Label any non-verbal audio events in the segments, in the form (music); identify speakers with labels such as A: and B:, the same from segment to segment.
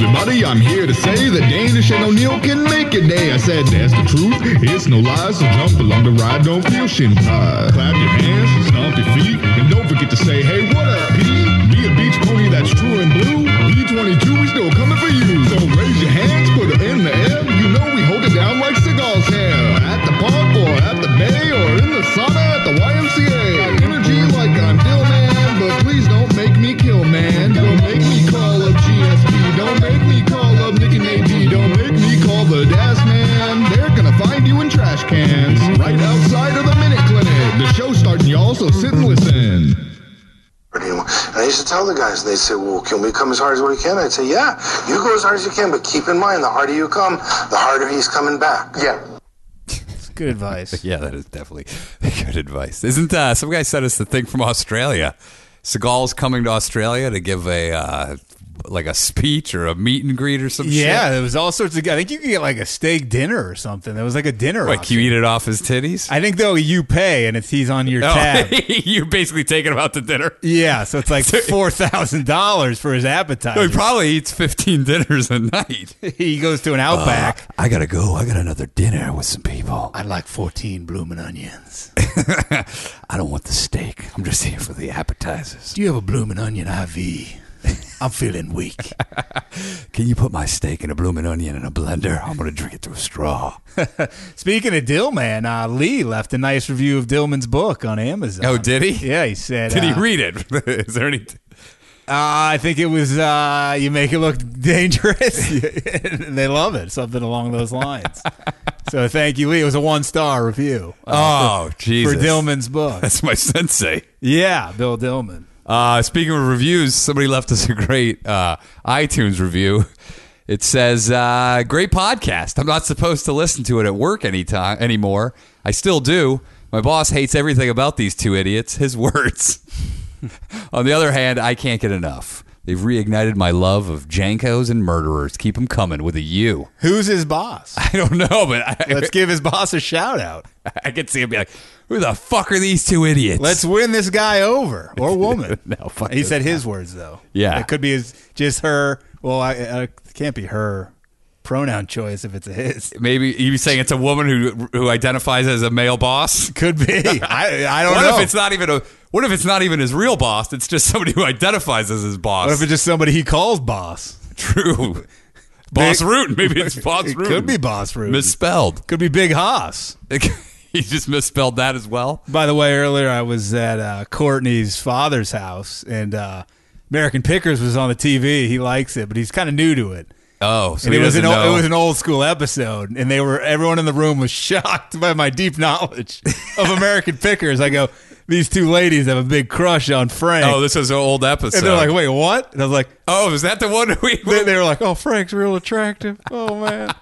A: Everybody, I'm here to say that Danish and O'Neill can make it day. I said that's the truth, it's no lie, so jump along the ride, don't feel shin high. Clap your hands, stomp your feet, and don't forget to say, hey, what up, P? Be a beach pony that's true and blue. B22, we still coming for you. So raise your hands, put it in the air. You know we hold it down like cigars here. At the park or at the bay or in the sauna at the YMCA. Got energy like I'm Dill Man, but please don't make me kill man. Don't make me call up GSP. Don't make me call up Nick and AD. Don't make me call the Das Man. They're gonna find you in trash cans right outside of the Minute Clinic. The show's starting, y'all, so sit and listen.
B: anymore. And I used to tell the guys, they say, well, can we come as hard as we can? I'd say, yeah, you go as hard as you can, but keep in mind, the harder you come, the harder he's coming back. Yeah.
C: Good advice.
D: (laughs) Yeah, that is definitely good advice. Isn't uh, some guy sent us the thing from Australia? Seagal's coming to Australia to give a uh, like a speech or a meet and greet or some
C: Yeah,
D: shit.
C: there was all sorts of. I think you could get like a steak dinner or something. There was like a dinner.
D: Like
C: option.
D: you eat it off his titties. (laughs)
C: I think though you pay and it's he's on your
D: Oh, (laughs)
C: tab.
D: you're basically taking him out to dinner.
C: yeah, so it's like four thousand dollars for his
D: No, he
C: appetizer.
D: probably eats 15 (laughs) dinners a night. Uh,
C: he goes to an Outback.
D: I gotta go. I got another dinner with some people.
C: I'd Uh, like fourteen blooming onions.
D: I don't want the steak. I'm just here for the appetizers.
C: Do you have a blooming onion IV? I'm feeling weak.
D: Can you put my steak and a bloomin' onion in a blender? I'm gonna drink it through a
C: (laughs)
D: straw.
C: (laughs) Speaking of Dillman, uh, Lee left a nice review of Dillman's book on Amazon.
D: Oh, did he?
C: Yeah, he said.
D: Did he
C: uh,
D: read it? (laughs) Is there any?
C: Uh, I think it was uh, you make it look dangerous. (laughs) and they love it, something along those
D: (laughs)
C: lines. so thank you, Lee. It was a one star review uh,
D: (laughs) Oh,
C: for,
D: Jesus.
C: for Dillman's
D: (laughs)
C: book.
D: That's my sensei.
C: Yeah, Bill Dillman.
D: Uh, speaking of reviews, somebody left us a great uh, iTunes review. It says, uh, "Great podcast. I'm not supposed to listen to it at work anytime anymore. I still do. My boss hates everything about these two idiots. His (laughs) words. On the other hand, I can't get enough. They've reignited my love of jankos and murderers. Keep them coming with a U. (laughs)
C: Who's his boss?
D: I don't know, but I,
C: Let's give his boss a shout out.
D: (laughs) I can see him be like, "Who the fuck are these two idiots?"
C: Let's win this guy over or woman.
D: (laughs) No, fuck
C: he
D: this
C: said his words though.
D: Yeah.
C: it could be his, just her. Well, I, I it can't be her pronoun choice if it's his.
D: Maybe you saying it's a woman who who identifies as a male boss.
C: (laughs) Could
D: (laughs)
C: be. I, I don't
D: What
C: know.
D: if it's not even a? What if it's not even his real boss? It's just somebody who identifies as his boss.
C: what if it's just somebody he calls boss? (laughs)
D: true? boss Root. Maybe it's Boss
C: It
D: Root.
C: could be Boss Rude.
D: misspelled. (laughs)
C: could be Big Haas.
D: he just misspelled that as well.
C: By the way, earlier I was at uh, Courtney's father's house, and uh, American Pickers was on the TV. He likes it, but he's kind of new to it.
D: Oh, so
C: And
D: he
C: it was
D: doesn't
C: an old,
D: know.
C: it was an old school episode, and they were everyone in the room was (laughs) shocked by my deep knowledge of American Pickers. I go, these two ladies have a big crush on Frank.
D: oh, this was an old episode.
C: and they're like, wait, what? And I was like,
D: oh, is that the one (laughs) we?
C: they, they were like, oh, Frank's real attractive. Oh
D: (laughs)
C: man,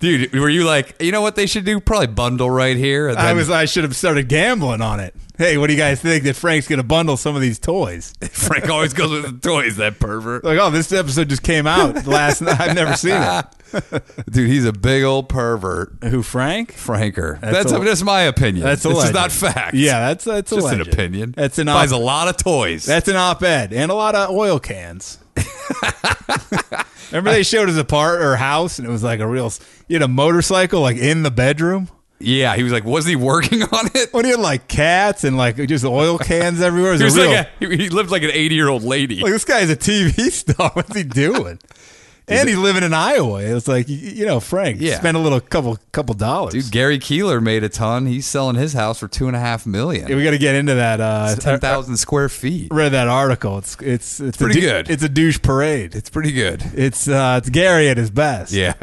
D: dude, were you like, you know what they should do? Probably bundle right here. And
C: I
D: then-
C: was I should have started gambling on it. Hey, what do you guys think that Frank's gonna bundle some of these toys?
D: (laughs) Frank always goes with the toys.
C: (laughs)
D: That pervert.
C: Like, oh, this episode just came out last night. I've never seen it.
D: Dude, he's a big old pervert.
C: Who, Frank?
D: Franker.
C: That's
D: That's,
C: a-
D: that's, my opinion.
C: That's a
D: this
C: legend.
D: is not fact.
C: Yeah, that's that's a
D: just an
C: legend.
D: opinion.
C: That's an op-
D: buys a lot of toys.
C: that's an op-ed and a lot of oil
D: (laughs)
C: cans. Remember they showed his apart or house, and it was like a real. s- He had a motorcycle like in the bedroom.
D: yeah, he was like, wasn't he
C: (laughs)
D: working on it?
C: When he had like cats and like just
D: (laughs)
C: oil cans everywhere. It
D: He
C: was
D: was
C: a real,
D: like, a, he he lived like an eighty-year-old lady.
C: like this guy's a TV (laughs) star. What's he doing? and he's living in Iowa. It was like y- you know, Frank
D: Yeah.
C: spend a little couple couple dollars.
D: Dude, Gary Keeler made a ton. He's selling his house for two and a half million.
C: Yeah, we got to get into that. Uh,
D: ten thousand square feet.
C: read that article. It's it's it's, a
D: pretty
C: dou-
D: good.
C: It's a douche parade.
D: It's pretty good.
C: It's uh, it's Gary at his best.
D: (laughs) Yeah.
C: (laughs)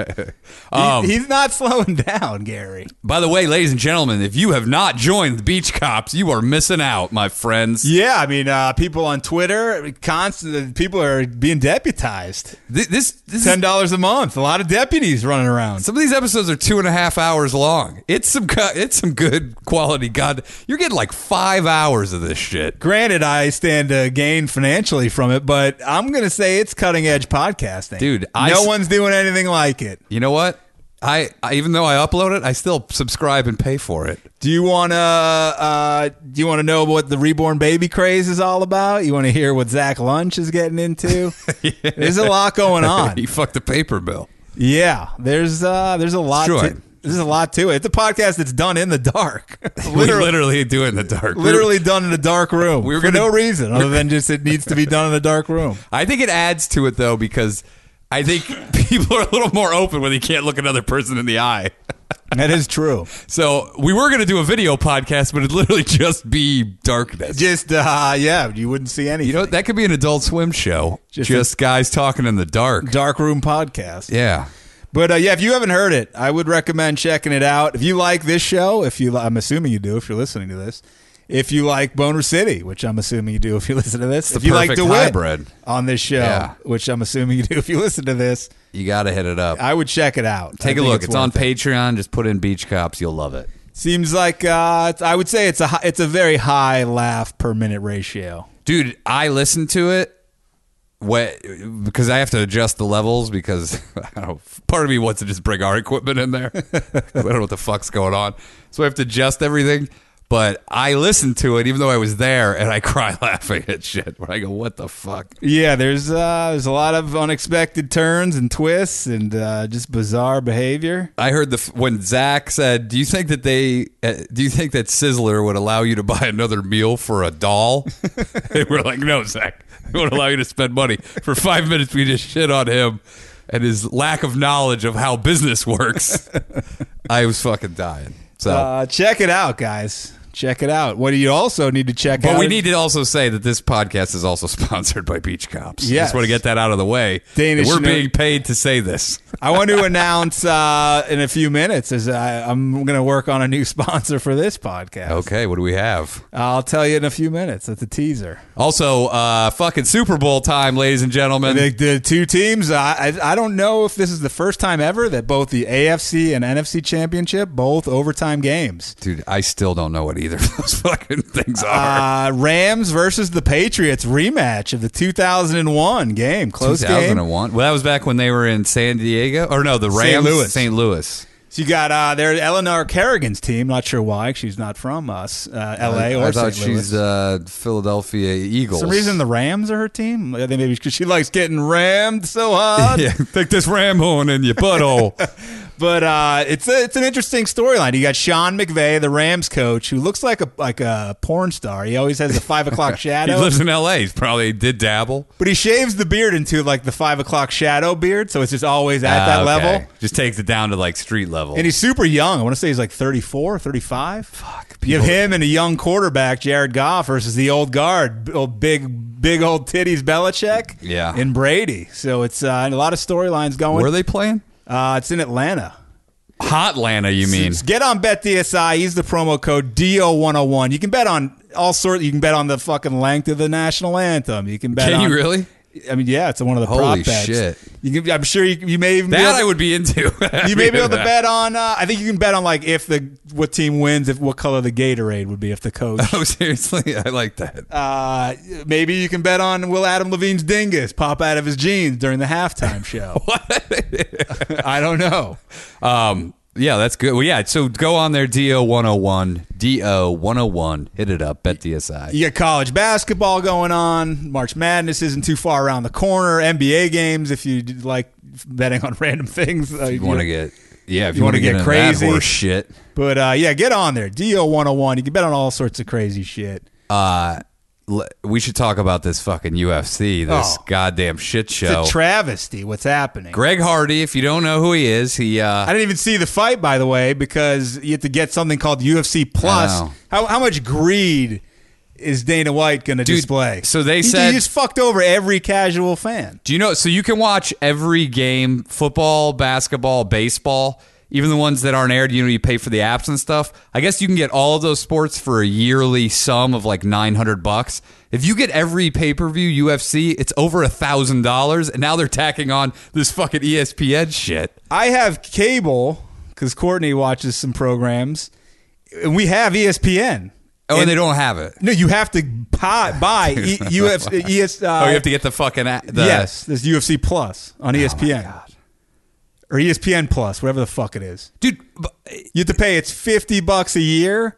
C: He-
D: Um,
C: he's not (laughs) slowing down, Gary.
D: by the way, ladies and gentlemen, if you have not joined the Beach Cops, you are missing out, my friends.
C: Yeah, I mean, uh, people on Twitter, constant people are being deputized.
D: Th- This, this is
C: Ten dollars a month. A lot of deputies running around.
D: Some of these episodes are two and a half hours long. It's some co- it's some good quality. God, you're getting like five hours of this shit.
C: Granted, I stand to gain financially from it, but I'm gonna say it's cutting edge podcasting,
D: Dude,
C: No
D: I s-
C: one's doing anything like it.
D: You know what? I, I even though I upload it, I still subscribe and pay for it. (laughs)
C: Do you want to uh, do you want to know what the reborn baby craze is all about? You want to hear what Zach Lunch is getting into?
D: (laughs)
C: There's a lot going on.
D: You fucked the paper bill.
C: Yeah, there's uh, there's a lot.
D: Sure.
C: To, there's a lot to it. It's a podcast that's done in the
D: (laughs)
C: dark, (laughs)
D: Literally,
C: literally,
D: literally do it in the dark.
C: literally done in a dark room.
D: We were
C: for
D: gonna-
C: no reason other than just it needs to be done in a dark room.
D: I think it adds to it though because I think (laughs) people are a little more open when they can't look another person in the eye.
C: That is true.
D: So we were going to do a video podcast, but it'd literally just be darkness.
C: Just uh, yeah, you wouldn't see anything.
D: you know, that could be an Adult Swim show.
C: Just
D: Just, guys talking in the dark.
C: dark room podcast.
D: Yeah.
C: But uh, yeah, if you haven't heard it, I would recommend checking it out. If you like this show, if you, I'm assuming you do, if you're listening to this. If you like Boner City, which I'm assuming you do, if you (laughs) listen to this,
D: the
C: if you like
D: perfect
C: DeWitt
D: hybrid.
C: on this show,
D: Yeah.
C: which I'm assuming you do, if you listen to this,
D: You got to hit it up.
C: I would check it out.
D: Take
C: a
D: a look. It's, on
C: It.
D: Patreon. Just put in Beach Cops. You'll love it.
C: Seems like uh, it's, I would say it's a hi- it's a very high laugh per minute ratio.
D: Dude, I listened to it what, because I have to adjust the levels because (laughs) I don't know, part of me wants to just bring our equipment in there. (laughs) 'Cause I don't know what the fuck's going on. So I have to adjust everything. But I listened to it even though I was there and I (laughs) cry laughing at shit where I go, what the fuck?
C: Yeah, there's uh, there's a lot of unexpected turns and twists and uh, just bizarre behavior.
D: I heard the when Zach said, "Do you think that they? Uh, do you think that Sizzler would allow you to buy another meal for a doll?" (laughs) they were like, "No, Zach, they won't allow you to spend money." For five minutes, we just shit on him and his lack of knowledge of how business works. (laughs) I was fucking dying. So,
C: Uh, check it out, guys. Check it out. What do you also need to check out?
D: but we need to also say that this podcast is also (laughs) sponsored by Beach Cops.
C: Yes.
D: Just want to get that out of the way.
C: Danish
D: that we're
C: Chinook-
D: being paid to
C: (laughs)
D: say this.
C: (laughs) I want to announce uh, in a few minutes as I, I'm going to work on a new (laughs) sponsor for this podcast.
D: Okay, what do we have?
C: I'll tell you in a few minutes. That's a teaser.
D: Also, uh, fucking Super Bowl time, ladies and gentlemen.
C: The, the two teams. I, I I don't know if this is the first time ever that both the AFC and NFC championship both overtime games.
D: Dude, I still don't know what either of (laughs) those fucking things are.
C: Uh, Rams versus the Patriots rematch of the 2001 game. Close game.
D: 2001. Well, that was back when they were in San Diego, or no, the
C: St.
D: Rams,
C: Louis.
D: St. Louis.
C: So you got uh, there Eleanor Kerrigan's team. Not sure why 'cause she's not from us, uh, L.A. or
D: I thought
C: St.
D: she's
C: Louis.
D: uh, Philadelphia Eagles.
C: some
D: (laughs)
C: reason the Rams are her team. I think maybe because she likes getting rammed so hard.
D: (laughs) yeah, take this ram horn in
C: (laughs)
D: your butthole.
C: But uh, it's a, it's an interesting storyline. You got Sean McVay, the Rams coach, who looks like a like a porn star. He always has a five
D: (laughs)
C: o'clock
D: he
C: shadow,
D: lives in L.A. He's probably did dabble
C: but he shaves the beard into like the five o'clock shadow beard, so it's just always at that
D: Ah, okay.
C: level.
D: Just takes it down to like street level.
C: And he's super young. I want to say he's like 34, 35. Fuck. You have
D: people-
C: him and a young quarterback, Jared Goff, versus the old guard, b- old big, big old titties Belichick.
D: Yeah.
C: And Brady. So it's uh, and a lot of storylines going.
D: Where are they playing?
C: Uh, it's in Atlanta.
D: Hotlanta, you mean?
C: Just Get on BetDSI. Use the promo code DO101. You can bet on all sorts. You can bet on the fucking length of the national anthem. You can bet
D: Can
C: on.
D: you really?
C: I mean, yeah, it's one of the
D: Holy
C: prop bets.
D: shit.
C: You can, I'm sure you, you may even be
D: That
C: able-
D: I would be into. (laughs)
C: you may be able to bet on. Uh, I think you can bet on like if the what team wins, if what color the Gatorade would be, if the coach.
D: (laughs) Oh, seriously? I like that.
C: Uh, maybe you can bet on will Adam Levine's dingus pop out of his jeans during the
D: (laughs)
C: halftime show. I don't know.
D: Um, yeah, that's good. Well, yeah, so go on there, DO101, DO101, hit it up, bet DSI.
C: You got college basketball going on. March Madness isn't too far around the corner. NBA games, if you like betting on (laughs) random things. uh,
D: You want to get, yeah, if you,
C: wanna
D: want to
C: get
D: get, into that
C: crazy.
D: horse shit.
C: But uh, yeah, get on there. DO101. You can bet on all sorts of crazy shit.
D: Uh, l- we should talk about this fucking UFC, this
C: Oh.
D: goddamn shit
C: It's
D: show.
C: a travesty what's happening.
D: Greg Hardy, if you don't know who he is, he, uh,
C: I didn't even see the fight, by the way, because you have to get something called UFC
D: I
C: Plus.
D: know.
C: How, how much greed is Dana White going to
D: Dude,
C: display?
D: so they
C: He-
D: said-
C: he just fucked over every casual fan.
D: do you know, so you can watch every game, football, basketball, baseball, even the ones that aren't aired, you know, you pay for the apps and stuff. I guess you can get all of those sports for a yearly sum of like 900 bucks. If you get every pay-per-view UFC, it's over a thousand dollars, and now they're tacking on this fucking E ESPN shit.
C: I have cable because Courtney watches some programs, and we have E ESPN.
D: Oh, and they don't have it.
C: No, you have to
D: (laughs)
C: buy, buy e, uh, UFC. ES, uh,
D: Oh, you have to get the fucking a- the,
C: E yes, this UFC Plus on ESPN. or E ESPN Plus, whatever the fuck it is.
D: dude. b-
C: You have to pay it's fifty bucks a year,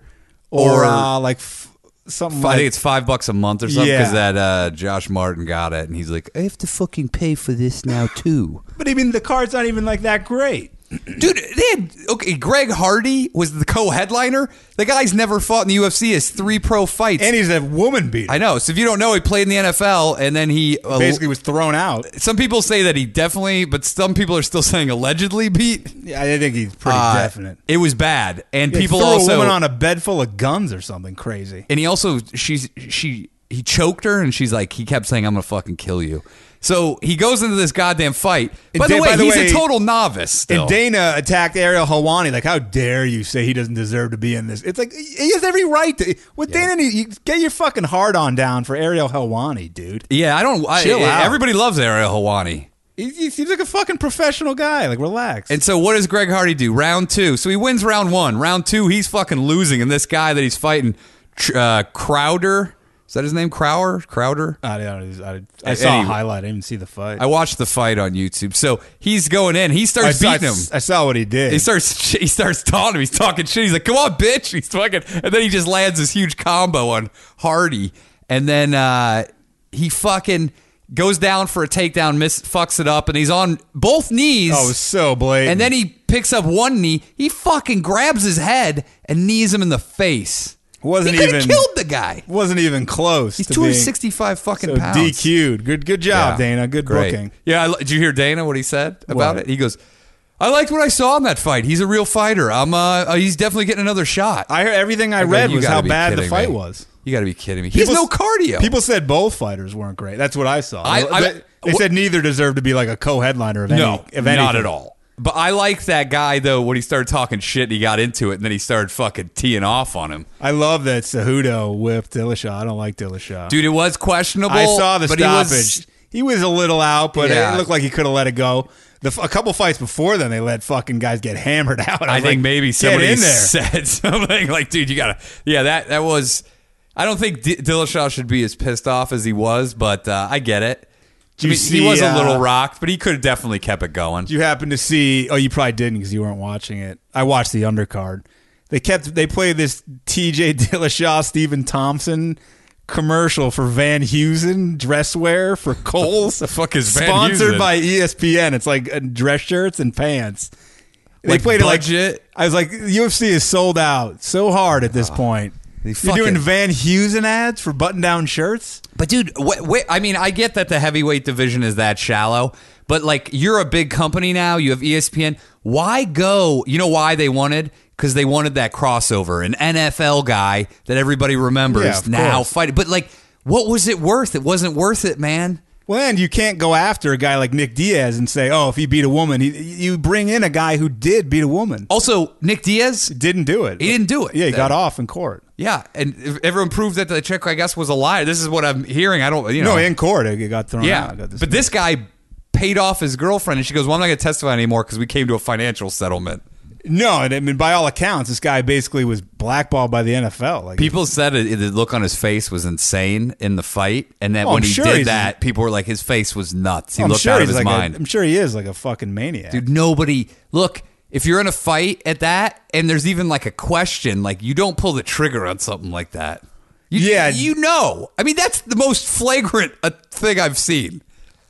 C: or,
D: Or-
C: uh, like f- something.
D: I
C: like,
D: think it's five bucks a month or something
C: Yeah.
D: because that uh, Josh Martin got it, and he's like, I have to fucking pay for this now too,
C: but even the card's not even like that great.
D: dude. They had okay. Greg Hardy was the co-headliner. The guy's never fought in the UFC. His three pro fights.
C: And he's a woman beater.
D: I know. So if you don't know, he played in the NFL, and then he uh,
C: Basically, was thrown out.
D: Some people say that he definitely, but some people are still saying allegedly beat.
C: Yeah, I think he's pretty
D: Uh,
C: definite.
D: It was bad, and
C: He
D: people
C: threw
D: also
C: a woman on a bed full of guns or something crazy.
D: and he also she's she he choked her and she's like he kept saying i'm gonna fucking kill you so he goes into this goddamn fight
C: And
D: by the
C: Dan-
D: way
C: by the
D: he's
C: way-
D: a total novice still.
C: And Dana attacked Ariel Hawani. Like, how dare you say he doesn't deserve to be in this? It's like he has every right to. With Dana, you, you get your fucking hard on down for Ariel Helwani, dude.
D: yeah i don't I, e,
C: Chill out.
D: everybody loves ariel hawani
C: He, he seems like a fucking professional guy. Like, relax.
D: and so what does greg hardy do round two so he wins round one round two he's fucking losing and this guy that he's fighting Tr- uh, crowder is that his name crowder crowder
C: I, don't, know, I, I saw
D: Anyway.
C: a highlight. I didn't see the fight.
D: i watched the fight on youtube so he's going in he
C: I
D: starts
C: saw,
D: beating him
C: I saw what he did.
D: He starts (laughs) he starts taunting him. He's talking shit. He's like, "Come on, bitch!" He's fucking, and then he just lands this huge combo on Hardy, and then uh, he fucking goes down for a takedown, miss, fucks it up, and he's on both knees.
C: oh, it was so blatant.
D: and then he picks up one knee. He fucking grabs his head and knees him in the face.
C: Wasn't
D: he coulda
C: even-
D: killed the guy.
C: wasn't even close.
D: He's
C: to
D: two
C: being
D: hundred sixty-five fucking
C: so
D: pounds.
C: DQ'd. Good, good job,
D: Yeah.
C: Dana. Good
D: Great.
C: booking.
D: Yeah, I, li- did you hear Dana what he said about
C: What?
D: it? He goes, "I liked what I saw in that fight. He's a real fighter. I'm. Uh, uh, he's definitely getting another shot.
C: I heard everything I
D: I'm like,
C: read
D: "You
C: was
D: gotta
C: how
D: be
C: bad the
D: kidding
C: fight
D: me.
C: was.
D: You got to be kidding me. He has no cardio.
C: People said both fighters weren't great. That's what I saw.
D: I- I-
C: they they said neither deserved to be like a co-headliner of any.
D: no,
C: of
D: not
C: anything.
D: at all. But I liked that guy though when he started talking shit and he got into it and then he started fucking teeing off on him.
C: I love that Cejudo whipped Dillashaw. I don't like Dillashaw.
D: Dude, it was questionable.
C: I saw the
D: but
C: stoppage.
D: He was,
C: He was a little out, but
D: Yeah.
C: it looked like he could have let it go. The, f- a couple fights before then, they let fucking guys get hammered (laughs) out.
D: I
C: was
D: think
C: like,
D: maybe
C: "Get
D: somebody
C: in there.
D: said (laughs) something like, "Dude, you gotta." Yeah, that that was. I don't think D- Dillashaw should be as pissed off as he was, but uh, I get it.
C: Do you
D: I mean,
C: see,
D: he was a
C: uh,
D: little rocked, but he could have definitely kept it going.
C: Did you happen to see? Oh, you probably didn't because you weren't watching it. I watched the undercard. They kept they played this T.J. (laughs) Dillashaw, Stephen Thompson commercial for Van Heusen dresswear
D: (laughs)
C: for Kohl's.
D: the fuck is Van
C: sponsored
D: Heusen?
C: by E ESPN? It's like uh, dress shirts and pants. They
D: Like
C: played it like
D: budget? Ah,
C: I was like UFC is sold out so hard at this point. You're
D: fucking-
C: doing Van Heusen ads for button down shirts.
D: But dude, wh- wh- I mean, I get that the heavyweight division is that shallow, but like you're a big company now, you have E ESPN. Why go? You know why they wanted? Because they wanted that crossover, an NFL guy that everybody remembers
C: Yeah, of
D: now
C: course.
D: fighting. But like, what was it worth? It wasn't worth it, man.
C: Well, and you can't go after a guy like Nick Diaz and say, "Oh, if he beat a woman," he, you bring in a guy who did beat a woman,
D: Also, Nick Diaz,
C: didn't do it.
D: Oh. He didn't do it.
C: Yeah, he got
D: Yeah.
C: off in court.
D: yeah, and everyone proved that the check, I guess, was a liar. This is what I'm hearing. I don't, you know,
C: No, in court, he got thrown
D: Yeah,
C: out. Got
D: but this guy paid off his girlfriend, and she goes, "Well, I'm not going to testify anymore because we came to a financial settlement."
C: no, and I mean, by all accounts, this guy basically was blackballed by the NFL. Like,
D: People said it, the look on his face was insane in the fight, and that
C: Oh,
D: when
C: I'm
D: he
C: sure he's-
D: did that, people were like, "His face was nuts. He
C: I'm
D: looked
C: sure
D: out
C: he's
D: of
C: like
D: his mind."
C: A, I'm sure he is like a fucking maniac.
D: Dude, nobody look. If you're in a fight at that, and there's even like a question, like you don't pull the trigger on something like that. You,
C: Yeah.
D: you know. I mean, that's the most flagrant uh, thing I've seen.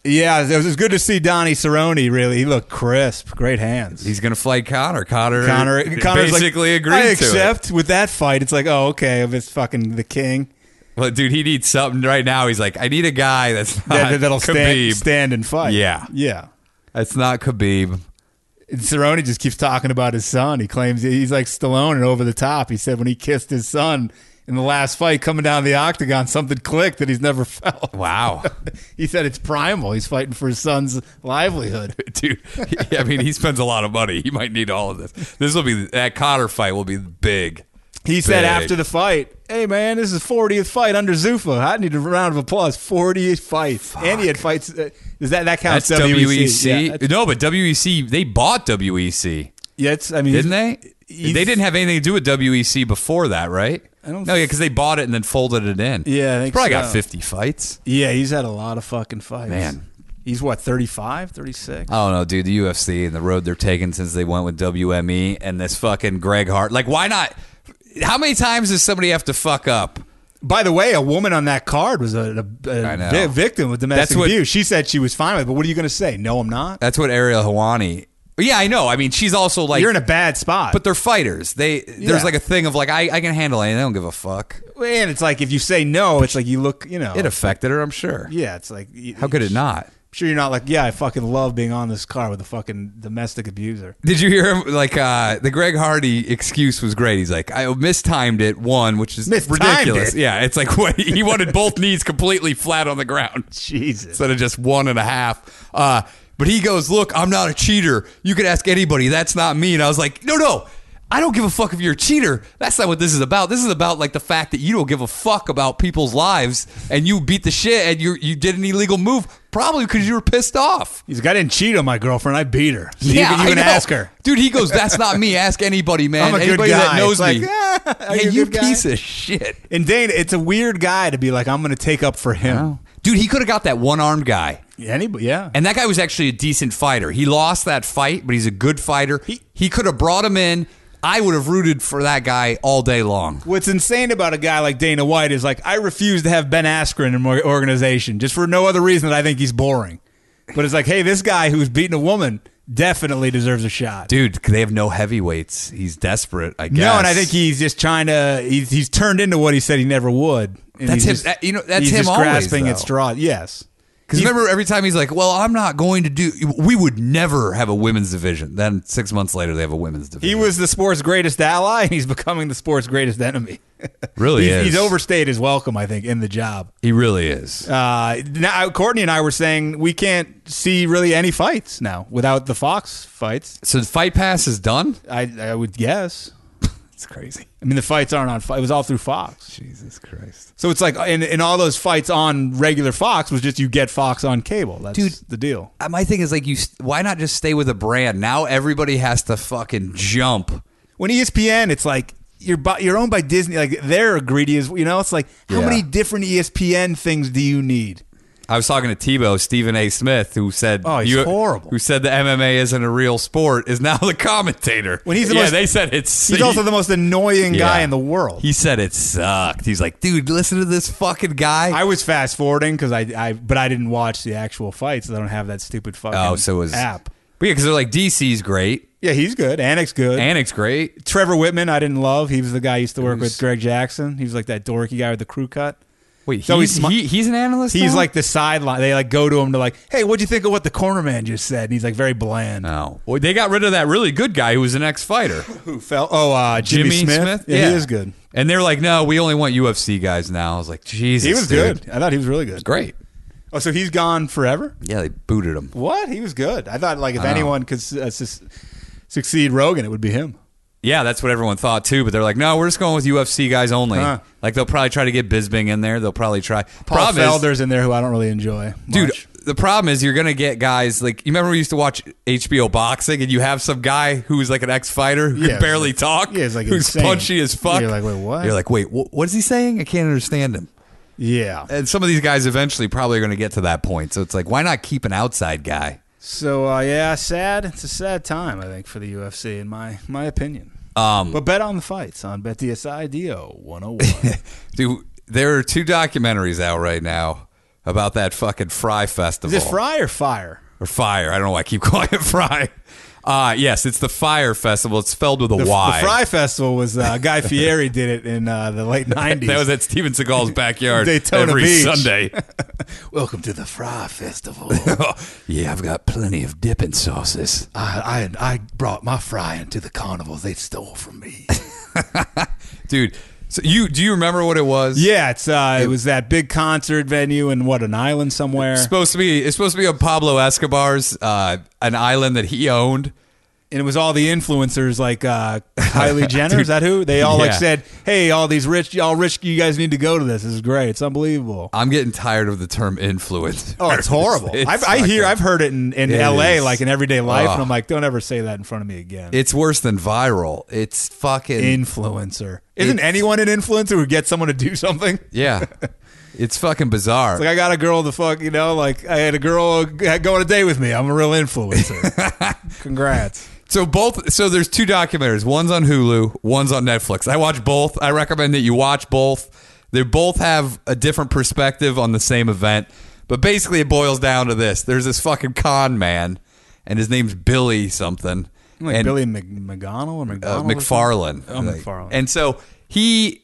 C: Yeah, it was, it was good to see Donnie Cerrone. Really, he looked crisp. Great hands.
D: He's gonna fight Connor. Connor.
C: Connor, Connor's
D: basically
C: like,
D: agreed
C: I
D: to it.
C: accept with that fight. It's like, oh, okay, if it's fucking the king.
D: Well, dude, he needs something right now. He's like, I need a guy that's not
C: that, that'll
D: Khabib.
C: stand, stand and fight.
D: Yeah.
C: yeah.
D: That's not Khabib.
C: And Cerrone just keeps talking about his son. He claims he's like Stallone and over the top. He said when he kissed his son in the last fight coming down the octagon, something clicked that he's never (laughs) felt.
D: Wow.
C: He said it's primal. He's fighting for his son's livelihood.
D: (laughs) dude. he- I mean, he spends a lot of money. He might need all of this. This will be that Connor fight will be big.
C: He said
D: Big.
C: after the fight, "Hey man, this is 40th fight under Zuffa. I need a round of applause. 40th fight, and he had fights. Uh, is that that counts?
D: That's E WEC.
C: E Yeah, that's-
D: no, but WEC they bought WEC,
C: yeah, it's- I mean,
D: didn't they?
C: he's-
D: They didn't have anything to do with WEC before that, right?
C: I don't
D: no, yeah,
C: th-
D: because they bought it and then folded it in.
C: Yeah, I
D: He's
C: think
D: probably got
C: so.
D: fifty fights.
C: Yeah, he's had a lot of fucking fights.
D: Man.
C: He's what, 35, 36?
D: I don't know, dude. The UFC and the road they're taking since they went with WME and this fucking Greg Hart. Like, why not? How many times does somebody have to fuck up?
C: By the way, a woman on that card was a, a, a
D: I know.
C: vi- victim of domestic
D: That's what-
C: abuse. She said she was fine with it, but what are you going to say? No, I'm not.
D: That's what Ariel Hawani. Yeah, I know. I mean, she's also like
C: You're in a bad spot.
D: but they're fighters. They
C: Yeah.
D: there's like a thing of like I, I can handle it. I don't give a fuck.
C: and it's like if you say no, it's like you look, you know.
D: It affected her, I'm sure.
C: Oh. yeah, it's like. you-
D: How could it not?
C: sure, you're not like, yeah, I fucking love being on this car with a fucking domestic abuser.
D: Did you hear him? Like uh, the Greg Hardy excuse was great. He's like, I mistimed it one, which is
C: Mistimed
D: ridiculous.
C: it.
D: Yeah, it's like (laughs) what, he wanted both knees completely flat on the ground.
C: Jesus.
D: instead of just one and a half. Uh, but he goes, Look, I'm not a cheater. You could ask anybody. That's not me. And I was like, No, no. I don't give a fuck if you're a cheater. That's not what this is about. This is about like the fact that you don't give a fuck about people's lives and you beat the shit and you you did an illegal move probably because you were pissed off.
C: He's like, I didn't cheat on my girlfriend. I beat her. So you can, you
D: I
C: can
D: know.
C: ask her.
D: dude. He goes, "That's not me. Ask anybody, man.
C: I'm a good
D: anybody that
C: guy."
D: knows
C: It's like, (laughs)
D: me.
C: "Yeah, are you a
D: you
C: good guy?"
D: piece of shit,
C: And Dane, it's a weird guy to be like, I'm going to take up for him.
D: dude. He could have got that one armed guy.
C: Anybody, yeah.
D: And that guy was actually a decent fighter. He lost that fight, but he's a good fighter. He, could have brought him in. I would have rooted for that guy all day long.
C: What's insane about a guy like Dana White is like, I refuse to have Ben Askren in my organization just for no other reason that I think he's boring. But it's like, hey, this guy who's beating a woman definitely deserves a shot.
D: Dude, they have no heavyweights. He's desperate, I guess.
C: No, and I think he's just trying to. He's, he's turned into what he said he never would. And
D: That's
C: he's
D: him-
C: just-
D: that- you know, that's
C: he's
D: him
C: just
D: always,
C: grasping
D: though.
C: at straws. Yes,
D: Because remember, every time he's like, well, I'm not going to do. We would never have a women's division. Then six months later, they have a women's division.
C: he was the sport's greatest ally, and he's becoming the sport's greatest enemy.
D: Really
C: he's,
D: is.
C: he's overstayed his welcome, I think, in the job.
D: He really is.
C: Uh, now, Courtney and I were saying we can't see really any fights now without the Fox fights.
D: So the fight pass is done?
C: I, I would guess.
D: It's crazy.
C: I mean, the fights aren't on. Fo- It was all through Fox,
D: Jesus Christ.
C: so it's like, and, and all those fights on regular Fox was just you get Fox on cable. That's
D: Dude.
C: the deal.
D: Uh, My thing is like, you. st- why not just stay with a brand? Now everybody has to fucking jump.
C: When E ESPN, it's like you're bu- you're owned by Disney. Like they're greedy as you know. It's like how
D: Yeah.
C: many different E ESPN things do you need?
D: I was talking to Tebow, Stephen A. Smith, who said,
C: Oh, he's horrible.
D: Who said the MMA isn't a real sport is now (laughs) the commentator.
C: When he's the
D: yeah,
C: most-
D: they said it's.
C: He's also the most annoying
D: Yeah.
C: guy in the world.
D: He said it sucked. He's like, dude, listen to this fucking guy.
C: I was fast forwarding because I, I, but I didn't watch the actual fights. I don't have that stupid fucking
D: oh, so it was
C: app.
D: But yeah, because they're like DC's great,
C: Yeah, he's good. Anik's good.
D: Anik's great.
C: Trevor Whitman, I didn't love. He was the guy I used to work
D: Who's-
C: with Greg Jackson. He was like that dorky guy with the crew cut.
D: Wait,
C: So
D: he's
C: he's smi-
D: he, he's an analyst.
C: He's
D: now?
C: like the sideline. They like go to him to like, hey, what'd you think of what the corner man just said? And he's like very bland.
D: no. Well, they got rid of that really good guy who was an ex-fighter,
C: Who fell? Oh, uh, (laughs) Jimmy, Smith. Yeah, he is good.
D: And they're like, no, we only want UFC guys now. I was like, Jesus,
C: He was
D: dude.
C: good. I thought he was really good.
D: great.
C: Oh, so he's gone forever?
D: Yeah, they booted him.
C: What? He was good. I thought like if anyone could uh, sus- succeed Rogan, it would be him.
D: Yeah, that's what everyone thought too. But they're like, no, we're just going with UFC guys only.
C: Huh.
D: Like they'll probably try to get Bisbing in there. They'll probably try.
C: Paul
D: problem is,
C: Felder's in there who I don't really enjoy.
D: dude.
C: much.
D: The problem is you're gonna get guys like you remember we used to watch HBO boxing and you have some guy who's like an ex fighter who
C: Yeah,
D: can
C: it's
D: barely
C: like-
D: talk.
C: yeah, it's like
D: who's
C: insane.
D: punchy as fuck.
C: You're like, wait, what?
D: You're like, wait, wh- what is he saying? I can't understand him.
C: yeah.
D: And some of these guys eventually probably are gonna get to that point. So it's like, why not keep an outside guy?
C: So uh, yeah, sad. It's a sad time, I think, for the UFC, in my my opinion. Um, but bet on the fights on BetDSI Do
D: (laughs)
C: 101.
D: Dude, there are two documentaries out right now about that fucking Fry Festival.
C: Is it fry or fire?
D: or fire. I don't know why I keep (laughs) calling it fry. Uh, yes, it's the Fire Festival. It's spelled with a Y.
C: The, the
D: (laughs)
C: Fry Festival was uh, Guy Fieri did it in uh, the late 90s.
D: That was at
C: (laughs)
D: Steven Seagal's backyard
C: Daytona
D: every
C: Beach. (laughs)
D: Sunday. (laughs)
C: Welcome to the Fry Festival.
D: yeah, I've got plenty of dipping sauces.
C: I, I I brought my fry into the carnival they stole from me.
D: Dude, so you do you remember what it was?
C: Yeah, it's uh, it was that big concert venue in what an island somewhere,
D: It's supposed to be it's supposed to be on Pablo Escobar's uh, an island that he owned.
C: and it was all the influencers like (laughs) uh, Kylie Jenner. is that who? They all like
D: Yeah.
C: said, "Hey, all these rich, y'all rich, you guys need to go to this. This is great. It's unbelievable."
D: I'm getting tired of the term influence.
C: Oh,
D: (laughs)
C: it's horrible. I've, I hear, I've heard it in, in
D: It
C: L.A.
D: is.
C: like in everyday life,
D: Ugh.
C: and I'm like, don't ever say that in front of me again.
D: It's worse than viral. It's fucking
C: influencer. Isn't
D: It's-
C: anyone an influencer who gets someone to do something? (laughs)
D: Yeah. It's fucking bizarre.
C: Like I got a girl the fuck, you know, like I had a girl go on a date with me. I'm a real (laughs) influencer. Congrats.
D: So both so there's two documentaries. One's on Hulu, one's on Netflix. I watch both. I recommend that you watch both. They both have a different perspective on the same event. But basically it boils down to this. There's this fucking con man and his name's Billy something.
C: Like
D: and,
C: Billy Mc- McGonnell or McDonald
D: uh,
C: or
D: McFarlane.
C: something? Oh,
D: Like,
C: McFarlane.
D: And so he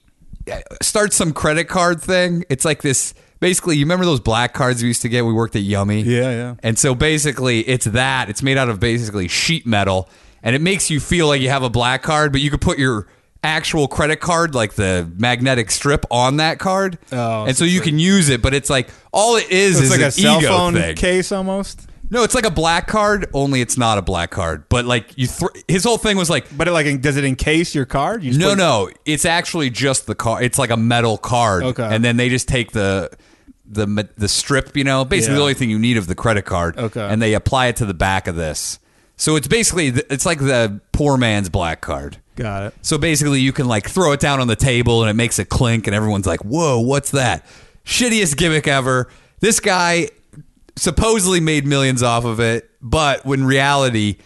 D: uh, starts some credit card thing. It's like this. Basically, you remember those black cards we used to get? We worked at Yummy.
C: Yeah, yeah.
D: And so basically, it's that. It's made out of basically sheet metal, and it makes you feel like you have a black card, but you could put your actual credit card, like the magnetic strip, on that card,
C: Oh,
D: and so you can use it. But it's like all it is
C: it's
D: is
C: like
D: an
C: a cell
D: ego
C: phone
D: thing.
C: case almost,
D: No, it's like a black card, only it's not a black card. But like you, thr his whole thing was like
C: but it like does it encase your card? You just
D: no,
C: put-
D: no, it's actually just the card. It's like a metal card,
C: Okay.
D: and then they just take the the ma- the strip. You know, basically
C: Yeah.
D: the only thing you need of the credit card,
C: Okay.
D: and they apply it to the back of this. So it's basically th- it's like the poor man's black card.
C: Got it.
D: So basically, you can like throw it down on the table and it makes a clink, and everyone's like, "Whoa, what's that?" Shittiest gimmick ever. This guy supposedly made millions off of it, but when reality,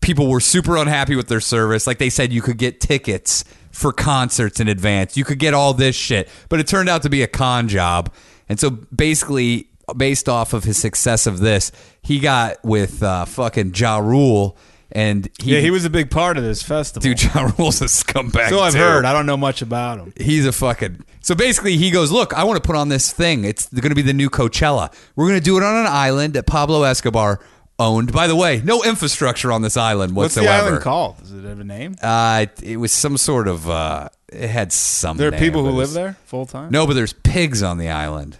D: people were super unhappy with their service. Like they said, you could get tickets for concerts in advance. You could get all this shit, but it turned out to be a con job. And so basically, based off of his success of this, he got with uh, fucking Ja Rule. And he,
C: Yeah, he was a big part of this festival.
D: (laughs) Dude, Ja Rule's a scumbag.
C: so I've
D: too.
C: heard. I don't know much about him.
D: He's a fucking. So basically, he goes, Look, I want to put on this thing. It's going to be the new Coachella. We're going to do it on an island that Pablo Escobar owned. By the way, no infrastructure on this island
C: What's
D: whatsoever.
C: the island called? Does it have a name?
D: Uh, it, it was some sort of. Uh, it had some.
C: there are
D: name,
C: people who
D: but
C: live
D: it's-
C: there full time.
D: No, but there's pigs on the island.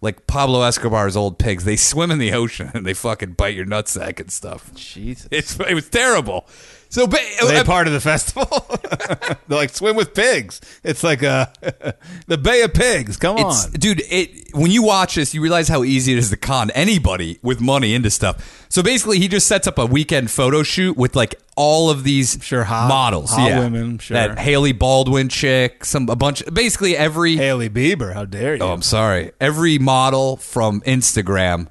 D: Like Pablo Escobar's old pigs. They swim in the ocean and they fucking bite your nutsack and stuff.
C: Jesus.
D: It's, it was terrible. So, ba-
C: Are they
D: uh,
C: part of the festival? (laughs) They're like swim with pigs. It's like uh, (laughs) the Bay of Pigs. Come
D: It's,
C: on.
D: dude, it when you watch this, you realize how easy it is to con anybody with money into stuff. So basically, he just sets up a weekend photo shoot with like all of these
C: Sure, hot-
D: models,
C: hot
D: yeah,
C: women, sure.
D: that Haley Baldwin chick, some a bunch, basically every.
C: Haley Bieber. How dare you?
D: Oh, I'm sorry, every model from Instagram.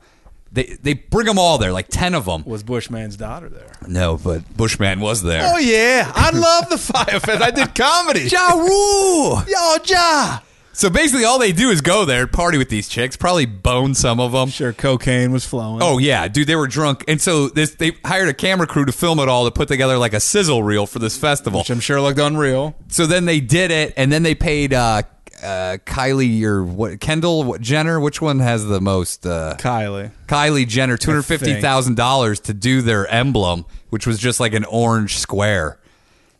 D: They, they bring them all there, like ten of them.
C: was Bushman's daughter there?
D: No, but Bushman was there.
C: Oh yeah, I love the Fire Fest. I (laughs) did comedy.
D: Ja (laughs) Rule!
C: Yo, oh, Ja.
D: So basically, all they do is go there, party with these chicks, probably bone some of them.
C: Sure, cocaine was flowing.
D: Oh yeah, dude, they were drunk, and so this they hired a camera crew to film it all to put together like a sizzle reel for this festival.
C: which I'm sure looked unreal.
D: so then they did it, and then they paid uh, uh, Kylie or what Kendall what, Jenner, which one has the most? Uh,
C: Kylie.
D: Kylie Jenner, two hundred fifty thousand dollars to do their emblem, which was just like an orange square,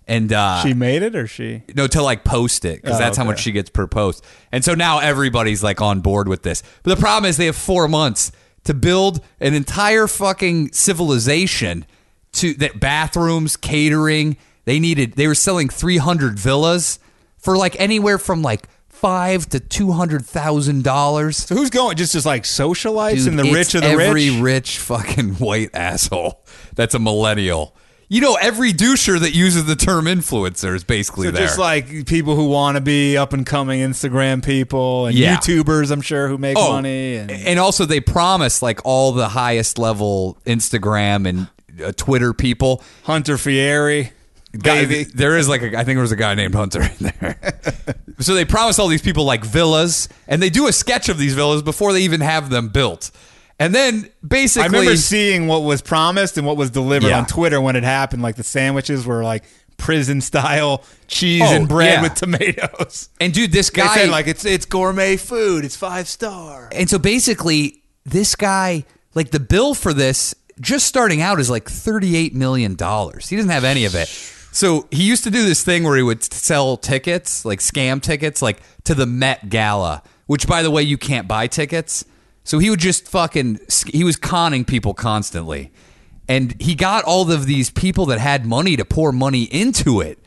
D: and uh,
C: She made it, or she?
D: no, to like post it because
C: Oh,
D: that's how much
C: okay.
D: she gets per post. And so now everybody's like on board with this. But the problem is they have four months to build an entire fucking civilization to that bathrooms, catering. They needed. They were selling three hundred villas for like anywhere from like five to two hundred thousand dollars.
C: So who's going? Just just like socialites
D: Dude,
C: and the
D: it's
C: rich of the
D: every
C: rich.
D: fucking (laughs) white asshole that's a millennial. You know, every doucher that uses the term influencer is basically
C: So
D: there.
C: just like people who want to be up and coming Instagram people and
D: Yeah. Oh.
C: YouTubers, I'm sure who make money and
D: also they promise like all the highest level Instagram and uh, Twitter people.
C: Hunter Fieri.
D: Guy-
C: Baby.
D: there is like a, I think there was a guy named Hunter in there. (laughs) so they promise all these people like villas, and they do a sketch of these villas before they even have them built, and then basically
C: I remember seeing what was promised and what was delivered
D: Yeah.
C: on Twitter when it happened. Like the sandwiches were like prison style cheese
D: Oh,
C: and bread
D: yeah.
C: with tomatoes. (laughs)
D: and dude, this
C: They
D: guy
C: said like it's it's gourmet food. It's five star.
D: And so basically, this guy, like the bill for this, just starting out is like $38 million. He doesn't have any of it. So he used to do this thing where he would sell tickets, like scam tickets, like to the Met Gala, which by the way, you can't buy tickets. So he would just fucking, he was conning people constantly. And he got all of these people that had money to pour money into it.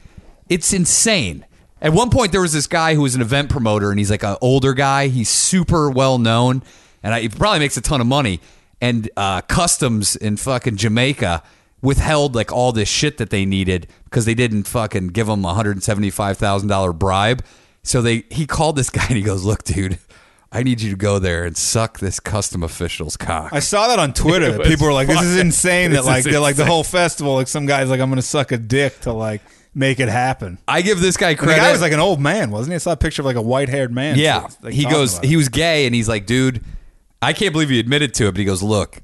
D: It's insane. At one point, there was this guy who was an event promoter, and he's like an older guy. He's super well known, and I, he probably makes a ton of money. And uh, customs in fucking Jamaica withheld like all this shit that they needed because they didn't fucking (laughs) give him a hundred seventy five thousand dollar bribe. So they he called this guy and he goes, "Look, dude, I need you to go there and suck this custom official's cock.
C: I saw that on
D: (laughs)
C: Twitter.
E: was
C: People were like, "This is
E: fucking-
C: insane!"
D: this
C: That like
D: is
C: they're like the
D: insane.
C: whole festival. Like some guys like I'm gonna suck a dick to like make it happen.
D: I give this guy
C: And the
D: credit.
C: guy was like an old man, wasn't he? I saw a picture of like a white haired man.
D: yeah,
C: Like,
D: he
C: talking
D: goes.
C: about it.
D: He was gay, and he's like, dude, I can't believe he admitted to it. But he goes, look,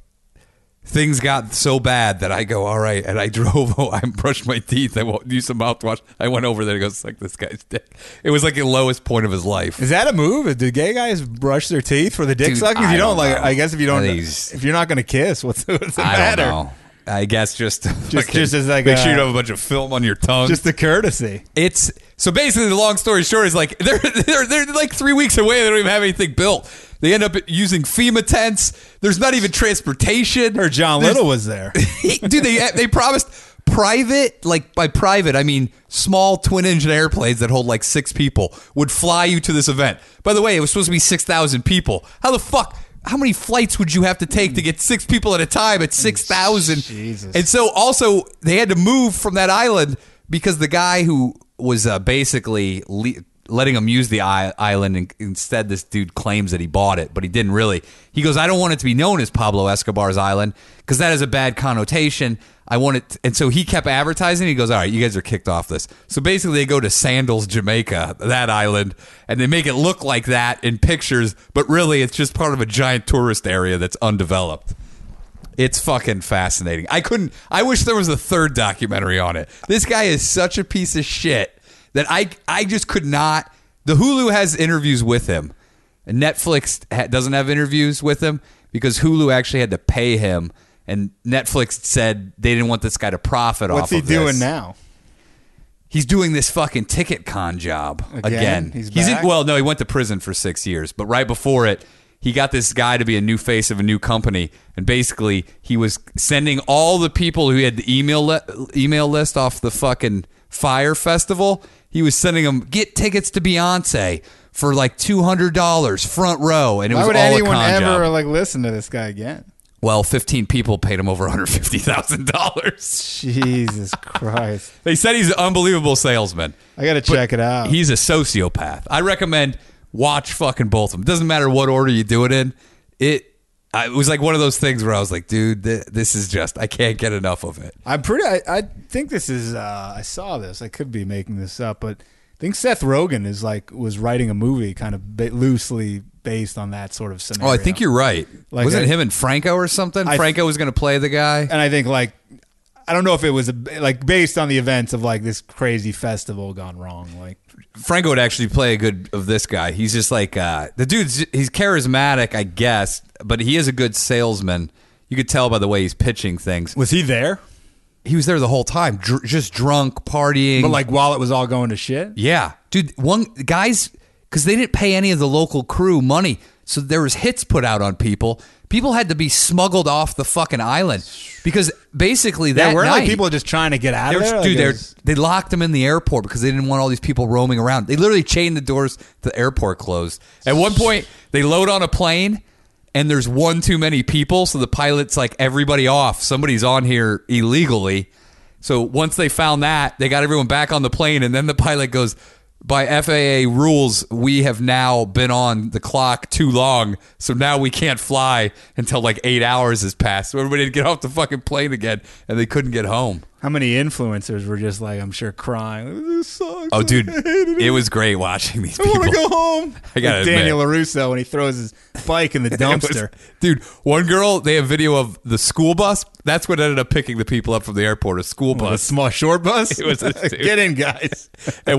D: things got so bad that I go, all right, and I (laughs) drove. Oh, I brushed my teeth. I won't use some mouthwash. I went over there to go suck this guy's dick. It was like the lowest point of his life.
C: Is that a move? Do gay guys brush their teeth for the dick
D: Dude,
C: sucking?
D: I
C: You
D: don't
C: don't, like.
D: know.
C: I guess if you don't,
D: These-
C: if you're not gonna kiss, what's, (laughs) what's the
D: I
C: matter?
D: don't know. I guess just just,
C: just as like
D: make sure
C: a-
D: you don't have a bunch of film on your tongue.
C: Just the courtesy.
D: it's so basically the long story short is like (laughs) they're they're they're like three weeks away. They don't even have anything built. They end up using FEMA tents. There's not even transportation.
C: Or John
D: (laughs) There's-
C: Little was
D: (laughs)
C: there.
D: dude. They they promised private like by private I mean small twin engine airplanes that hold like six people would fly you to this event. By the way, it was supposed to be six thousand people. How the fuck? How many flights would you have to take to get six people at a time at six thousand?
C: Jesus.
D: And so also they had to move from that island because the guy who was uh, basically le- letting them use the I- island, and instead this dude claims that he bought it, but he didn't really. He goes, "I don't want it to be known as Pablo Escobar's island because that has a bad connotation. I want it." And so he kept advertising. He goes, "All right, you guys are kicked off this." So basically, they go to Sandals, Jamaica, that island, and they make it look like that in pictures, but really it's just part of a giant tourist area that's undeveloped. It's fucking fascinating. I couldn't. I wish there was a third documentary on it. This guy is such a piece of shit that I I just could not. The Hulu has interviews with him. And Netflix ha- doesn't have interviews with him because Hulu actually had to pay him, and Netflix said they didn't want this guy to profit off.
C: What's he
D: of this.
C: doing now?
D: He's doing this fucking ticket con job again.
C: Again? He's back?
D: in, well, no, he went to prison for six years, but right before it, he got this guy to be a new face of a new company, and basically he was sending all the people who had the email le- email list off the fucking fire festival. He was sending them get tickets to Beyonce for like two hundred dollars front row, and it
C: Why
D: was
C: would
D: all
C: anyone
D: a con
C: ever
D: job.
C: like listen to this guy
D: (laughs)
C: again?
D: Well, fifteen people paid him over one hundred fifty thousand dollars. (laughs)
C: Jesus Christ!
D: They said he's an unbelievable salesman.
C: I gotta
D: But
C: check it out.
D: He's a sociopath. I recommend watch fucking both of them. Doesn't matter what order you do it in. It I, it was like one of those things where I was like, dude, th- this is just I can't get enough of it.
C: I'm pretty. I, I think this is. Uh, I saw this. I could be making this up, but I think Seth Rogen is like was writing a movie kind of ba- loosely based on that sort of
D: Oh,
C: scenario.
D: I think you're right.
C: Like
D: Wasn't
C: I-
D: it him and Franco or something?
C: I-
D: Franco was going to play the guy.
C: And I think like I don't know if it was a, like based on the events of like this crazy festival gone wrong. Like
D: Franco would actually play a good of this guy. He's just like uh, the dude's. He's charismatic, I guess, but he is a good salesman. You could tell by the way he's pitching things.
C: was he there?
D: He was there the whole time, dr- just drunk, partying.
C: But like while it was all going to shit.
D: Yeah, dude. One guys, because they didn't pay any of the local crew money, so there was hits put out on people. People had to be smuggled off the fucking island because basically that
C: yeah, weren't
D: night,
C: like people just trying to get out
D: they
C: of
D: were,
C: there.
D: dude,
C: Like, it
D: they're,
C: was-
D: they locked them in the airport because they didn't want all these people roaming around. They literally chained the doors to the airport closed. At one point, they load on a plane and there's one too many people. So the pilot's like, everybody off. Somebody's on here illegally. So once they found that, they got everyone back on the plane. And then the pilot goes, by FAA rules, we have now been on the clock too long. So now we can't fly until like eight hours has passed. So everybody had to get off the fucking plane again and they couldn't get home.
C: how many influencers were just like I'm sure crying. This sucks.
D: (laughs) Oh, dude,
C: I hated
D: it Oh was great watching these
C: I
D: people.
C: want to go home.
D: I gotta
C: Like Daniel Larusso when he throws his bike in the
D: (laughs) (laughs) It was-
C: dumpster.
D: dude. One girl, they have video of the school bus. That's what ended up picking the people up from the airport. A school
C: a
D: bus.
C: small short bus.
D: It was
C: (laughs)
D: this dude.
C: get in,
D: (laughs)
C: guys.
D: At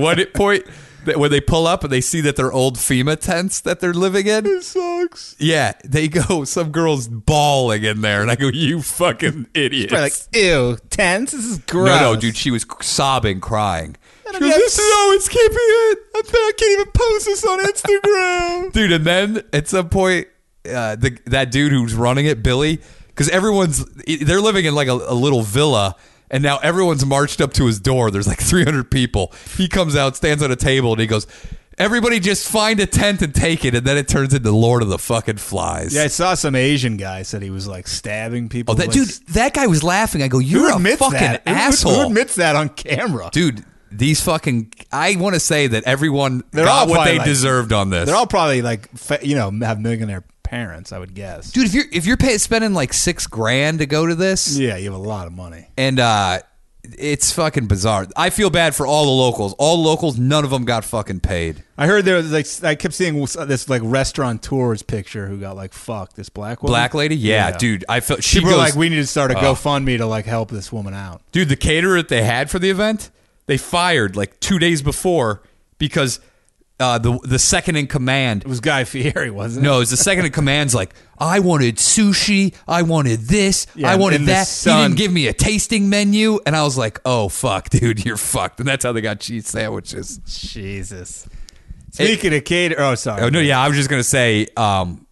C: (laughs)
D: one point, that- when they pull up and they see that they're old FEMA tents that they're living in,
C: sucks.
D: yeah, they go. (laughs) Some girls bawling in there, and I go, "You fucking idiot!"
C: Probably like ew, tense. This is gross.
D: no, no, dude, she was sobbing, crying.
C: be
D: She goes,
C: like-
D: "This is how it's keeping it. I can't even post this on
C: Instagram.
D: (laughs) dude. And then at some point, uh, the, that dude who's running it, Billy, because everyone's e, they're living in like a, a little villa, and now everyone's marched up to his door. There's like 300 people. He comes out, stands on a table, and he goes, "Everybody, just find a tent and take it." And then it turns into Lord of the fucking Flies.
C: yeah, I saw some Asian guy said he was like stabbing people.
D: Oh, that
C: with-
D: dude, that guy was laughing. I go,
C: who
D: "You're a
C: admits
D: fucking
C: that? Who- who-
D: asshole."
C: Who admits that on camera?
D: dude these fucking. I want to say that everyone
C: They're
D: got
C: all
D: what
C: probably
D: they
C: like-
D: deserved on this.
C: They're all probably like fa- you know have millionaire parents, I would guess.
D: Dude, if you're if you're pay, spending like six grand to go to this,
C: Yeah, you have a lot of money.
D: and uh it's fucking bizarre. I feel bad for all the locals. All the locals, none of them got fucking paid.
C: I heard there was like I kept seeing this like restaurateurs picture who got like fucked. This black woman,
D: Black lady, yeah, dude. I felt she
C: People
D: goes, "Oh."
C: were like, we need to start a GoFundMe to like help this woman out.
D: dude. The caterer that they had for the event, they fired like two days before because uh, the the second in command
C: It was Guy Fieri, wasn't it?
D: No, it's the second in command's like, I wanted sushi, I wanted this,
C: Yeah,
D: I wanted
C: and the
D: that. He
C: son-
D: didn't give me a tasting menu, and I was like, oh fuck, (laughs) dude, you're fucked. And that's how they got cheese sandwiches.
C: Jesus. Speaking of cater, oh sorry.
D: Oh no, yeah, I was just gonna say, um,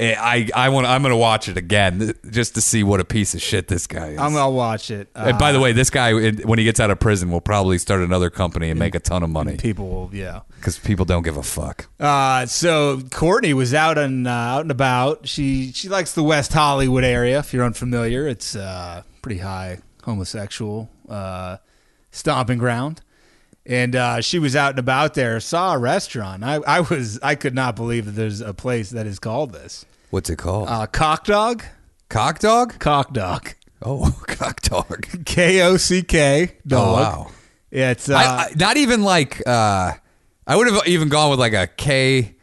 D: eh, I I want I'm gonna watch it again th- just to see what a piece of shit this guy is.
C: I'm gonna watch it. Uh,
D: and by the way, this guy it- when he gets out of prison will probably start another company and make a ton of money
C: people will, yeah.
D: because people don't give a fuck.
C: Uh, so Courtney was out and uh, out and about. She she likes the West Hollywood area. If you're unfamiliar, it's uh, pretty high homosexual uh, stomping ground. And uh, she was out and about there. Saw a restaurant. I, I was I could not believe that there's a place that is called this.
D: What's it called?
C: Uh, cock dog,
D: cock dog?
C: cock dog,
D: Oh, (laughs) cock dog.
C: K O C K dog.
D: Oh, wow.
C: Yeah, it's uh,
D: I, I, not even like uh, I would have even gone with like a K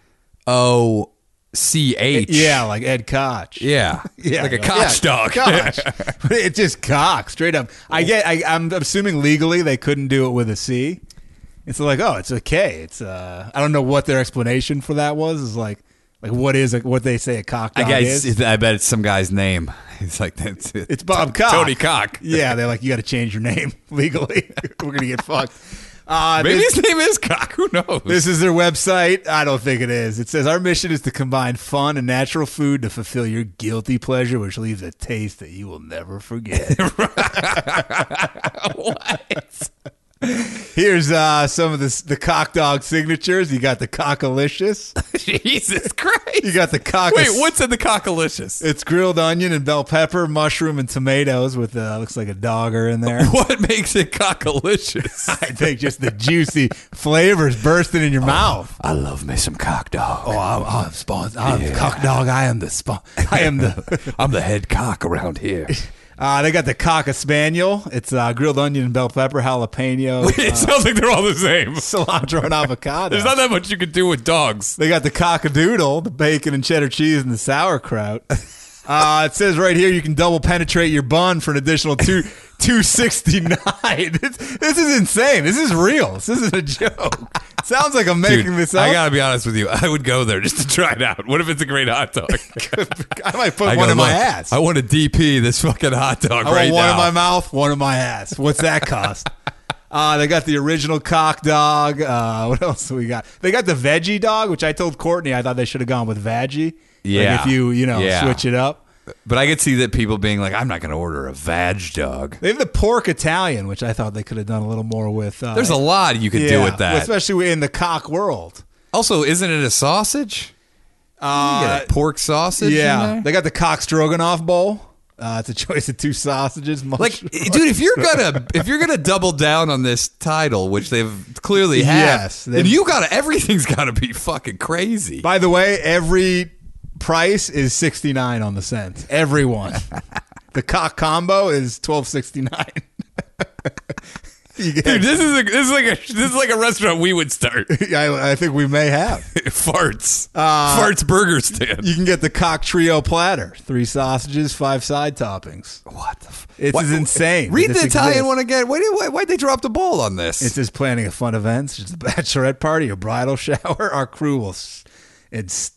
D: O C H.
C: yeah, like Ed Koch.
D: yeah,
C: (laughs) Yeah,
D: like a
C: yeah.
D: Koch
C: (laughs)
D: dog.
C: Koch. But it's just cock, straight up. I get. I, I'm assuming legally they couldn't do it with a C. It's like, oh, it's a K. It's. Uh, I don't know what their explanation for that was. Is like, like what is a, what they say a cock
D: I
C: dog
D: guess
C: is?
D: (laughs) I bet it's some guy's name. It's like (laughs) that's it.
C: It's Bob Cock.
D: Tony Cock.
C: Yeah, they're like, you got to change your name (laughs)
D: (laughs)
C: legally. We're gonna get fucked. Uh,
D: Maybe
C: this-
D: his name is Cock. Who knows?
C: This is their website. I don't think it is. It says our mission is to combine fun and natural food to fulfill your guilty pleasure, which leaves a taste that you will never
D: (laughs)
C: forget.
D: what?
C: Here's uh, some of the s- the cock dog signatures. You got the cockalicious. (laughs)
D: (laughs) Jesus Christ!
C: You got the cock.
D: Wait, what's in the cockalicious?
C: It's grilled onion and bell pepper, mushroom and tomatoes with uh, looks like a dogger in there.
D: (laughs) What makes it
C: (laughs)
D: cockalicious?
C: I think just the juicy flavors bursting in your
D: Oh.
C: mouth.
D: I love me some cock dog.
C: Oh, I'm, I'm spon- I'm cock dog. I am the spon- I am the.
D: (laughs) I'm the head cock around
C: (laughs)
D: here. (laughs)
C: Uh, they got the cock spaniel. It's uh, grilled onion and bell pepper, jalapeno,
D: (laughs) it sounds like they're all the same.
C: cilantro, and avocado.
D: There's not that much you can do with dogs.
C: They got the cockadoodle, the bacon and cheddar cheese, and the sauerkraut. (laughs) Uh, it says right here you can double penetrate your bun for an additional two (laughs) two sixty nine. (laughs) This this is insane. This is real. This isn't a joke. Sounds like I'm making
D: Dude,
C: this up.
D: I gotta be honest with you. I would go there just to try it out. What if it's a great
C: (laughs)
D: hot dog?
C: I might put
D: I
C: one
D: go,
C: in my
D: "Look,
C: ass.
D: I want to DP this fucking hot dog
C: I
D: right
C: want one
D: now.
C: in my mouth, one in my ass. What's that
D: (laughs)
C: cost? uh, they got the original cock dog. Uh, (laughs) what else do we got? They got the veggie dog, which I told Courtney I thought they should have gone with veggie.
D: Yeah.
C: Like if you you know
D: Yeah.
C: switch it up.
D: but I could see that people being like, "I'm not gonna order a vag dog."
C: They have the pork Italian, which I thought they could have done a little more with. Uh,
D: There's a lot you could do with
C: well,
D: that.
C: especially in the cock world.
D: also, isn't it a sausage? You
C: Uh,
D: get a pork sausage. in
C: yeah,
D: there?
C: they got the cock stroganoff bowl. Uh, it's a (laughs) choice of two sausages. (laughs)
D: Like,
C: mushroom-
D: dude, if you're gonna if you're gonna double down on this title, which they've clearly had,
C: Yes, they've-
D: then you gotta everything's gotta be fucking crazy.
C: by the way, every price is sixty nine on the cent.
D: (laughs)
C: Everyone, the cock combo is twelve sixty (laughs) nine.
D: Dude, this is a, this is like a this is like a restaurant we would start. (laughs)
C: I, I think we may have.
D: farts.
C: Uh,
D: farts burger stand.
C: You can get the cock trio platter: three sausages, five side toppings.
D: what the? F-
C: It is insane
D: Read
C: that
D: the
C: this
D: Italian
C: exists.
D: one again. Why did why, why'd they drop the ball on this?
C: It says planning a fun event, such as a bachelorette party or bridal (laughs) shower. Our crew will, s- it's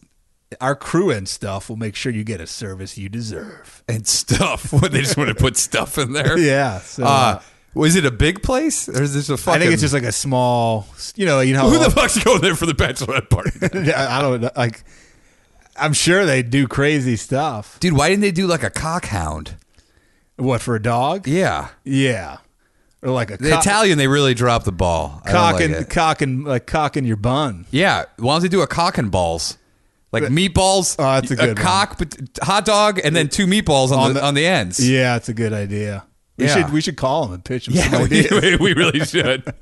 C: our crew and stuff will make sure you get a service you deserve. (laughs)
D: and stuff. (laughs) What they just want to put stuff in there.
C: Yeah, so,
D: Uh, was it a big place or is this a
C: I
D: fucking?
C: think it's just like a small, you know, you know.
D: (laughs) who the fuck's going there for the bachelorette
C: (laughs)
D: party?
C: I don't know, like. I'm sure they do crazy stuff.
D: Dude, why didn't they do like a cockhound?
C: What for a dog?
D: Yeah,
C: Yeah, or like a
D: the
C: cock,
D: Italian they really dropped the ball. I don't
C: cock
D: like
C: and
D: it.
C: cock and like cock in your bun.
D: yeah. Why don't they do a cock and balls? Like meatballs,
C: Oh, that's a good one.
D: cock, pot- hot dog, and then two meatballs on, the, on the ends.
C: Yeah, it's a good idea. We
D: Yeah.
C: should we should call him and pitch him. (laughs) Yeah,
D: (laughs)
C: some
D: we,
C: idea.
D: we
C: (laughs)
D: really should,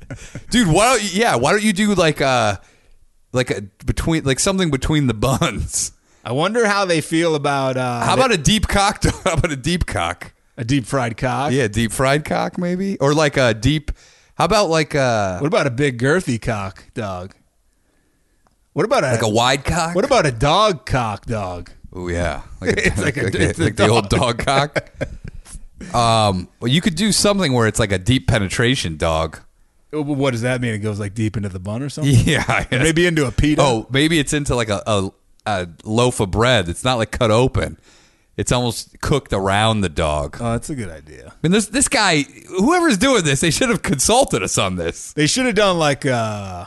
D: dude. Why don't you, yeah? Why don't you do like a like a between like something between the (laughs) buns?
C: I wonder how they feel about uh,
D: How about a deep cock? (laughs) How about a deep cock?
C: a deep fried cock?
D: Yeah, deep fried cock maybe, or like a deep. How about like a
C: What about a big girthy cock dog? What about a,
D: like a wide cock?
C: what about a dog cock dog?
D: Oh yeah,
C: (laughs)
D: like,
C: It's like
D: like,
C: a-
D: (laughs) like the-
C: it's a
D: like the old
C: (laughs)
D: dog cock. um, well, you could do something where it's like a deep
C: (laughs)
D: penetration dog.
C: What does that mean? It goes like deep into the bun or something?
D: Yeah,
C: Maybe into a pita.
D: Oh, maybe it's into like a, a a loaf of bread. It's not like cut open. It's almost cooked around the dog. I
C: Oh, that's a good idea.
D: mean, this this guy, whoever's doing this, they should have consulted us on this.
C: They should have done like uh,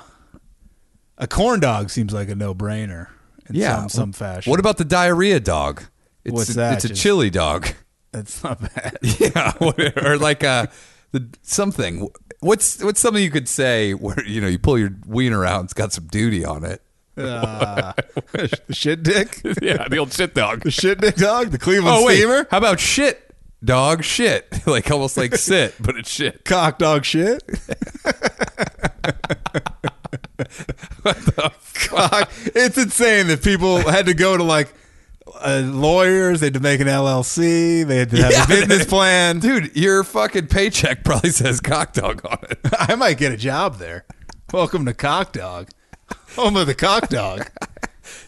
C: a corn dog. Seems like a no brainer. In some, some fashion.
D: What about the diarrhea dog? It's
C: What's
D: a,
C: that?
D: It's a
C: Just-
D: chili dog. (laughs)
C: That's not bad.
D: Yeah, (laughs) or like uh, the, something. What's what's something you could say where you know you pull your wiener out and it's got some duty on it?
C: Uh, (laughs) the shit dick,
D: (laughs) yeah, the old shit dog.
C: the shit dick dog, the Cleveland
D: Oh wait,
C: steamer,
D: how about shit dog? Shit, (laughs) like almost
C: (laughs)
D: like sit, but it's shit.
C: cock dog shit, (laughs) cock. (laughs) It's insane that people had to go to like uh, lawyers. They had to make an LLC. They had to have
D: (laughs) Yeah,
C: a business
D: they-
C: plan.
D: Dude, your fucking paycheck (laughs) probably says cock dog on it.
C: (laughs) I might get a job there. Welcome to cock dog, home of the cock dog.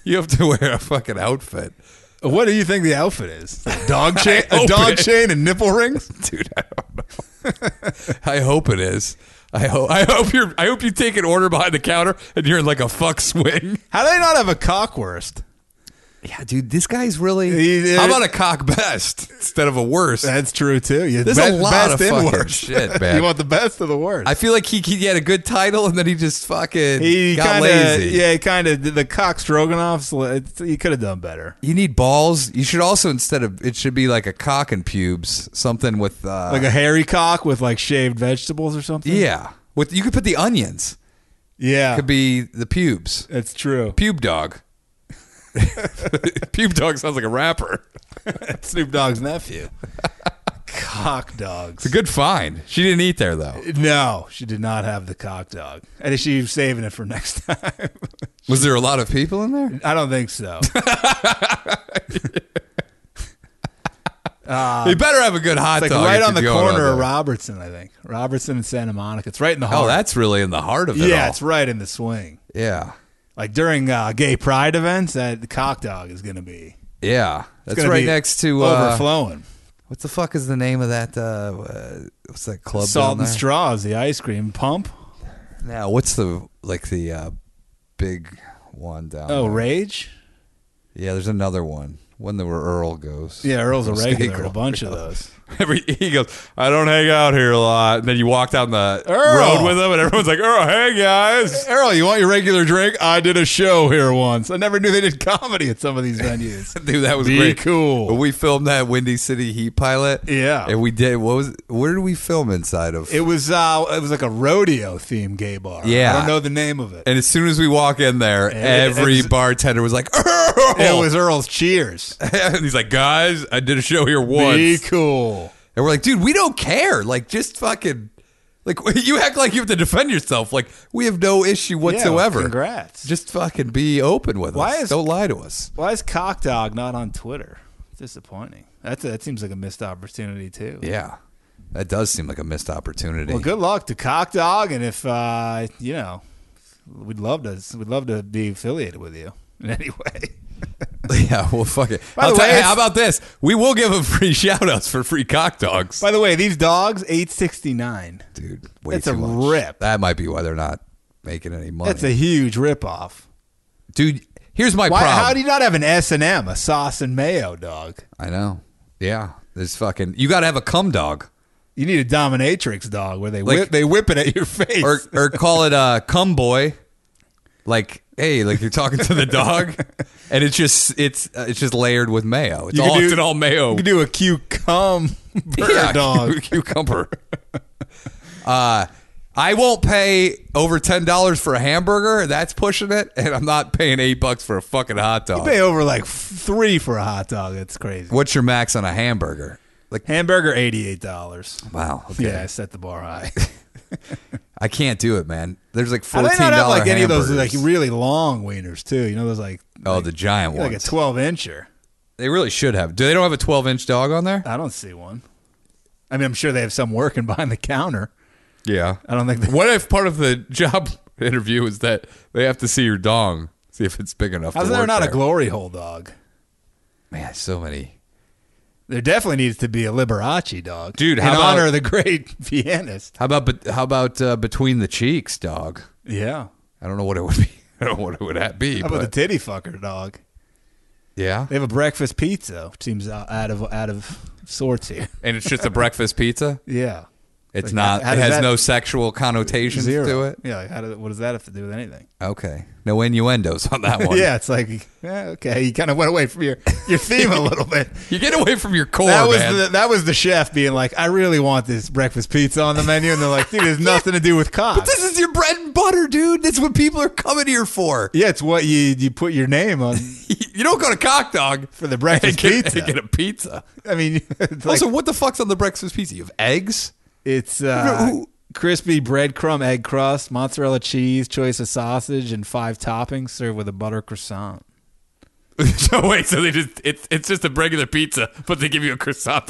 D: You have to wear a fucking outfit.
C: What do you think the outfit is? A (laughs) dog chain, a
D: hope
C: dog
D: it-
C: chain, and nipple rings.
D: Dude, I don't know. (laughs) I hope it is. I hope I hope you're I hope you take an order behind the counter and you're in like a fuck swing.
C: How do they not have a cockwurst?
D: Yeah, dude, this guy's really
C: He-
D: How about a cock best instead of a worst?
C: That's true too. You
D: There's
C: be-
D: a lot
C: best
D: of
C: and
D: fucking
C: worst.
D: shit, man.
C: you want (laughs) the best of the worst.
D: I feel like he, he had a good title and then he just fucking
C: he
D: got
C: kind of,
D: lazy.
C: yeah, kind of the cock stroganoffs. it's- He could have done better,
D: You need balls. You should also instead of it should be like a cock and pubes, something with uh,
C: like a hairy cock with like shaved vegetables or something.
D: Yeah. With you could put the onions.
C: yeah,
D: Could be the pubes.
C: that's true.
D: Pube dog. (laughs) Pube dog sounds like a rapper.
C: (laughs) Snoop Dogg's nephew, cock dogs.
D: It's a good find. She didn't eat there though.
C: no, she did not have the cock dog, and she was saving it for next (laughs) time.
D: Was there a lot of people in there?
C: I don't think so. (laughs)
D: they better have a good hot
C: Uh, It's like
D: dog.
C: right
D: if
C: on the
D: you're going
C: corner
D: there.
C: of Robertson, I think. Robertson and Santa Monica. It's right in the heart.
D: Oh, that's really in the heart of it.
C: yeah,
D: all.
C: it's right in the swing.
D: yeah,
C: Like during uh, gay pride events, that the cock dog is going to be
D: yeah.
C: it's
D: That's
C: gonna
D: right
C: be
D: next to uh,
C: overflowing.
D: what the fuck is the name of that? Uh, uh, what's that club?
C: Salt
D: down
C: and
D: there?
C: straws, the ice cream pump.
D: Now, what's the like the uh, big one down?
C: Oh,
D: there?
C: rage.
D: yeah. There's another one. One that where Earl goes.
C: Yeah, Earl's a
D: Goes
C: regular. at
D: Earl.
C: A bunch of (laughs) those.
D: Every he goes, I don't hang out here a lot. And then you walk down the
C: Earl.
D: road with him, and everyone's like, Earl, hey guys. (laughs)
C: Earl, you want your regular drink? I did a show here once. I never knew they did comedy at some of these venues.
D: Dude, that was
C: Be
D: great.
C: cool.
D: When we filmed that Windy City Heat pilot.
C: Yeah.
D: and we did. What was? Where did we film inside of?
C: (laughs) It was uh, it was like a rodeo themed gay bar.
D: Yeah.
C: I don't know the name of it.
D: and as soon as we walk in there, every
C: it's-
D: bartender was like, Earl.
C: It was Earl's Cheers.
D: (laughs) and he's like, guys, I did a show here once.
C: Be cool.
D: And we're like, dude, we don't care. Like, just fucking. Like (laughs) you act like you have to defend yourself. Like we have no issue whatsoever.
C: congrats.
D: Just fucking be open with
C: Why
D: us.
C: is-
D: don't lie to us.
C: Why is Cock Dog not on Twitter? Disappointing. That's that seems like a missed opportunity too.
D: Yeah. That does seem like a missed opportunity.
C: Well, good luck to Cock Dog, and if uh, you know, we'd love to we'd love to be affiliated with you in any way.
D: (laughs)
C: (laughs)
D: yeah, well, fuck it.
C: By the
D: I'll tell
C: way,
D: you,
C: it's-
D: how about this? We will give them (laughs) free shout outs for free cock dogs.
C: By the way, these dogs eight sixty nine.
D: Dude, way
C: It's
D: too
C: a
D: much.
C: rip.
D: That might be why they're not making any money.
C: That's a huge ripoff.
D: Dude, here's my
C: Why?
D: problem.
C: How do you not have an S and M, a sauce and mayo dog?
D: I know. Yeah. There's fucking, you got to have a cum dog
C: You need a dominatrix dog where they
D: Like-
C: whip they whip it at your face.
D: or, or call it a cum boy. Like, hey, like you're talking to
C: (laughs)
D: the dog and it's just, it's, uh, it's just layered with mayo. It's
C: You could
D: all,
C: do-
D: it's an all mayo.
C: you can do a (laughs) cucumber
D: Yeah,
C: dog.
D: cu- (laughs) cucumber. uh, I won't pay over ten dollars for a hamburger. That's pushing it, and I'm not paying eight bucks for a fucking hot dog.
C: pay over like f- three for a hot dog. That's crazy.
D: What's your max on a hamburger? Like,
C: Hamburger, eighty-eight dollars.
D: wow. Okay.
C: Yeah, I set the bar
D: (laughs)
C: high. (laughs)
D: I can't do it, man. There's like
C: I
D: fourteen
C: think I
D: dollars.
C: don't have like any of those like really long wieners too. You know those like
D: oh, the giant
C: like a
D: ones.
C: twelve incher.
D: they really should have. Do they don't have a twelve inch dog on there?
C: I don't see one. I mean, I'm sure they have some working (laughs) behind the counter.
D: Yeah.
C: I
D: (laughs)
C: don't think. They,
D: What if part of the (laughs) job interview is that they have to see your dong, see if it's big enough?
C: how's
D: to
C: there
D: work
C: not a
D: there?
C: glory hole dog?
D: Man, so many.
C: There definitely needs to be a Liberace dog,
D: Dude,
C: In
D: how about-
C: honor of the great (laughs) pianist.
D: How about bet- how about uh, between the cheeks, dog?
C: Yeah.
D: I don't know what it would be. (laughs) I don't know what it would that be.
C: How
D: but
C: about the titty fucker dog? (laughs)
D: yeah,
C: They have a breakfast pizza, which seems out out of out of sorts here. (laughs)
D: and it's just a breakfast pizza.
C: Yeah. Like,
D: It's not.
C: how- how
D: it
C: does
D: has
C: that-
D: no sexual connotations
C: Zero.
D: to it.
C: Yeah. Like how do, what does that have to do with anything?
D: Okay, no innuendos on that one.
C: Yeah. It's like, yeah, okay, you kind of went away from your, your theme a little (laughs) bit.
D: you get away from your core,
C: That was
D: man.
C: the that was the chef being like, I really want this breakfast pizza on the menu, and they're like, dude, it has nothing to do with cock.
D: this is your bread and butter, dude. That's what people are coming here for. (laughs)
C: Yeah, it's what you you put your name on
D: You don't go to Cock Dog
C: for (laughs) the
D: and
C: breakfast
D: get,
C: pizza.
D: and get a pizza.
C: I mean, (laughs) it's like,
D: also, what the fuck's on the breakfast pizza? You have eggs?
C: it's
D: know
C: uh,
D: who-
C: crispy breadcrumb egg crust, mozzarella cheese, choice of sausage, and five toppings served with a butter croissant.
D: (laughs) so wait, so they just it's it's just a regular pizza, but they give you a croissant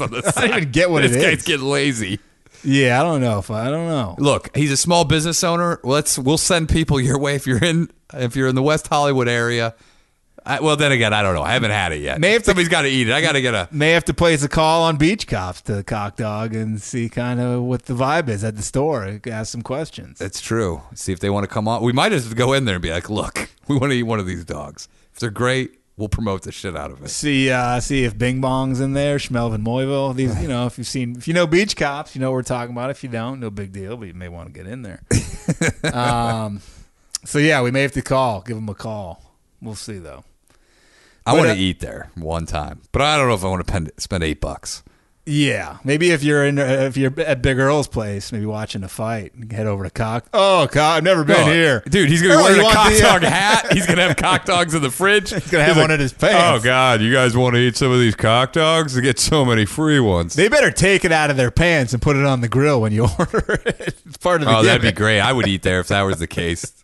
C: (laughs)
D: on the side.
C: don't even get what it
D: this guy's
C: is.
D: getting lazy.
C: Yeah, I don't know if I, I don't know.
D: Look, he's a small business owner. Let's we'll send people your way if you're in if you're in the West Hollywood area. I, well, then again, I don't know. I haven't had it yet.
C: May have to-
D: Somebody's got to eat it. I got to get a.
C: May have to place a call on Beach Cops to Cock Dog and see kind of what the vibe is at the store. Ask some questions.
D: That's true. See if they want to come on. We might just go in there and be like, look, (laughs) we want to eat one of these dogs. If they're great, we'll promote the shit out of it.
C: See, uh, see if Bing Bong's in there, Schmelvin Moyville. These, you know, if you've seen, if you know Beach Cops, you know what we're talking about. If you don't, no big deal, but you may want to get in
D: (laughs)
C: there. um, so yeah, we may have to call, give them a call. We'll see though.
D: I
C: But,
D: want to
C: uh,
D: eat there one time, but I don't know if I want to pen, spend eight bucks.
C: Yeah, maybe if you're in, if you're at Big Earl's place, maybe watching a fight, head over to Cock. Oh, Cock, I've never been
D: Oh,
C: here,
D: Dude, he's going to
C: Oh,
D: be
C: you
D: wearing a
C: want
D: cock
C: the, uh,
D: dog hat. He's going to have cock dogs in the fridge. (laughs) He's
C: gonna have one in his pants."
D: Oh, God. You guys want to eat some of these cock dogs? You get so many free ones.
C: They better take it out of their pants and put it on the grill when you (laughs) order it. It's part of the
D: oh, that'd be
C: gimmick.
D: great. I would eat there if that was the case.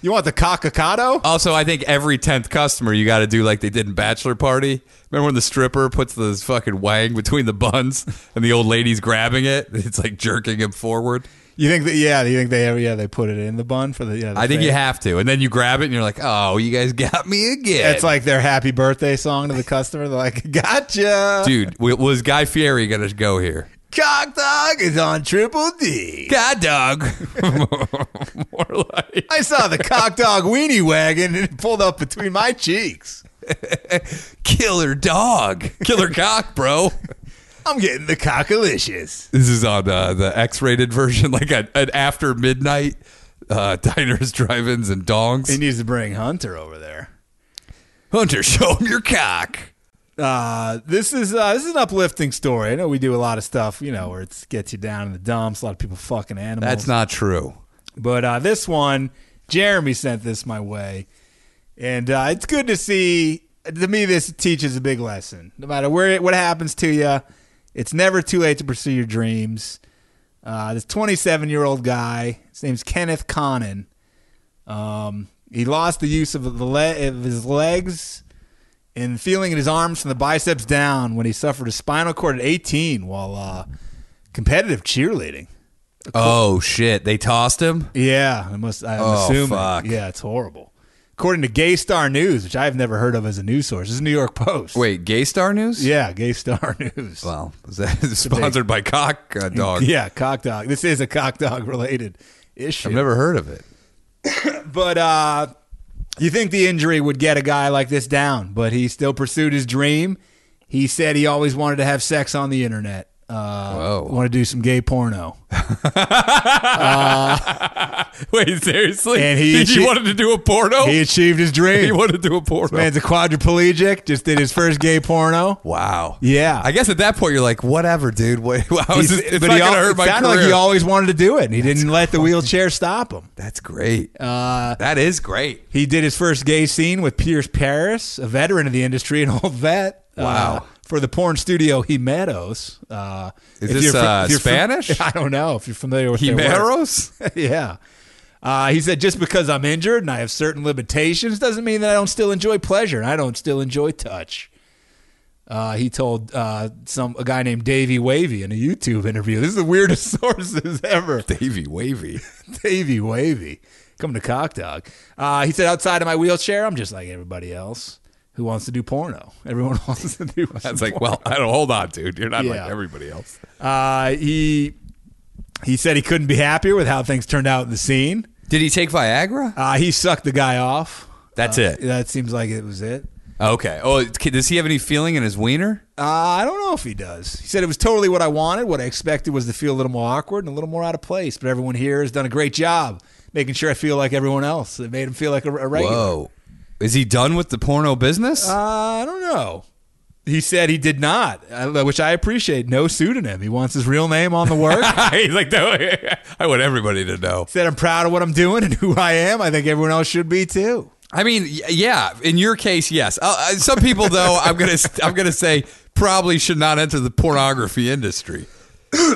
C: You want the cockacado?
D: (laughs) Also, I think every 10th customer, you got to do like they did in Bachelor Party. Remember when the stripper puts the fucking wang between the buns (laughs) and the old lady's grabbing it? (laughs) It's like jerking him forward.
C: You think that? Yeah, you think they? Yeah, they put it in the bun for the. Yeah, the
D: I think
C: fake.
D: you have to. And then you grab it and you're like, oh, you guys got me again.
C: It's like their happy birthday song to the customer. They're like, "Gotcha,
D: dude, w- was Guy Fieri going to go here?
C: Cock Dog is on Triple D.
D: God dog. (laughs) More like.
C: I saw the Cock Dog weenie wagon and it pulled up between my cheeks.
D: Killer dog. Killer cock, bro.
C: I'm getting the cockalicious.
D: This is on uh, the X rated version, like an, an after midnight uh, diners, drive ins, and dongs.
C: He needs to bring Hunter over there.
D: Hunter, show him your cock.
C: Uh, this is uh, this is an uplifting story. I know we do a lot of stuff, you know, where it gets you down in the dumps. A lot of people fucking animals.
D: That's not true.
C: But uh, this one, Jeremy sent this my way, and uh, it's good to see. To me, this teaches a big lesson. No matter where what happens to you, it's never too late to pursue your dreams. Uh, this 27 year old guy, his name's Kenneth Conan. Um, he lost the use of the le- of his legs and feeling in his arms from the biceps down when he suffered a spinal cord at 18 while uh, competitive cheerleading.
D: Oh shit! They tossed him.
C: Yeah, I must. I'm
D: Oh,
C: assuming.
D: fuck.
C: Yeah, it's horrible. According to Gay Star News, which I've never heard of as a news source, this is New York Post.
D: Wait, Gay Star News?
C: Yeah, Gay Star (laughs) News.
D: Well, is that (laughs) sponsored by Cock uh, Dog?
C: Yeah, cock dog. This is a cock dog related issue.
D: I've never heard of it.
C: but uh, you think the injury would get a guy like this down, but he still pursued his dream. He said he always wanted to have sex on the internet. Uh,
D: Whoa.
C: want to do some gay porno.
D: Wait, seriously?
C: And he-
D: Did you wanted to do a porno?
C: He achieved his dream.
D: Oh. (laughs) He wanted to do a porno.
C: Man's a quadriplegic. Just did his first gay porno.
D: Wow.
C: Yeah.
D: I guess at that point you're like, whatever, dude. (laughs) What, how is
C: He's-
D: this, it's
C: but
D: not
C: he
D: gonna
C: al-
D: hurt
C: it
D: my
C: sounded like
D: career.
C: he always wanted to do it, and he didn't let the wheelchair stop him.
D: That's great.
C: Uh,
D: that is great.
C: He did his first gay scene with Pierce Paris, a veteran of the industry, an old vet.
D: Wow.
C: Uh, for the porn studio Jimeros. Uh,
D: Is
C: if
D: this,
C: you're fam-
D: uh,
C: if you're fam- (laughs)
D: Spanish?
C: I don't know if you're familiar with their work.
D: Jimeros?
C: (laughs) yeah. Uh, he said, just because I'm injured and I have certain limitations doesn't mean that I don't still enjoy pleasure and I don't still enjoy touch. Uh, he told uh, some a guy named Davey Wavy in a YouTube interview. This is the weirdest (laughs) sources ever.
D: Davy
C: (laughs)
D: Wavy.
C: Davey Wavy, come to Cock Dog. Uh, he said, outside of my wheelchair, I'm just like everybody else who wants to do porno. Everyone (laughs) wants to do.
D: That's like, well, I don't hold on, dude. You're not
C: Yeah.
D: like everybody else.
C: Uh, he he said he couldn't be happier with how things turned out in the scene.
D: Did he take Viagra?
C: Uh, he sucked the guy off.
D: That's
C: Uh,
D: it.
C: That seems like it was it.
D: Okay. Oh, c- does he have any feeling in his wiener?
C: Uh, I don't know if he does. He said it was totally what I wanted. What I expected was to feel a little more awkward and a little more out of place. But everyone here has done a great job making sure I feel like everyone else. It made him feel like a, a regular.
D: Whoa. Is he done with the porno business?
C: Uh,
D: (laughs)
C: I don't know. He said he did not, uh, which I appreciate. No pseudonym. He wants his real name on the
D: (laughs)
C: work.
D: He's like, no, I want everybody to know.
C: said I'm proud of what I'm doing and who I am. I think everyone else should be too.
D: I mean, y- yeah. In your case, yes. Uh, uh, some people, though, I'm gonna, (laughs) I'm gonna say, probably should not enter the pornography industry.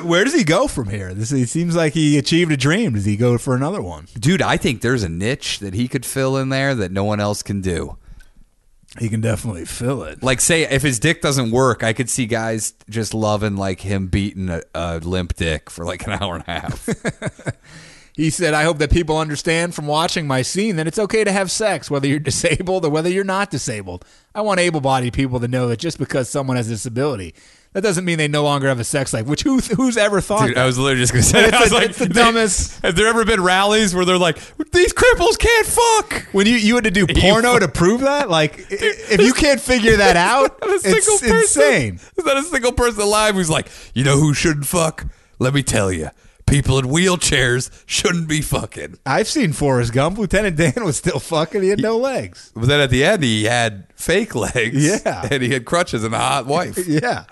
C: Where does he go from here? This it seems like he achieved a dream. Does he go for another one?
D: Dude, I think there's a niche that he could fill in there that no one else can do.
C: He can definitely fill it.
D: Like, say, if his dick doesn't work, I could see guys just loving like him beating a, a limp dick for like an hour and a
C: (laughs)
D: half.
C: He said, I hope that people understand from watching my scene that it's okay to have sex, whether you're (laughs) disabled or whether you're not disabled. I want able bodied people to know that just because someone has a disability, that doesn't mean they no longer have a sex life, which who, who's ever thought
D: Dude,
C: that?
D: I was literally just gonna say (laughs) that.
C: It's
D: I was
C: the-
D: like,
C: it's the dumbest-
D: Have there ever been rallies where they're like, these cripples can't fuck?
C: when you, you had to
D: (laughs)
C: do porno to prove that? Like, i- if you can't figure
D: (laughs)
C: that out,
D: Not a single
C: it's
D: person.
C: insane.
D: There's not a single person alive who's like, you know who shouldn't fuck? Let me tell you, people in wheelchairs shouldn't be fucking.
C: I've seen Forrest Gump. Lieutenant Dan was still fucking. He had no legs.
D: But then at the end, he had fake legs.
C: Yeah.
D: (laughs) and he had crutches and a
C: (laughs)
D: hot wife.
C: Yeah.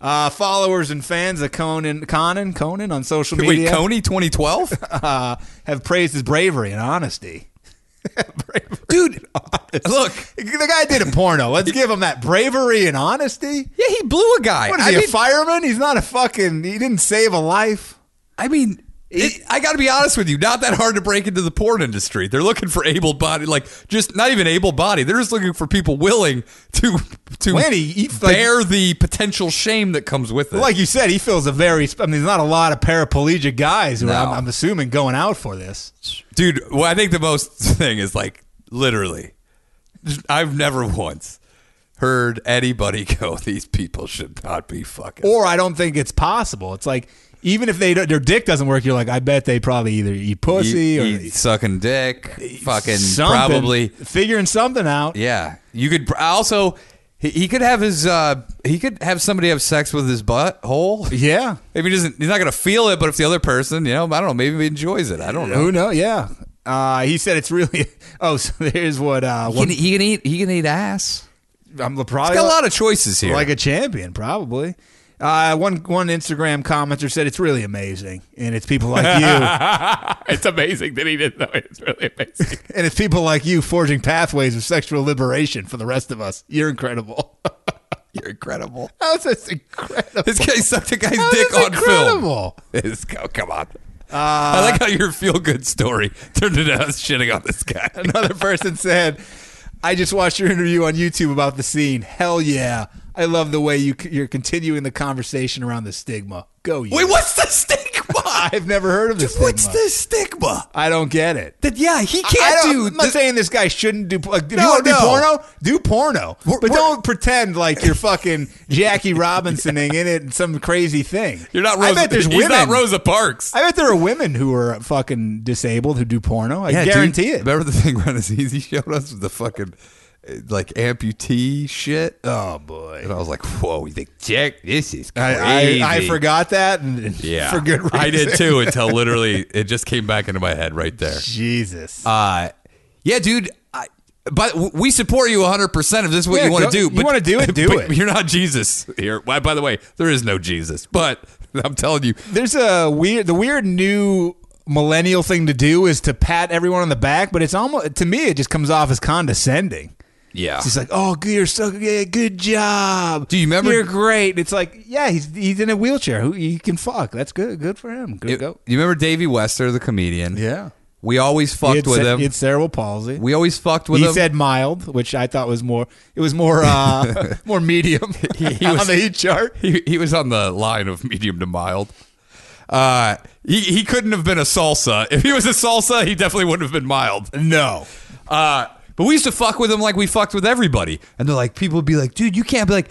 C: Uh, followers and fans of Conan, Conan, Conan on social
D: Wait,
C: media (laughs)
D: Coney 2012,
C: uh, have praised his bravery and honesty. (laughs) bravery.
D: dude. Look,
C: The guy did a porno. Let's give him that bravery and honesty.
D: yeah, he blew a guy.
C: What is
D: I
C: he,
D: mean,
C: a fireman? He's not a fucking. He didn't save a life.
D: I mean, it, I got to be honest with you. Not that hard to break into the porn industry. They're looking for able-bodied, like just not even able-bodied. They're just looking for people willing to to
C: When he- he- like-
D: bear the potential shame that comes with it.
C: Like you said, he feels a very. I mean, there's not a lot of paraplegic guys who
D: No.
C: are, I'm, I'm assuming, going out for this.
D: dude. Well, I think the most thing is like literally. I've never once heard anybody (laughs) go. These people should not be fucking.
C: Or I don't think it's possible. It's like even if they don't, their dick doesn't work, you're like, I bet they probably either eat pussy
D: Eat-
C: or
D: eat sucking dick, fucking
C: something,
D: probably
C: figuring something out.
D: Yeah, you could pr- also he, he could have his uh he could have somebody have sex with his (laughs) butthole.
C: Yeah.
D: Maybe he doesn't. He's not gonna feel it, but if the other person, you know, I don't know, maybe he enjoys it. I don't know.
C: Who knows? Yeah. Uh, he said it's really. (laughs) Oh, so here's what. Uh,
D: He
C: one,
D: can, he can eat. He can eat ass.
C: I'm probably
D: He's got a lot of choices here.
C: like a champion, probably. Uh, one one Instagram commenter said it's really amazing, and it's people like
D: (laughs)
C: you,
D: it's amazing that he didn't know. It's really amazing.
C: and it's people like you forging pathways of sexual liberation for the rest of us. You're incredible.
D: (laughs)
C: (laughs)
D: You're incredible.
C: How's this incredible?
D: This guy sucked a guy's
C: How's
D: dick
C: this
D: on film.
C: incredible?
D: It's, oh, come on. I like how your feel good story (laughs) turned into us shitting on this guy.
C: Another person said, "I just watched your interview on YouTube about the scene. Hell yeah, I love the way you c- you're continuing the conversation around the stigma. Go you.
D: Wait, what's the
C: (laughs)
D: stigma?
C: I've never heard of this.
D: What's
C: stigma.
D: the stigma?
C: I don't get it.
D: That yeah, he
C: I
D: can't
C: don't-
D: do.
C: I'm not
D: th-
C: saying this guy shouldn't do. Like, if
D: No,
C: you want to
D: no.
C: do porno, do porno,
D: We're-
C: but
D: we're-
C: don't pretend like you're fucking Jackie Robinsoning in it and some crazy thing.
D: you're not.
C: I
D: Rosa,
C: bet there's
D: he's
C: women.
D: not Rosa Parks.
C: I bet there are women who are fucking disabled who do porno. I guarantee it.
D: Remember the thing when his easy showed us with the fucking uh, like amputee shit,
C: Oh boy.
D: and I was like, "Whoa!" He's like, "Jack, this is
C: I,
D: crazy."
C: I, I forgot that and and
D: Yeah,
C: for good reason.
D: I did too until literally it just came back into my head right there.
C: (laughs) Jesus.
D: Uh, yeah, dude. I, but w- we support you 100% if this is what
C: Yeah,
D: you want
C: go-
D: to do.
C: you
D: But,
C: wanna do
D: (laughs)
C: it, do
D: but
C: it.
D: You're not Jesus here. Why, by the way, there is no Jesus. But (laughs) I'm telling you,
C: There's a weird, the weird new millennial thing to do is to pat everyone on the back, but it's almost to me it just comes off as condescending.
D: Yeah.
C: He's like, oh, good, you're so good. Good job.
D: Do you remember-
C: You're great. It's like, yeah, he's he's in a wheelchair. Who he can fuck? That's good. Good for him. Good
D: It-
C: go.
D: You remember Davey Wester, the comedian?
C: Yeah.
D: We always
C: He
D: fucked
C: had
D: with
C: ce-
D: him.
C: he had cerebral palsy.
D: we always fucked with
C: he
D: him.
C: said mild, which I thought was more. It was more
D: (laughs)
C: uh, more (laughs) medium
D: he was-
C: on the heat chart.
D: (laughs) he, he was on the line of medium to mild. Uh, he, he couldn't have been a salsa. If he was a salsa, he definitely wouldn't have been mild.
C: No.
D: Uh, but we used to fuck with him like we fucked with everybody. And they're like, people would be like, dude, you can't be like,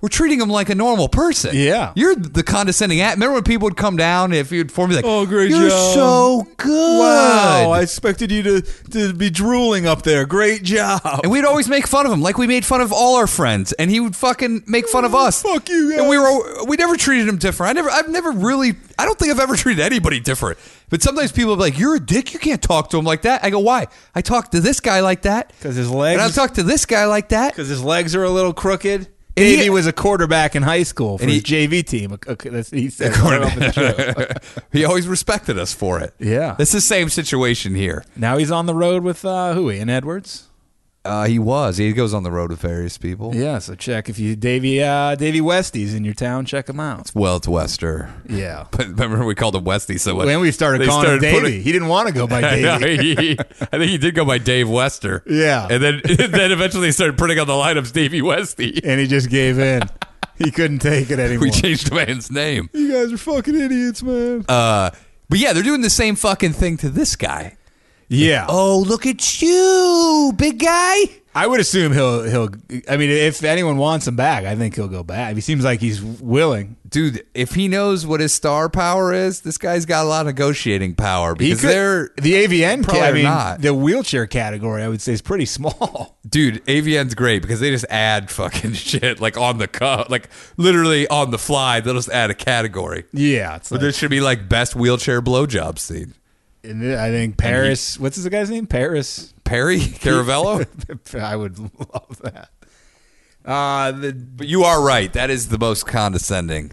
D: we're treating him like a normal person.
C: Yeah.
D: You're the condescending at. Remember when people would come down if you'd form be like,
C: Oh, great
D: You're
C: job.
D: so good.
C: Wow, I expected you to, to be drooling up there. Great job.
D: and we'd always make fun of him, like we made fun of all our friends, and he would fucking make fun of us.
C: Oh, Fuck you guys.
D: And we were we never treated him different. I never I've never really I don't think I've ever treated anybody different. But sometimes people are like, "You're a dick. You can't talk to him like that." I go, "Why? I talk to this guy like that
C: 'Cause his legs-
D: and I talk to this guy
C: (laughs)
D: like that."
C: Because his legs are a little crooked.
D: And he-
C: Davey was a quarterback in high school for
D: And he-
C: his JV team. Okay, that's, he said, I don't know if it's true.
D: (laughs) (laughs) he always respected us for it.
C: Yeah.
D: it's the same situation here.
C: Now he's on the road with uh, who? Ian Edwards.
D: Uh, he was. He goes on the road with various people.
C: Yeah, so check if you Davy uh, Davy Westies in your town, check him out.
D: Well, it's Wester.
C: Yeah.
D: But (laughs) remember, we called him Westy. So
C: When we started
D: they
C: calling him Davy,
D: putting-
C: he didn't want to go by
D: (laughs) I, know,
C: Davy.
D: he- he- (laughs) I think he did go by Dave Wester.
C: Yeah.
D: and then (laughs) then eventually they started putting on the lineups Davey Westy.
C: (laughs) and he just gave in. he couldn't take it anymore.
D: (laughs) We changed the man's name.
C: you guys are fucking idiots, man.
D: Uh, but yeah, they're doing the same fucking thing to this guy.
C: yeah.
D: Oh, look at you, big guy.
C: I would assume he'll he'll. I mean, if anyone wants him back, I think he'll go back. He seems like he's willing.
D: Dude, if he knows what his star power is, this guy's got a lot of negotiating power
C: He
D: because
C: could-
D: they're
C: the AVN. ca-
D: probably
C: I mean,
D: not.
C: the wheelchair category, I would say, is pretty small.
D: dude, AVN's great because they just add fucking (laughs) shit like on the cuff, like literally on the fly, they'll just add a category.
C: (laughs) Yeah, it's
D: But there should be like best wheelchair blowjob scene.
C: And then I think Paris. what's this guy's name? Paris. (laughs)
D: Perry Caravello?
C: I would love that. Uh the
D: But you are right. That is the most condescending.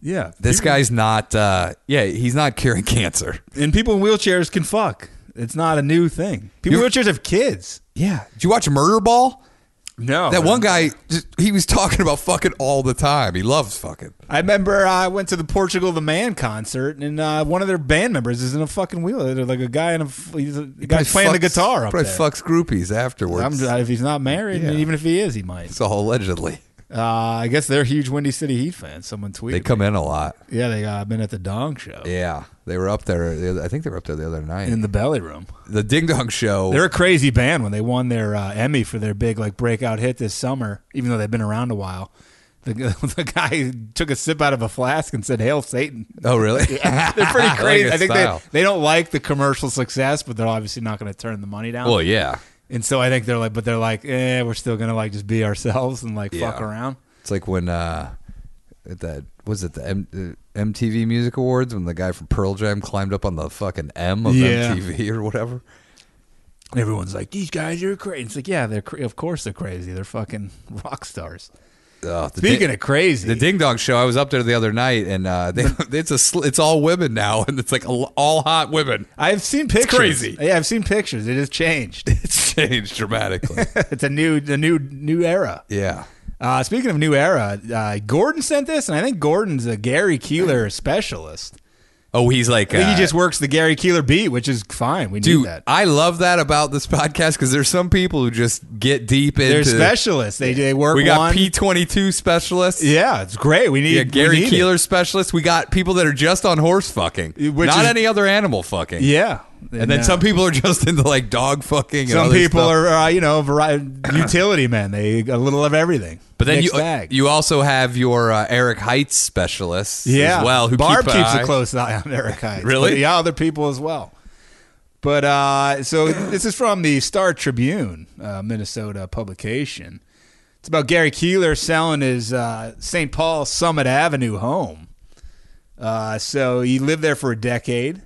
C: yeah.
D: This
C: people-
D: guy's not. Uh, yeah, he's not curing cancer.
C: and people in wheelchairs can fuck. It's not a new thing. People in wheelchairs have kids.
D: Yeah. Did you watch Murder Ball?
C: No,
D: That
C: (laughs)
D: one guy, just, he was talking about fucking all the time. He loves fucking.
C: I remember uh, I went to the Portugal the Man concert, and uh, one of their band members is in a fucking wheelchair. They're Like a guy in a he's a guy
D: Probably
C: playing the
D: fucks-
C: guitar up
D: Probably
C: there.
D: fucks groupies
C: I'm,
D: afterwards.
C: if he's not married, and
D: Yeah.
C: even if he is, he might.
D: it's all allegedly.
C: Uh, I guess they're huge Windy City Heat fans. Someone tweeted.
D: They come in a lot.
C: yeah, they uh, been at the Dong show
D: Yeah, they were up there. the other- I think they were up there the other night.
C: in the belly room.
D: the Ding Dong Show.
C: They're a crazy band when they won their uh, Emmy for their big like breakout hit this summer. Even though they've been around a while, the, (laughs) the guy took a sip out of a flask and said, "Hail Satan." (laughs)
D: oh, really?
C: They're pretty
D: I (laughs) like
C: crazy.
D: his
C: I think
D: style.
C: they, they don't like the commercial success, but they're obviously not going to turn the money down.
D: Well, yeah.
C: And so I think they're like, but they're like, eh, we're still going to like just be ourselves and like fuck
D: Yeah.
C: around.
D: It's like when uh, at that was it the M- uh, MTV Music Awards when the guy from Pearl Jam climbed up on the fucking M of
C: Yeah.
D: MTV or whatever.
C: And everyone's like, these guys are crazy. It's like, yeah, they're cra- of course they're crazy. They're fucking (laughs) rock stars.
D: Oh, the
C: Speaking
D: Di-
C: of crazy,
D: the Ding Dong Show, I was up there the other night, and uh, (laughs) they, it's a sl- it's all women now, (laughs) and it's like all all hot women. (laughs)
C: I've seen pictures.
D: crazy.
C: Yeah, I've seen pictures. It has changed. (laughs)
D: It's changed dramatically.
C: it's a new, a new, new era.
D: yeah,
C: Uh, speaking of new era, uh, Gordon sent this, and I think Gordon's a Gary Keeler specialist.
D: oh, he's like
C: I think
D: uh,
C: he just works the Gary Keeler beat, which is fine. We
D: Dude,
C: need that.
D: I love that about this podcast because there's some people who just get deep into.
C: They're specialists. They they work.
D: we got
C: one.
D: P twenty two specialists.
C: Yeah, it's great. We need
D: Yeah, Gary
C: we need
D: Keeler specialist. We got people that are just on horse fucking,
C: Which
D: not
C: is-
D: any other animal fucking.
C: it. Yeah,
D: And then
C: uh,
D: some people are just into like dog fucking. And
C: some
D: other
C: people
D: stuff.
C: are uh, you know vari- utility men. They a little of everything.
D: But then you uh,
C: Mixed bag.
D: you also have your uh, Eric Heights specialists
C: yeah
D: as well. Who
C: Barb
D: keep an
C: keeps
D: eye-
C: a close eye on Eric
D: (laughs)
C: Hines.
D: Really?
C: But, yeah, other people as well. But uh, so this is from the Star Tribune, uh, Minnesota publication. It's about Gary Keeler selling his uh, St. Paul Summit Avenue home. Uh, so he lived there for a decade.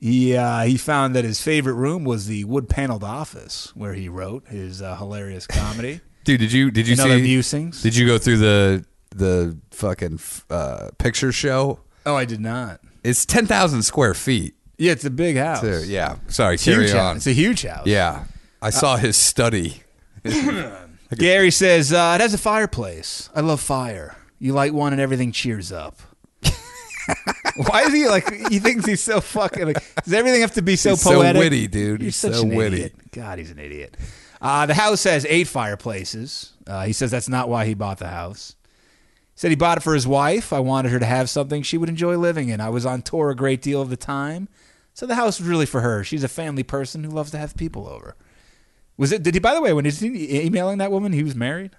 C: He uh, he found that his favorite room was the wood paneled office where he wrote his uh, hilarious comedy.
D: Dude, did you (laughs) did you
C: And other
D: see
C: musings.
D: Did you go through the the fucking uh, picture show?
C: oh, I did not.
D: It's ten thousand square feet.
C: Yeah, it's a big house.
D: There- yeah, sorry,
C: It's huge
D: carry
C: house.
D: on.
C: It's a huge house.
D: Yeah, I saw his study.
C: Gary says uh, it has a fireplace. I love fire. You light one and everything cheers up. (laughs) Why is he like? He thinks he's so fucking. Like, does everything have to be so
D: He's so
C: poetic?
D: witty, dude.
C: You're
D: He's
C: such
D: so
C: an
D: witty.
C: idiot. God, he's an idiot. Uh, the house has eight fireplaces. Uh, he says that's not why he bought the house. He said he bought it for his wife. I wanted her to have something she would enjoy living in. I was on tour a great deal of the time, so the house was really for her. She's a family person who loves to have people over. Was it? Did he? By the way, when is he emailing that woman, he was married.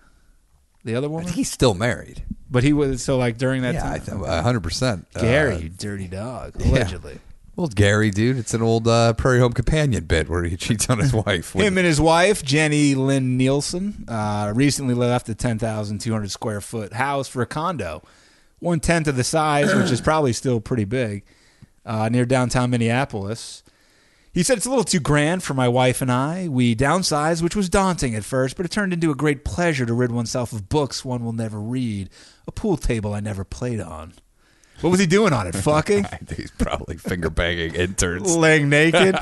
C: The other
D: I
C: woman,
D: think he's still married.
C: but he was so like during that
D: Yeah,
C: time.
D: I think 100%. Uh,
C: Gary, you dirty dog, allegedly.
D: Old Gary, dude. It's an old uh, Prairie Home Companion bit where he cheats on his wife. with-
C: Him and his wife, Jenny Lynn Nielsen, uh, recently left the 10,200 square foot house for a condo, one tenth of the size, which is probably still pretty big, uh, near downtown Minneapolis. He said it's a little too grand for my wife and I. We downsized, which was daunting at first, but it turned into a great pleasure to rid oneself of books one will never read, a pool table I never played on. What was he doing on it? Fucking?
D: I think (laughs) he's probably finger banging interns.
C: Laying naked?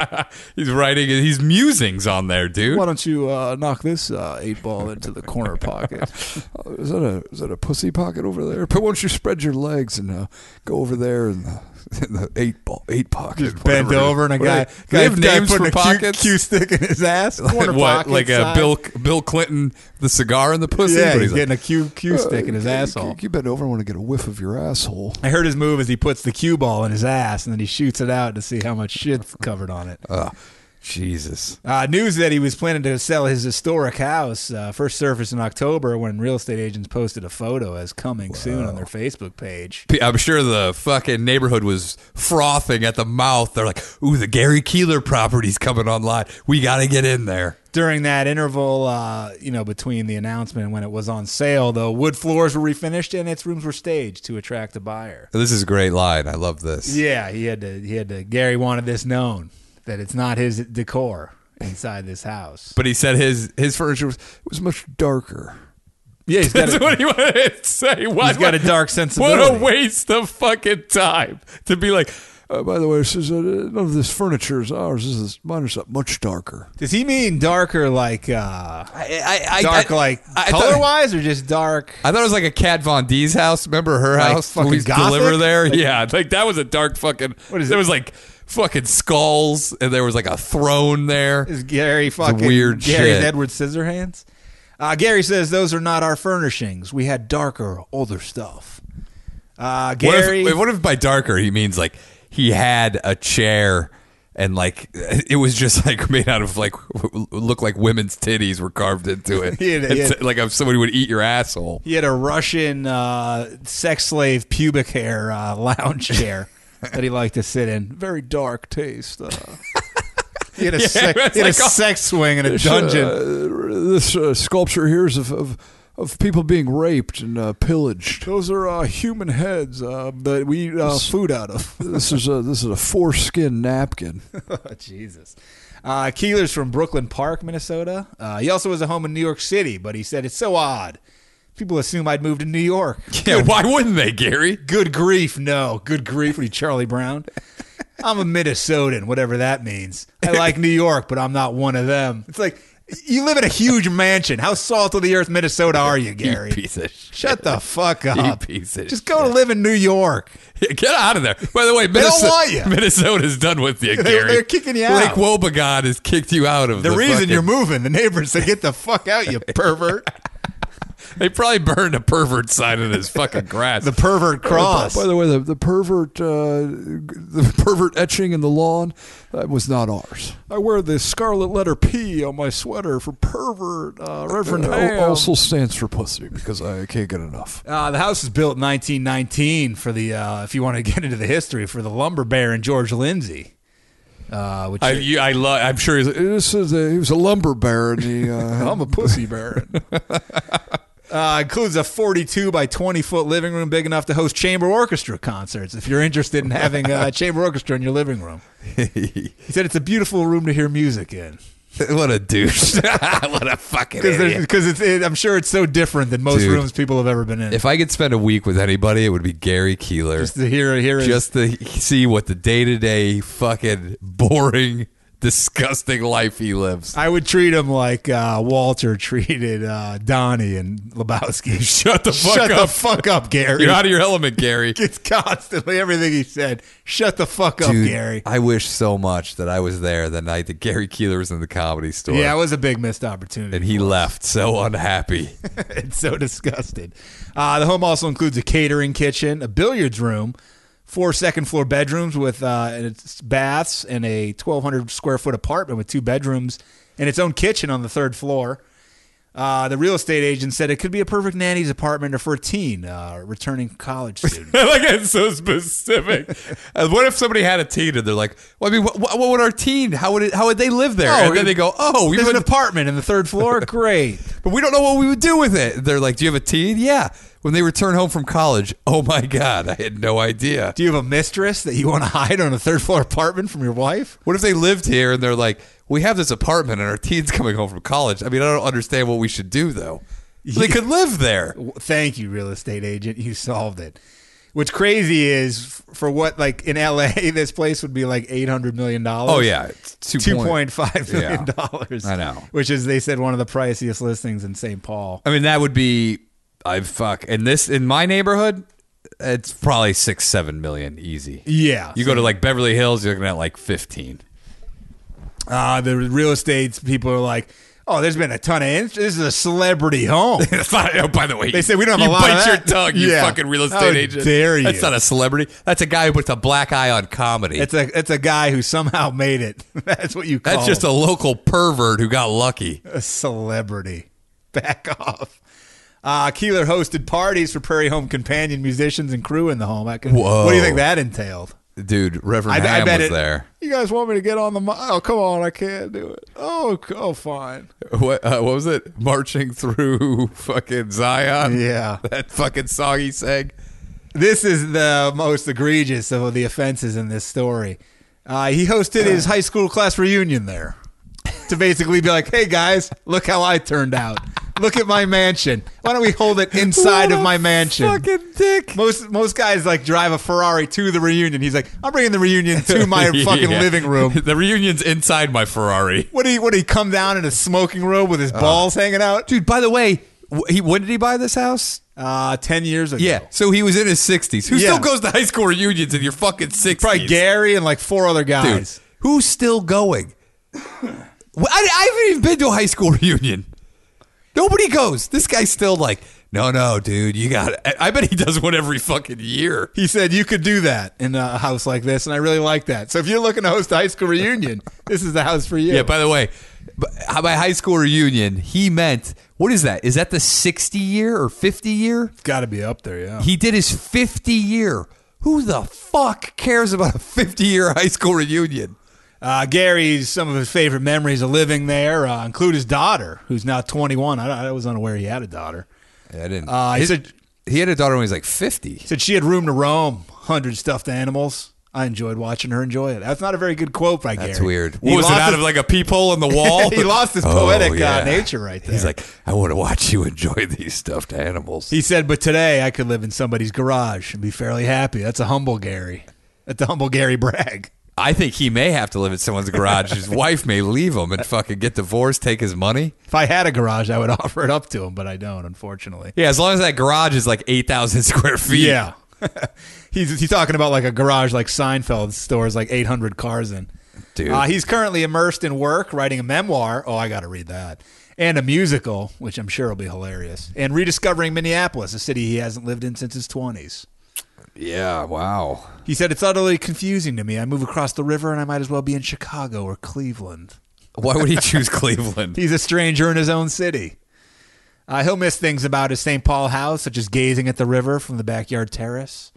D: he's writing, he's musings on there, dude.
C: Why don't you uh, knock this uh, eight ball into the corner pocket?
E: Is that a is that a pussy pocket over there? But why don't you spread your legs and uh, go over there in the, in the eight ball eight pocket?
C: bend
E: whatever.
C: over and a
E: What
C: guy,
E: do they-
D: they
C: guy,
D: have
C: guy
D: names
C: putting
D: for
C: a
D: pockets? (laughs)
C: Q, Q stick in his ass. Corner
D: what,
C: pocket
D: like a
C: size.
D: Bill Bill Clinton, the cigar in the pussy?
C: Yeah,
D: But
C: he's
D: like,
C: getting a Q
D: Oh,
C: Q stick in his
D: (laughs)
E: Uh, can-
C: asshole.
E: can You bend over and want to get a whiff of your asshole.
C: I heard his move is he puts the cue ball in his ass and then he shoots it out to see how much shit's covered on it.
E: Ah,
D: oh, Jesus.
C: Uh, news that he was planning to sell his historic house uh, first surfaced in October when real estate agents posted a photo as coming soon on their Facebook page.
D: P- I'm sure the fucking neighborhood was frothing at the mouth. They're like, "Ooh, the Gary Keeler property's coming online. We got to get in there."
C: during that interval, uh, you know, between the announcement and when it was on sale, the wood floors were refinished and its rooms were staged to attract a buyer.
D: This is a great line. I love this.
C: Yeah, he had to. He had to. Gary wanted this known that it's not his decor inside this house.
D: But he said his his furniture was.
E: It was much darker.
C: yeah, he's got
D: (laughs) That's
C: a,
D: what he wanted to say. What,
C: he's got a dark sensibility.
D: What a waste of fucking time to be like.
E: Uh, by the way, this is, uh, none of this furniture is ours. This is mine is much darker.
C: Does he mean darker, like uh,
D: I, I,
C: dark, like
D: I thought-
C: color wise, or just dark?
D: I thought it was like a Kat Von D's house. Remember her
C: Like
D: house?
C: fucking
D: Louise
C: gothic?
D: Deliver there? yeah, like that was a dark fucking.
C: What is it?
D: there was like fucking skulls, and there was like a throne there.
C: Is Gary fucking
D: weird
C: Gary's
D: shit.
C: Edward Scissorhands? Uh, Gary says those are not our furnishings. We had darker, older stuff. Uh,
D: What if-
C: Gary,
D: What if, by darker he means like he had a chair and like it was just like made out of like w- w- look like women's titties were carved into it,
C: (laughs) He had- he
D: It's
C: had-
D: like if somebody would eat your asshole.
C: he had a Russian uh, sex slave pubic hair uh, (laughs) lounge chair that he liked to sit in. Very dark taste. Uh, he had a, sex,
D: it's
C: he had a
D: like, oh,
C: sex swing
E: (laughs)
C: in a
E: This,
C: dungeon.
E: uh, this uh, sculpture here is of, of of people being raped and uh, pillaged.
C: those are uh, human heads uh, that we eat uh, food out of. (laughs) Oh,
E: This is a this is a foreskin napkin.
C: Jesus. Uh, Keeler's from Brooklyn Park, Minnesota. Uh, he also has a home in New York City, but he said it's so odd. People assume I'd moved to New York.
D: Yeah, why wouldn't they, Gary?
C: Good grief, no. Good grief, what are you, Charlie Brown? I'm a Minnesotan, whatever that means. I like New York, but I'm not one of them. It's like you live in a huge mansion. How salt of the earth, Minnesota, are you, Gary?
D: You piece of shit.
C: Shut the fuck up.
D: piece of
C: Just go to live in New York.
D: Get out of there. By the way,
C: don't
D: Minnesota,
C: want you.
D: Minnesota's done with you,
C: They- (laughs)
D: Gary.
C: they're kicking you
D: Lake
C: out.
D: Wobegon has kicked you out of
C: The,
D: the,
C: reason
D: fucking-
C: you're moving, the neighbors said, get the fuck out, (laughs) you pervert.
D: They probably burned a pervert sign in his fucking
C: (laughs)
D: grass.
C: The pervert cross.
E: By the way, the, the pervert uh, the (laughs) pervert etching in the lawn that was not ours.
C: I wear the scarlet letter P on my sweater for pervert, uh, Reverend
E: It al- also stands for pussy because I can't get enough.
C: Uh, the house was built in 1919 for the, uh, if you want to get into the history, for the lumber baron George Lindsay. Uh, which
D: I, you, I love. I'm sure he's,
E: This is a, he was a lumber baron. He, uh,
C: I'm a pussy
E: (laughs)
C: baron. Uh, includes a 42 by 20 foot living room big enough to host chamber orchestra concerts if you're interested in having (laughs) a chamber orchestra in your living (laughs) room. He said it's a beautiful room to hear music in.
D: what a douche. (laughs) what a fucking idiot.
C: Because it's, it, I'm sure it's so different than most
D: Dude.
C: rooms people have ever been in. (laughs)
D: If I could spend a week with anybody, it would be Gary Keeler.
C: just to hear, hear his-
D: Just to see what the day to day fucking boring disgusting life he lives.
C: I would treat him like uh, Walter (laughs) treated uh, Donnie and Lebowski. (laughs) Shut
D: the fuck
C: Shut the
D: up.
C: fuck up, Gary.
D: You're out of your element, Gary.
C: (laughs) it's constantly everything he said. Shut the fuck up,
D: Dude,
C: Gary.
D: I wish so much that I was there the night that Gary Keeler was in the comedy store.
C: Yeah, it was a big missed opportunity.
D: and he left
C: (laughs)
D: so unhappy. (laughs)
C: it's so disgusted. Uh, the home also includes a catering kitchen, a billiards room, four second floor bedrooms with uh, and it's baths, and a 1,200 square foot apartment with two bedrooms and its own kitchen on the third floor. Uh, the real estate agent said it could be a perfect nanny's apartment or for a teen uh, returning college student.
D: like it's so specific. (laughs) And what if somebody had a teen and they're like, "Well, I mean, what, what would our teen? How would it? How would they live there?"
C: Oh,
D: and then they go, "Oh, we
C: There's an
D: live in a
C: apartment in the third floor. Great.
D: but we don't know what we would do with it." They're like, "Do you have a teen?" Yeah. When they return home from college, oh my god, I had no idea.
C: Do you have a mistress that you want to hide on a third floor apartment from your wife?
D: What if they lived here and they're like, "We have this apartment and our teen's coming home from college." I mean, I don't understand what we should do though. They could live there.
C: W- Thank you, real estate agent. You solved it. What's crazy is f- for what like in LA, (laughs) this place would be like eight hundred million dollars.
D: Oh yeah, it's two,
C: two
D: point-
C: point five million dollars.
D: I know.
C: which is they said one of the priciest listings in St. Paul.
D: I mean, that would be I fuck in this in my neighborhood. It's probably six, seven million easy.
C: Yeah,
D: You go to like Beverly Hills, you're looking at like fifteen. (laughs)
C: uh, the real estate people are like, oh, there's been a ton of in- this is a celebrity home. (laughs)
D: That's not. Oh, by the way,
C: They say we don't have
D: you
C: a lot
D: Bite
C: of
D: your
C: that.
D: tongue, you
C: Yeah.
D: fucking real estate
C: How
D: agent.
C: dare you.
D: That's not a celebrity. That's a guy who puts a black eye on comedy.
C: it's oh. a it's a guy who somehow made it. (laughs) That's what you call.
D: That's just
C: him.
D: a local pervert who got lucky.
C: a celebrity. (laughs) Back off. Uh, Keeler hosted parties for Prairie Home companion musicians and crew in the home. I could,
D: Whoa.
C: What do you think that entailed?
D: Dude, Reverend Ham was
C: it-
D: there.
C: You guys want me to get on the? mi- Oh, come on! I can't do it. Oh, c- oh, fine.
D: What, uh, what was it? Marching through (laughs) fucking Zion.
C: Yeah.
D: that fucking song he sang.
C: This is the most egregious of the offenses in this story. Uh, he hosted his high school class reunion there to basically be like, "Hey guys, look how I turned out. Look at my mansion. Why don't we hold it inside
D: What
C: of
D: a
C: my mansion?"
D: Fucking dick.
C: Most most guys like drive a Ferrari to the reunion. He's like, I'm bringing the reunion
D: (laughs)
C: to my fucking
D: Yeah.
C: living room.
D: (laughs) The reunion's inside my Ferrari.
C: What do he? What do he come down in a smoking robe with his balls hanging out?
D: Uh, Dude, by the way, wh- he when did he buy this house?
C: Uh, ten years ago.
D: Yeah, so he was in his 60s. Who
C: Yeah.
D: still goes to high school reunions in your fucking 60s?
C: probably Gary and like four other
D: Dude,
C: guys.
D: who's still going? Well, I, I haven't even been to a high school (laughs) reunion. Nobody goes. This guy's still like, no, no, dude, you got it. I, I bet he does one every fucking year.
C: He said you could do that in a house like this, and I really like that. So if you're looking to host a high school reunion, this is the house for you.
D: Yeah, by the way, b- by high school reunion, he meant, what is that? Is that the 60 year or 50 year?
C: it's got to be up there. Yeah.
D: He did his 50 year. Who the fuck cares about a 50 year high school reunion?
C: Uh, Gary's some of his favorite memories of living there uh, include his daughter, who's now 21. I, I was unaware he had a daughter.
D: I didn't.
C: Uh, he said-
D: he had a daughter when he was like 50.
C: Said she had room to roam, hundred stuffed animals. I enjoyed watching her enjoy it. That's not a very good quote by Gary.
D: That's weird.
C: He lost his-
D: like a peephole in the (laughs) wall? Oh,
C: he lost his poetic uh, nature right there.
D: He's like, I want to watch you enjoy these stuffed animals.
C: he said, but today I could live in somebody's garage and be fairly happy. That's a humble Gary. That's a humble Gary brag.
D: I think he may have to live in someone's garage. His wife may leave him and fucking get divorced, take his money.
C: If I had a garage, I would (laughs) offer it up to him, but I don't, unfortunately.
D: Yeah, as long as that garage is like 8,000 square feet.
C: Yeah. (laughs) he's he's talking about like a garage like Seinfeld stores like 800 cars in.
D: Dude.
C: Uh, he's currently immersed in work writing a memoir. Oh, I got to read that. And a musical, which I'm sure will be hilarious. And rediscovering Minneapolis, a city he hasn't lived in since his 20s.
D: Yeah, wow.
C: He said, It's utterly confusing to me. I move across the river and I might as well be in Chicago or Cleveland.
D: Why would he choose (laughs) Cleveland?
C: He's a stranger in his own city. Uh, he'll miss things about his St. Paul house, such as gazing at the river from the backyard terrace.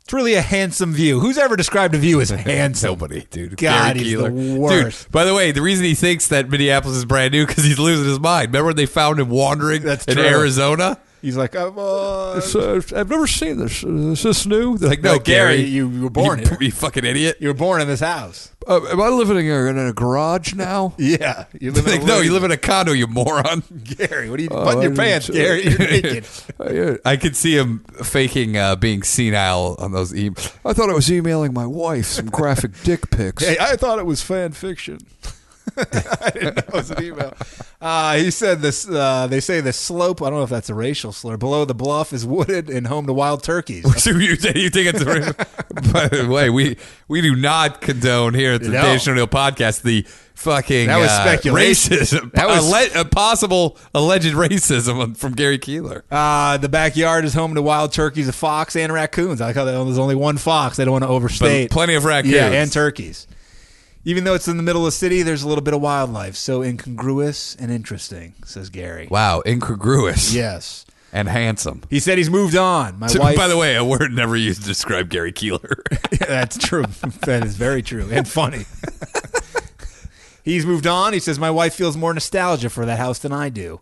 C: It's really a handsome view. Who's ever described a view (laughs) as handsome?
D: Nobody, dude.
C: God,
D: Gary
C: he's
D: Keeler.
C: the worst.
D: Dude, by the way, the reason he thinks that Minneapolis is brand new because he's losing his mind. Remember when they found him wandering
C: That's
D: in
C: true.
D: Arizona?
C: He's like, "Oh, I'm (laughs) on.
E: It's, uh, I've never seen this. Is this new? They're
D: Like, no, Gary,
C: you, you were born
D: (laughs) you,
C: here.
D: you fucking idiot.
C: You were born in this house.
E: Uh, am I living in a, in a garage now?
C: Yeah, you live
D: Like, no, you live in a condo, you moron.
C: Gary. What are you
E: Oh,
C: button your
E: I
C: pants,
E: didn't-
C: Gary? You're (laughs) naked.
E: Uh, yeah.
D: I could see him faking uh, being senile on those e-, (laughs) emails.
E: I thought I was emailing my wife some graphic dick pics.
C: Hey, I thought it was fan fiction. (laughs) I didn't know it was an email. Uh, he said this. Uh, they say the slope. I don't know if that's a racial slur. Below the bluff is wooded and home to wild turkeys.
D: So you, think- you think it's real? (laughs) By the way, we we do not condone here at the
C: No.
D: Dave Chanel podcast the fucking
C: That was
D: uh,
C: speculation.
D: racism.
C: That was-
D: Alle- a possible alleged racism from Gary Keeler.
C: Uh, the backyard is home to wild turkeys, a fox, and raccoons. I like how they, there's only one fox. They don't want to overstate.
D: But plenty of raccoons.
C: Yeah, and turkeys. Even though it's in the middle of the city, there's a little bit of wildlife. So incongruous and interesting, says Gary.
D: wow, incongruous.
C: Yes.
D: and handsome.
C: He said he's moved on. My
D: So,
C: wife.
D: by the way, a word never used to describe Gary Keeler. (laughs)
C: Yeah, (laughs) that's true. that is very true and funny. (laughs) He's moved on. He says, My wife feels more nostalgia for that house than I do.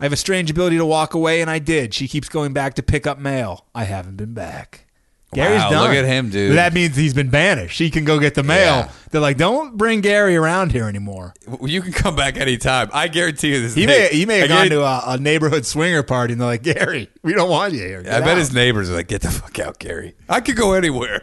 C: I have a strange ability to walk away, and I did. She keeps going back to pick up mail. I haven't been back. Gary's
D: Wow,
C: done.
D: look at him, dude.
C: That means he's been banished. She can go get the mail.
D: Yeah.
C: They're like, don't bring Gary around here anymore.
D: you can come back anytime. I guarantee you this.
C: He may he may have
D: I
C: gone
D: guarantee-
C: to a, a neighborhood swinger party, and they're like, Gary, we don't want you here. Get
D: I bet
C: out."
D: his neighbors are like, "Get the fuck out, Gary. I could go anywhere."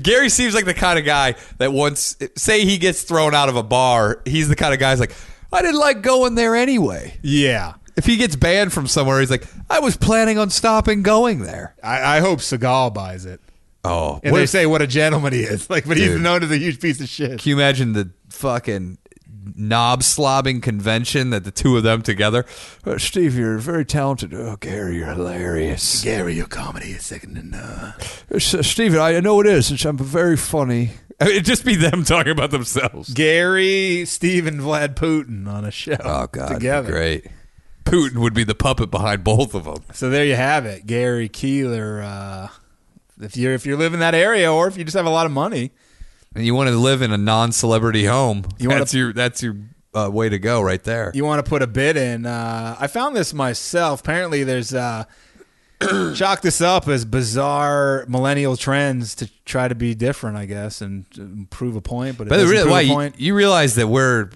D: Gary seems like the kind of guy that once, say, he gets thrown out of a bar, he's the kind of guy's like, "I didn't like going there anyway."
C: yeah.
D: If he gets banned from somewhere, he's like, "I was planning on stopping going there."
C: I, I hope Seagal buys it.
D: Oh,
C: And
D: what
C: they
D: if-
C: say what a gentleman he is. (laughs) Like, but he's
D: Dude.
C: known as a huge piece of shit.
D: Can you imagine the fucking knob slobbing convention that the two of them together?
E: Uh, Steve, you're very talented. Oh, Gary, you're hilarious.
C: Gary, your comedy is second to none.
E: It's, uh, Steve, I know it is. It's, I'm very funny.
D: I mean, it'd just be them (laughs) talking about themselves.
C: Gary, Steve, and Vlad Putin on a show.
D: Oh God, it'd be
C: together.
D: great. Putin would be the puppet behind both of them.
C: So there you have it, Gary Keeler. Uh, if you're if you're living that area, or if you just have a lot of money,
D: and you want to live in a non-celebrity home,
C: You wanna-
D: that's your that's your uh, way to go right there.
C: you want to put a bid in. Uh, I found this myself. Apparently, there's uh, (clears throat) chalk this up as bizarre millennial trends to try to be different, I guess, and to prove a point. But it
D: but
C: doesn't
D: really,
C: prove
D: why
C: a
D: you,
C: point.
D: you realize that we're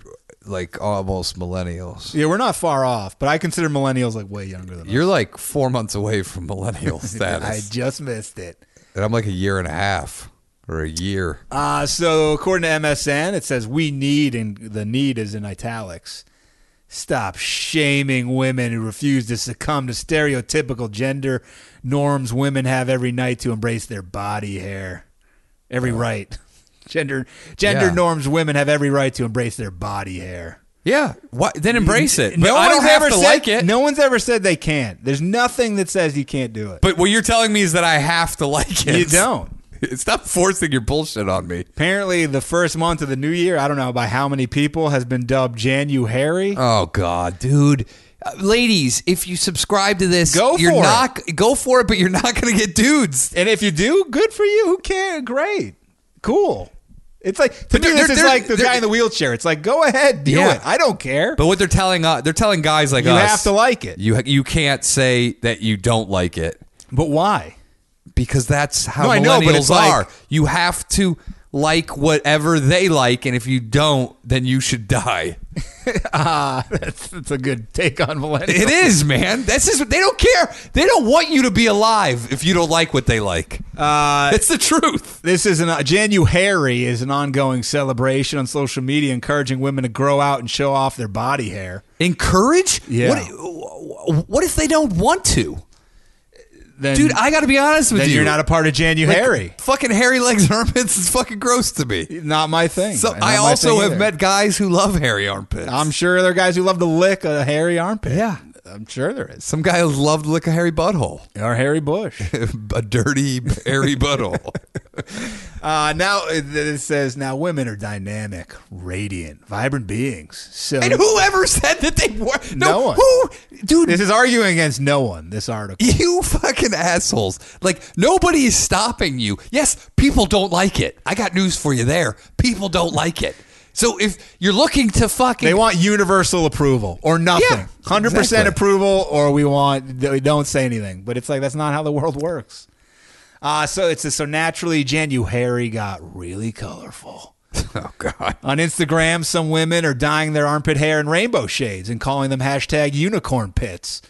D: like almost millennials.
C: yeah, we're not far off, but I consider millennials like way younger than us.
D: You're like four months away from millennial
C: (laughs) I
D: status,
C: just missed it.
D: and I'm like a year and a half or a year.
C: Uh, so according to MSN, it says we need, and the need is in italics. Stop shaming women who refuse to succumb to stereotypical gender norms women have every night to embrace their body hair. Every right. (laughs) Gender gender
D: Yeah.
C: norms women have every right to embrace their body hair.
D: Yeah, why, then embrace it. But
C: no
D: I don't
C: one's
D: have
C: ever
D: to
C: said,
D: like it.
C: No one's ever said they can't. There's nothing that says you can't do it.
D: But what you're telling me is that I have to like (laughs) it.
C: you don't.
D: Stop forcing your bullshit on me.
C: Apparently, the first month of the new year, I don't know by how many people, has been dubbed January.
D: Oh God, dude. Uh, Ladies, if you subscribe to this,
C: Go
D: you're
C: for it.
D: not go for it, but you're not going to get dudes.
C: and if you do, good for you. Who cares? Great. Cool. It's like, to
D: But
C: me,
D: they're-
C: this is
D: they're-
C: like the
D: they're-
C: guy in the wheelchair. It's like, go ahead, do
D: Yeah.
C: it. I don't care.
D: But what they're telling uh, they're telling guys like
C: you
D: us,
C: have to like it.
D: you you can't say that you don't like it
C: But why? (laughs)
D: because that's how
C: No, I
D: millennials
C: know, but it's like-
D: are. you have to like whatever they like, and if you don't, then you should die.
C: Ah, that's, that's a good take on millennials.
D: (laughs) It is, man. That's just they don't care. They don't want you to be alive if you don't like what they like.
C: Uh,
D: That's the truth.
C: This is an uh, January is an ongoing celebration on social media encouraging women to grow out and show off their body hair.
D: Encourage?
C: Yeah.
D: What, what if they don't want to?
C: Then,
D: Dude, I got to be honest with
C: then
D: you.
C: you're not a part of
D: Like,
C: January.
D: Fucking hairy legs hermits is fucking gross to me.
C: not my thing.
D: So
C: Not my
D: I also
C: thing
D: have
C: either.
D: met guys who love hairy armpits.
C: I'm sure there are guys who love to lick a hairy armpit.
D: Yeah.
C: I'm sure there is.
D: some guy loved to lick a hairy butthole,
C: Or hairy bush.
D: (laughs) a dirty hairy butthole.
C: uh, now uh, it says now women are dynamic, radiant, vibrant beings. So
D: (laughs) and whoever said that they were no,
C: No one.
D: who dude.
C: this is arguing against no one. This article.
D: you (laughs) fucking assholes. Like, nobody is stopping you. Yes, people don't like it. I got news for you there. People don't like it. So if you're looking to fucking
C: They want (laughs) universal approval or nothing.
D: Yeah,
C: Hundred
D: exactly.
C: percent approval, or we want they don't say anything. But it's like that's not how the world works. Uh, so it's so naturally January got really colorful.
D: oh god,
C: On Instagram, some women are dyeing their armpit hair in rainbow shades and calling them hashtag unicorn pits.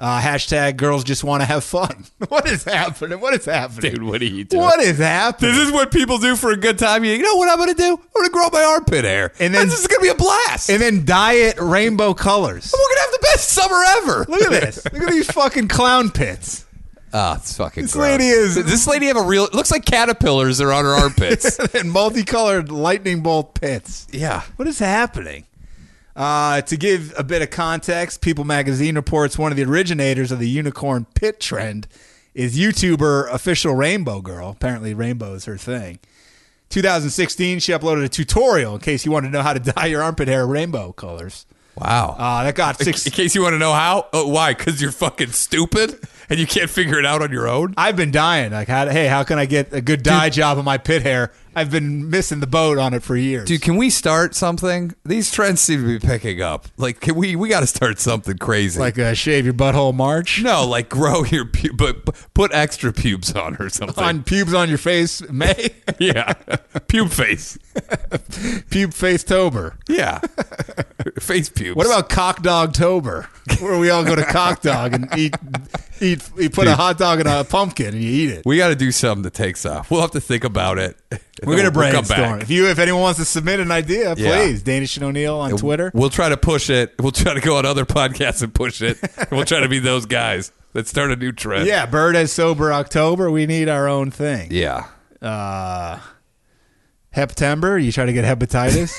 C: Uh, hashtag girls just want to have fun. (laughs) What is happening? What is happening?
D: dude, what are you doing?
C: what is happening?
D: This is what people do for a good time. You know what I'm going to do? I'm going to grow up my armpit hair,
C: And then-
D: this is going to be a blast.
C: and then dye it rainbow colors.
D: (laughs) we're going to have the best summer ever.
C: Look at this. Look at these fucking clown pits.
D: (laughs)
C: (laughs)
D: Ah, it's fucking. This
C: lady is-
D: This lady have a real. It looks like caterpillars are on her
C: (laughs)
D: armpits.
C: and multicolored lightning bolt pits.
D: yeah.
C: What is happening? Uh, to give a bit of context, People Magazine reports one of the originators of the unicorn pit trend is YouTuber official Rainbow Girl. Apparently, rainbow is her thing. 2016, she uploaded a tutorial in case you want to know how to (laughs) dye your armpit hair rainbow colors.
D: Wow.
C: Uh, that got six.
D: (laughs) In case you want to know how, oh, why? Because you're fucking stupid and you can't figure it out on your own.
C: I've been dying. Like, how, hey, how can I get a good dye job on my pit hair? I've been missing the boat on it for years.
D: Dude, can we start something? These trends seem to be picking up. Like, can we? We got to start something crazy.
C: like, uh, shave your butthole march.
D: no, like grow your pu- but but put extra pubes on or something.
C: on pubes on your face, May.
D: (laughs)
C: (laughs)
D: yeah, pube face.
C: Pube face tober.
D: Yeah, (laughs) face pubes.
C: What about cock dog tober, (laughs) where we all go to cock dog and eat, eat, you put a hot dog in a pumpkin and you eat it.
D: We got to do something that takes off. We'll have to think about it.
C: We're gonna
D: We'll come
C: brainstorm.
D: back.
C: If you, if anyone wants to submit an idea,
D: Yeah.
C: please Danish and O'Neill on Twitter.
D: We'll try to push it. We'll try to go on other podcasts and push it. we'll try to be those guys that start a new trend.
C: Yeah, bird as sober October. We need our own thing.
D: Yeah.
C: (laughs) Uh, Heptember. You try to get
D: (laughs)
C: hepatitis.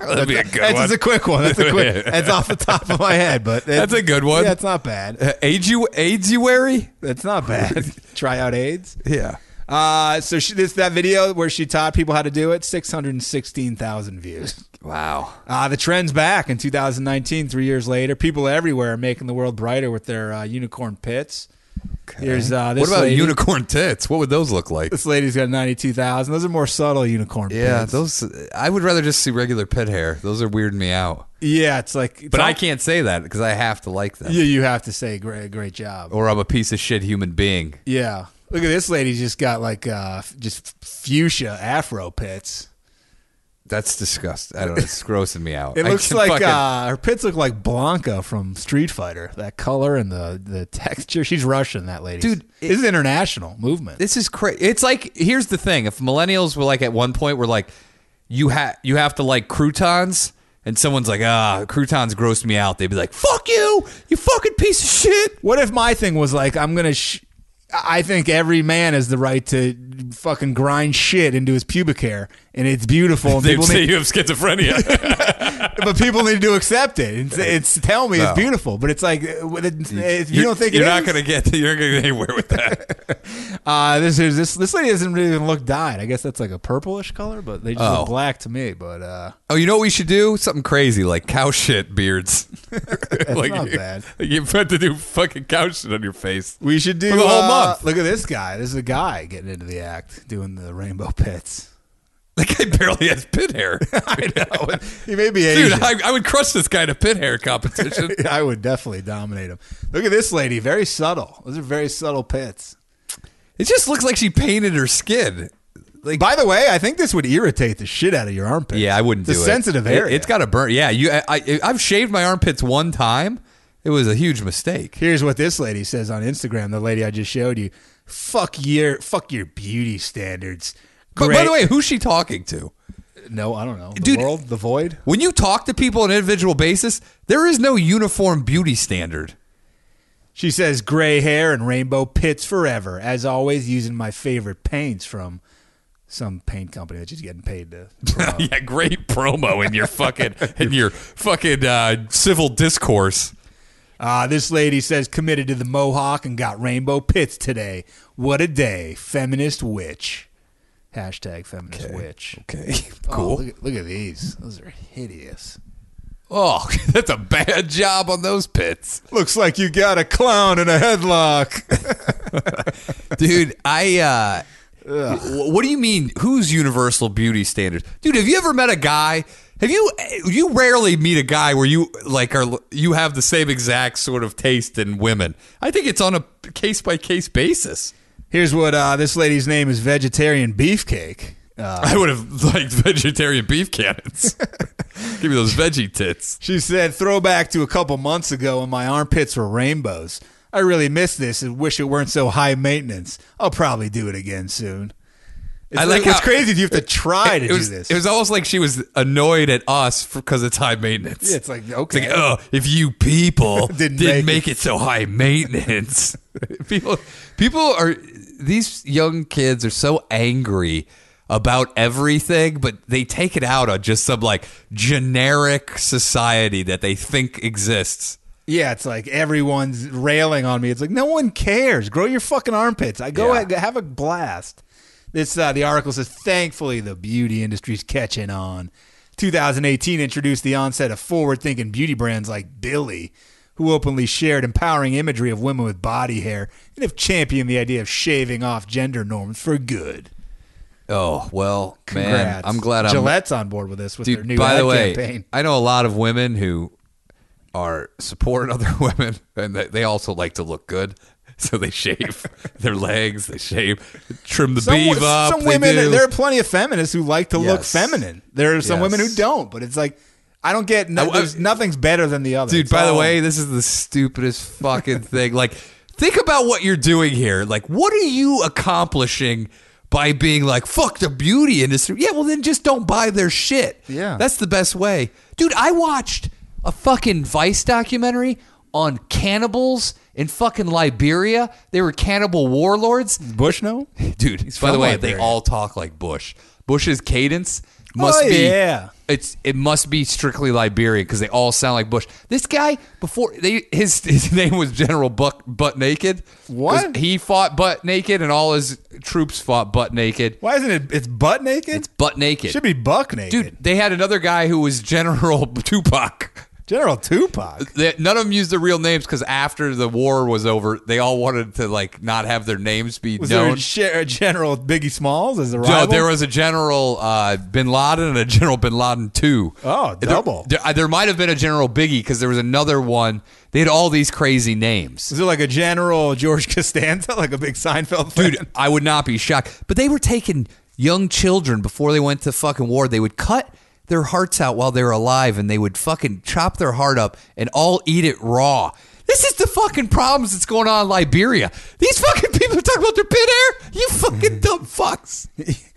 D: That'd be a good
C: that's
D: one.
C: just a quick one. That's a
D: (laughs)
C: quick. that's off the top of my head, but
D: That's a good one.
C: Yeah, it's not bad.
D: Uh, Age you AIDSuary?
C: It's not
D: (laughs)
C: bad. Try out AIDS.
D: Yeah.
C: Uh, so she, this that video where she taught people how to do it, six hundred sixteen thousand views.
D: Wow.
C: Uh, the trend's back in 2019, three years later. People everywhere are making the world brighter with their uh, unicorn pits. Here's uh, this
D: What about
C: lady.
D: unicorn tits? What would those look like?
C: This lady's got 92,000. Those are more subtle unicorn
D: (laughs) Yeah,
C: pits.
D: those I would rather just see regular pit hair. Those are weirding me out.
C: yeah, it's like. it's
D: But I
C: all-
D: can't say that because I have to like them.
C: Yeah, you have to say great, great job.
D: Or I'm a piece of shit human being.
C: Yeah, look at this lady. Just got like uh, f- just fuchsia afro pits.
D: That's disgusting. I don't know. (laughs) It's grossing me out.
C: It
D: I
C: looks
D: can
C: like
D: fucking-
C: uh, her pits look like Blanca from Street Fighter. That color and the the texture. She's Russian, that lady.
D: Dude, it-
C: this is international movement.
D: this is crazy. It's like here's the thing: if millennials were like at one point, were like, you have you have to like croutons, and someone's like, ah, croutons grossed me out. They'd be like, fuck you, you fucking piece of shit.
C: what if my thing was like, I'm gonna. Sh- I think every man has the right to fucking grind shit into his pubic hair, and it's beautiful.
D: (laughs)
C: And
D: They'd
C: people
D: say
C: need,
D: you have (laughs)
C: (laughs)
D: schizophrenia.
C: but people need to accept it. It's, it's tell me
D: No.
C: it's beautiful, but it's like uh, what it- if you
D: You're-
C: don't think
D: you're
C: it
D: not
C: is-
D: gonna get you're not gonna get anywhere with that.
C: Uh, this is this this lady doesn't really even look dyed. I guess that's like a purplish color, but they just
D: Oh.
C: look black to me. But uh,
D: (laughs) oh, you know what we should do? Something crazy like cow shit beards. (laughs) like
C: not
D: you,
C: bad.
D: Like you have to do fucking cow shit on your face.
C: We should do
D: For the whole
C: uh,
D: month.
C: Look at this guy. This is a guy getting into the act, doing the rainbow pits.
D: Like I barely has pit hair. (laughs) I know.
C: He may be
D: Dude,
C: Asian.
D: I, I would crush this guy in a pit hair
C: (laughs)
D: competition.
C: I would definitely dominate him. Look at this lady. Very subtle. Those are very subtle pits.
D: (laughs) It just looks like she painted her skin. Like,
C: By the way, I think this would irritate the shit out of your armpit.
D: yeah, I wouldn't
C: it's
D: do
C: a
D: it.
C: sensitive area.
D: It, has got to burn. Yeah, you. I, I, I've shaved my armpits one time. It was a huge mistake.
C: Here's what this lady says on Instagram. The lady I just showed you. Fuck your fuck your beauty standards.
D: But by
C: Great-
D: the way, who's she talking to?
C: no, I don't know. The
D: Dude-
C: world, the void.
D: When you talk to people on an individual basis, there is no uniform beauty standard.
C: She says gray hair and rainbow pits forever. As always, using my favorite paints from some paint company that she's getting paid to. promote.
D: (laughs) yeah, great promo in your fucking in your fucking uh, civil discourse.
C: Ah, this lady says committed to the mohawk and got rainbow pits today. What a day, feminist witch. Hashtag feminist witch.
D: Okay,
C: (laughs) Oh,
D: cool.
C: look, at, look at these. Those are hideous.
D: Oh, (laughs) that's a bad job on those pits.
C: Looks like you
D: (laughs)
C: got a clown in a headlock.
D: dude i uh Wh- What do you mean? Who's universal beauty standards, dude? Have you ever met a guy? Have you? You rarely meet a guy where you like are you have the same exact sort of taste in women. I think it's on a case by case basis.
C: Here's what uh, this lady's name is: vegetarian beefcake. Uh,
D: I would have (laughs) liked vegetarian
C: (laughs)
D: beef cannons. Give me those veggie tits.
C: She said, throwback to a couple months ago when my armpits were rainbows. I really miss this and wish it weren't so high maintenance. I'll probably do it again soon. It's
D: I
C: I
D: like
C: like what's
D: how-
C: crazy is you have to try to
D: it was,
C: do this.
D: It was almost like she was annoyed at us because it's high maintenance.
C: Yeah, it's like,
D: It's
C: okay.
D: like, oh, if you people didn't,
C: (laughs) Didn't
D: make,
C: make
D: it so high maintenance,
C: (laughs)
D: people, people are these young kids are so angry about everything, but they take it out on just some like generic society that they think exists.
C: yeah, it's like everyone's railing on me. It's like, no one cares. Grow your fucking armpits. I go
D: Yeah.
C: ha- have a blast. This uh, the article says, thankfully the beauty industry's catching on. 2018 introduced the onset of forward-thinking beauty brands like Billy, who openly shared empowering imagery of women with body hair and have championed the idea of shaving off gender norms for good.
D: Oh well, man,
C: Congrats.
D: I'm glad I'm
C: Gillette's on board with this with their
D: Dude,
C: new
D: by
C: ad
D: the way,
C: campaign.
D: I know a lot of women who are supporting (laughs) other women, and they, they also like to look good. (laughs) So
C: (laughs)
D: they shave their legs, they shave, trim the
C: some,
D: beave up.
C: some
D: they
C: women
D: do.
C: there are plenty of feminists who like to look
D: Yes.
C: feminine there are some
D: Yes.
C: women who don't but it's like i don't get no,
D: I- I-
C: there's, nothing's better than the other
D: Dude,
C: It's
D: by the
C: all-
D: way, this is the stupidest fucking (laughs) thing. Like, think about what you're doing here. Like, what are you accomplishing by being like, fuck the beauty industry? Yeah, well, then just don't buy their shit.
C: Yeah.
D: That's the best way. Dude, I watched a fucking Vice documentary on cannibals in fucking Liberia. They were cannibal warlords.
C: bush no
D: (laughs) Dude, by
C: from
D: the way, they
C: Liberia.
D: all talk like Bush. Bush's cadence must
C: Oh,
D: be
C: yeah.
D: It's it must be strictly Liberian because they all sound like Bush. This guy before they his (laughs) his name was General Buck Butt Naked. 'Cause
C: What?
D: he fought butt naked, and all his troops fought butt naked.
C: why isn't it it's butt naked
D: It's butt naked.
C: should be buck naked
D: Dude, they had another guy who was General (laughs) Tupac.
C: general tupac
D: They, none of them used their real names because after the war was over, they all wanted to like not have their names be
C: was
D: known.
C: there a, Ger- general biggie smalls as a rival
D: No, there was a General uh, Bin Laden and a General Bin Laden too.
C: Oh,
D: There-
C: double.
D: There, uh, there might have been a General Biggie because there was another one. They had all these crazy names.
C: is it like a general george costanza (laughs) like a big seinfeld fan? (laughs)
D: Dude, I would not be shocked. But they were taking young children before they went to fucking war. They would cut their hearts out while they were alive and they would fucking chop their heart up and all eat it raw. This is the fucking problems that's going on in Liberia. These fucking people are talking about their pit air.
C: (laughs)
D: You fucking dumb fucks.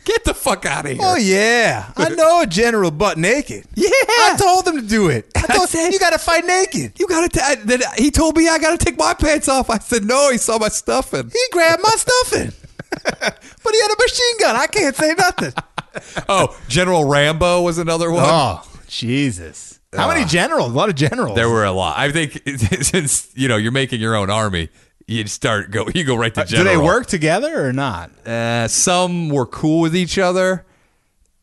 D: Get the fuck out of here.
C: Oh yeah, I know a general butt naked.
D: Yeah.
C: I told them to do it. I
D: I
C: told,
D: said-
C: you got to fight naked.
D: You gotta. ta- I- then he told me I gotta take my pants off. I said no. He saw my stuffing.
C: He grabbed my (laughs) stuffing. but he had a machine gun. I can't say nothing.
D: (laughs) Oh, General Rambo was another one.
C: (laughs) oh, Jesus. How many generals? A lot of generals.
D: There were a lot. I think (laughs) since you know you're making your own army, you start go. You go right to
C: Uh, Do
D: general.
C: they work together or not?
D: Uh, some were cool with each other,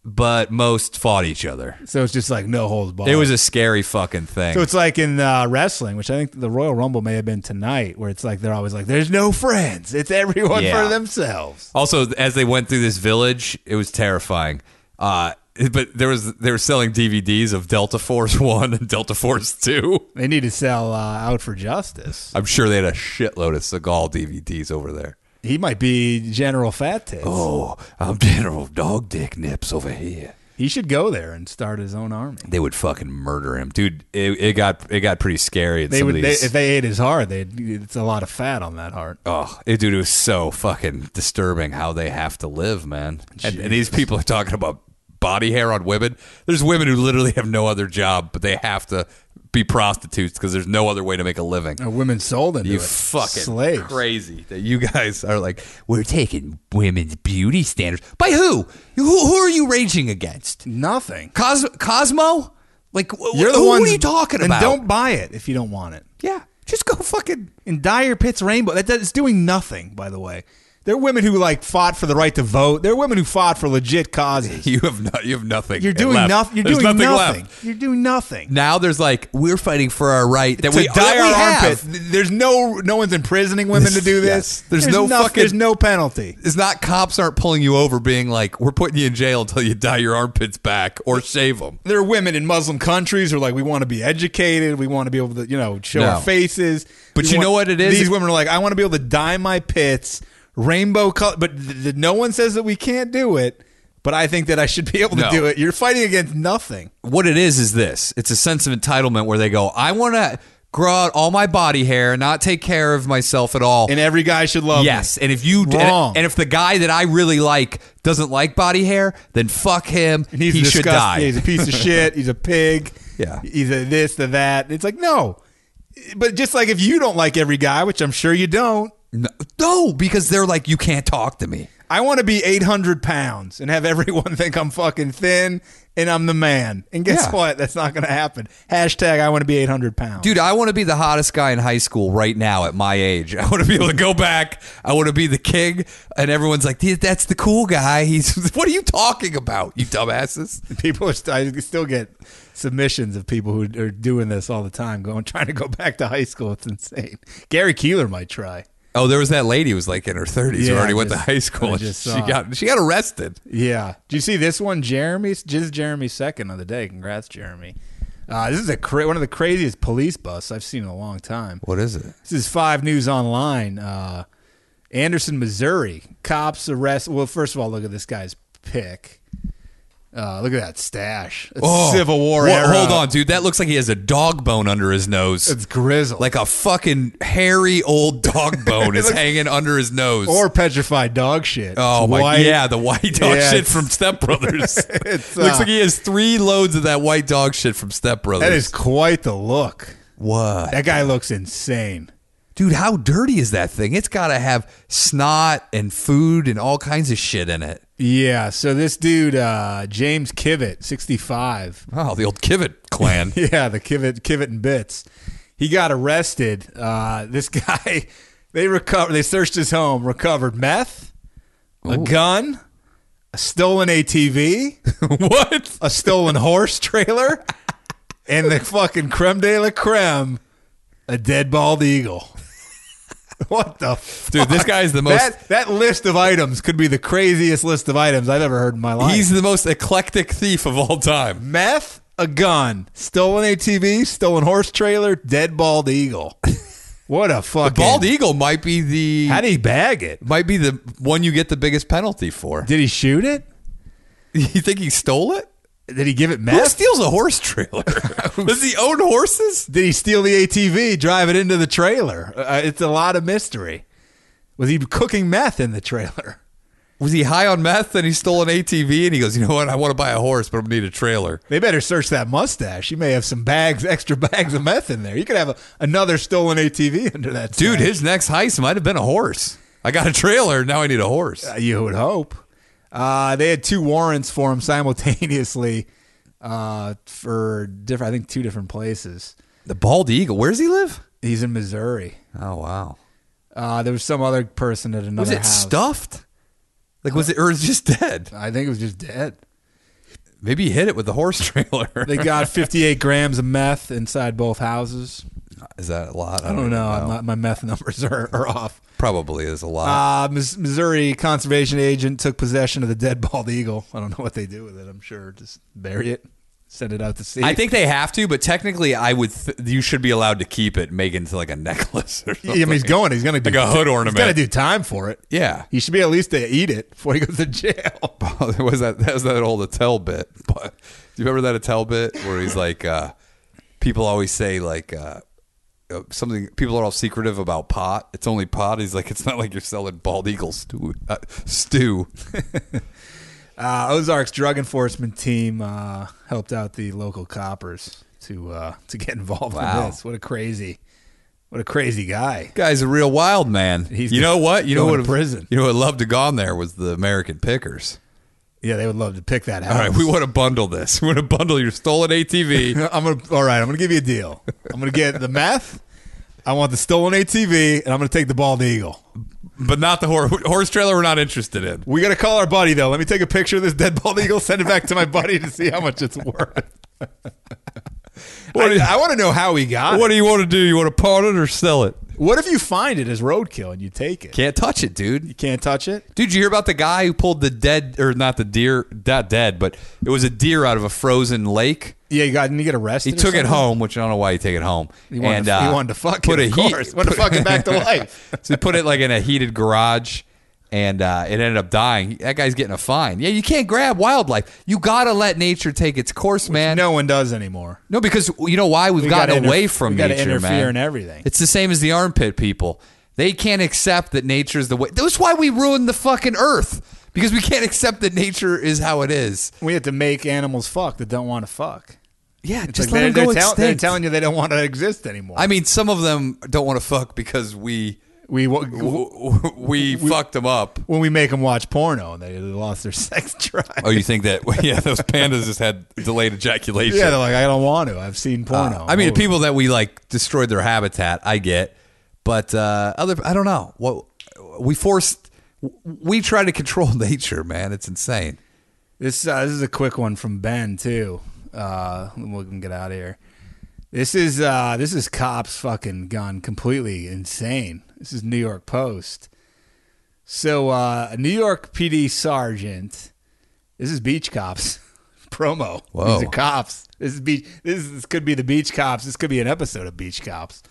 D: but most fought each other.
C: So it's just like no holds barred.
D: It was a scary fucking thing.
C: so it's like in uh, wrestling, which I think the Royal Rumble may have been tonight, where it's like they're always like, "There's no friends. It's everyone
D: Yeah.
C: for themselves."
D: Also, as they went through this village, it was terrifying. Uh, but there was they were selling DVDs of Delta Force (laughs) One and Delta Force Two.
C: They need to sell uh, out for justice.
D: I'm sure they had a shitload of Seagal DVDs over there.
C: He might be General Fat Tits.
D: Oh, I'm General Dog Dick Nips over here.
C: He should go there and start his own army.
D: They would fucking murder him, dude. It, it got it got pretty scary. In
C: They
D: some
C: would
D: of
C: they,
D: these,
C: if they ate his heart. They it's a lot of fat on that heart.
D: oh, it, dude, it was so fucking disturbing how they have to live, man. And, and these people are talking about body hair on women. There's women who literally have no other job, but they have to be prostitutes because there's no other way to make a living.
C: A Uh, women sold into
D: You
C: it.
D: fucking
C: slaves.
D: crazy that you guys are like we're taking women's beauty standards by who? Who, who are you raging against?
C: Nothing.
D: Cos- Cosmo? Like wh-
C: You're the
D: who
C: one.
D: are you talking
C: and
D: about?
C: don't buy it if you don't want it.
D: yeah, just go fucking.
C: And Dire Pitts Rainbow. That, that's doing nothing, by the way. There are women who like fought for the right to vote. There are women who fought for legit causes.
D: (laughs) (laughs) You have no, you have nothing.
C: You're doing
D: left.
C: nothing. You're
D: There's
C: doing
D: nothing,
C: nothing.
D: left.
C: You're doing nothing.
D: Now there's like we're fighting for our right that
C: to
D: we
C: dye
D: that we
C: our
D: have.
C: armpit. There's no no one's imprisoning women to (laughs) do
D: Yes.
C: this.
D: There's no fucking-
C: There's no penalty.
D: It's not cops aren't pulling you over, being like, "We're putting you in jail until you dye your armpits back or shave them."
C: There are women in Muslim countries who are like, we want to be educated. We want to be able to, you know, show
D: No.
C: our faces.
D: But
C: We
D: you
C: want-
D: know what it is?
C: These women are like, I want to be able to dye my pits rainbow color. But th- th- no one says that we can't do it. But I think that I should be able to
D: No.
C: do it. You're fighting against nothing.
D: what it is is this it's a sense of entitlement where they go i want to grow out all my body hair not take care of myself at all
C: And every guy should love me.
D: yes and if you
C: Wrong.
D: and, and if the guy that i really like doesn't like body hair then fuck him
C: And he's
D: he
C: a
D: should
C: disgust-
D: die
C: yeah, he's a piece
D: (laughs)
C: of shit. He's a pig.
D: Yeah.
C: He's a this, the that. It's like, no. But just like if you don't like every guy, which I'm sure you don't,
D: no, no, because they're like you can't talk to me
C: I want to be 800 pounds and have (laughs) everyone think I'm fucking thin and I'm the man. And guess
D: Yeah.
C: what? That's not going to happen. Hashtag I want to be 800 pounds.
D: dude i want to be the hottest guy in high school right now at my age i want to be able to go back i want to be the king and everyone's like "Yeah, that's the cool guy he's (laughs) what are you talking about you dumbasses
C: (laughs) people are st- I still get submissions of people who are doing this all the time, going trying to go back to high school. It's insane. Gary Keeler might try.
D: Oh, there was that lady who was like in her 30s who
C: Yeah,
D: already
C: I
D: went
C: just-
D: to high school.
C: I
D: and
C: just
D: she
C: saw.
D: got she got arrested.
C: Yeah. Do you see this one? Jeremy's just Jeremy's second of the day. Congrats, Jeremy. Uh, this is a cra- one of the craziest police busts I've seen in a long time.
D: What is it?
C: This is Five News Online. Uh, Anderson, Missouri. Cops arrest. Well, first of all, look at this guy's pick. Uh, look at that stash. It's Civil War
D: Whoa,
C: era.
D: Oh, Hold on, dude. That looks like he has a dog bone under his nose.
C: It's grizzled.
D: like a fucking hairy
C: (laughs)
D: old dog bone is hanging under his nose.
C: or petrified dog shit.
D: oh
C: It's
D: my
C: white.
D: yeah, the white dog
C: Yeah,
D: shit
C: it's-
D: from Step Brothers. (laughs) looks
C: (laughs) It's, uh,
D: like he has three loads of that white dog shit from Step Brothers.
C: That is quite the look.
D: what,
C: That guy looks insane.
D: dude? How dirty is that thing? It's got to have snot and food and all kinds of shit in it.
C: Yeah. So this dude, uh, James Kivett, 65,
D: Oh, the old Kivett
C: (laughs)
D: clan.
C: Yeah, the Kivett, Kivett and Bits. He got arrested. Uh, this (laughs) guy, they recovered. They searched his home, recovered meth, a gun, a stolen ATV,
D: (laughs) what?
C: a stolen horse trailer, and the fucking creme de la creme, a dead bald eagle. (laughs) What the fuck?
D: Dude, this guy's the most-
C: That, that list of items could be the craziest list of items I've ever heard in my life.
D: He's the most eclectic thief of all time.
C: meth, a gun, stolen ATV, stolen horse trailer, dead bald eagle. (laughs) What a fucking
D: Bald Eagle might be the
C: How did he bag it?
D: might be the one you get the biggest penalty for.
C: Did he shoot it?
D: (laughs) You think he stole it?
C: Did he give it
D: Who
C: meth?
D: steals a horse (laughs) trailer? Does he own horses?
C: Did he steal the ATV, drive it into the trailer? Uh, it's a lot of mystery. Was he cooking meth in the trailer? (laughs)
D: Was he high on meth and he stole an ATV and he goes, you know what? I want to buy a horse, but I'm gonna need a trailer.
C: They better search that mustache. He may have some bags, (laughs) extra bags of meth in there. You could have a, another stolen ATV under that.
D: Dude,
C: stash.
D: his next heist might have been a horse. I got a trailer. Now I need a horse.
C: Uh, You would hope. Uh, they had two warrants for him (laughs) simultaneously uh, for different, I think, two different places.
D: The bald eagle. Where does he live?
C: He's in Missouri.
D: Oh wow.
C: Uh, there was some other person at another
D: Was it
C: house.
D: stuffed? Like was it or is it just dead?
C: I think it was just dead.
D: Maybe he hit it with the horse (laughs) trailer.
C: They
D: (laughs)
C: got 58 grams of meth inside both houses.
D: Is that a lot?
C: I don't
D: even
C: know. I'm not, my meth (laughs) numbers are, are off.
D: Probably is a lot.
C: Uh, Mis- Missouri conservation agent took possession of the dead bald eagle. I don't know what they do with it. I'm sure just bury it, send Uh, it out to sea.
D: I think they have to, but technically, I would. Th- you should be allowed to keep it, make it into like a necklace or
C: Yeah,
D: something.
C: I mean, he's going. He's going to do
D: Like a hood ornament.
C: He's going to do time for it.
D: Yeah.
C: He should be at least to eat it before he goes to
D: (laughs)
C: jail.
D: was that that was that old Attell bit? (laughs) But do you remember that Attell bit where he's like, uh, people always say like uh, uh, something. People are all secretive about pot. It's only pot. He's like, it's not like you're selling bald eagle stew. Uh, stew.
C: (laughs)
D: (laughs)
C: Uh, Ozark's drug enforcement team uh, helped out the local coppers to uh, to get involved
D: Wow.
C: in this. What a crazy, what a crazy guy.
D: Guy's a real wild man.
C: He's
D: you know what? You know
C: going
D: what?
C: to prison.
D: You know what? Loved to gone there was the American Pickers.
C: Yeah, they would love to pick that out.
D: All right, we want to bundle this. We want to bundle your stolen (laughs) ATV.
C: (laughs) I'm gonna. All right, I'm gonna give you a deal. I'm gonna get the meth. I want the stolen ATV, and I'm gonna take the bald eagle.
D: but not the horse, horse trailer. We're not interested in.
C: We got to call our buddy though. Let me take a picture of this dead bald eagle, send it back to my buddy to see how much it's worth.
D: What do you-
C: I, want to know how he got
D: (laughs) What
C: what,
D: do you want to do? You want to pawn it or sell it?
C: it. What if you find it as roadkill and you take it?
D: Can't touch it, dude.
C: You can't touch it.
D: Dude, you hear about the guy who pulled the dead or not the deer, not dead, but it was a deer out of a frozen lake.
C: Yeah, you got. Didn't you get
D: He
C: arrested? or
D: took it
C: something?
D: home, which I don't know why he take it home. He
C: wanted
D: and,
C: to- he
D: uh,
C: wanted to fuck
D: put
C: it,
D: a
C: of
D: heat-
C: course. Wanted to fuck it back
D: (laughs)
C: to (laughs) life.
D: so he put it like in a heated garage, and uh, it ended up dying. That guy's getting a fine. Yeah, you can't grab wildlife. You gotta let nature take its course, man.
C: No one does anymore.
D: No, because you know why we've
C: We
D: gotten
C: gotta
D: away
C: interf-
D: from
C: we gotta
D: nature,
C: interfere
D: man.
C: in everything.
D: It's the same as the armpit people. They can't accept that nature's the way. That's why we ruined the fucking earth because we can't accept that nature is how it is.
C: We have to make animals fuck that don't want to fuck.
D: Yeah,
C: It's
D: just
C: like
D: let
C: they're,
D: them go
C: they're, tell- they're
D: extinct.
C: telling you they don't want to exist anymore.
D: I mean, some of them don't want to fuck because we (laughs)
C: we wa-
D: we, fucked them up.
C: when we make them watch porno and they they lost their (laughs) sex drive.
D: Oh, you think that? (laughs) Yeah, those pandas just had delayed ejaculation.
C: Yeah, they're like, I don't want to. I've seen
D: Uh,
C: porno. Oh,
D: I mean,
C: Ooh.
D: people that we like destroyed their habitat. I get, but uh, other, I don't know. What we forced, we try to control (laughs) nature, man. It's insane.
C: This uh, this is a quick one from Ben too. Uh, we can get out of here. This is uh, this is cops fucking gone completely insane. This is New York Post. So uh, a New York PD sergeant. This is beach cops (laughs) promo.
D: Whoa.
C: These are cops. This is beach. This, is, this could be the beach cops. This could be an episode of Beach Cops.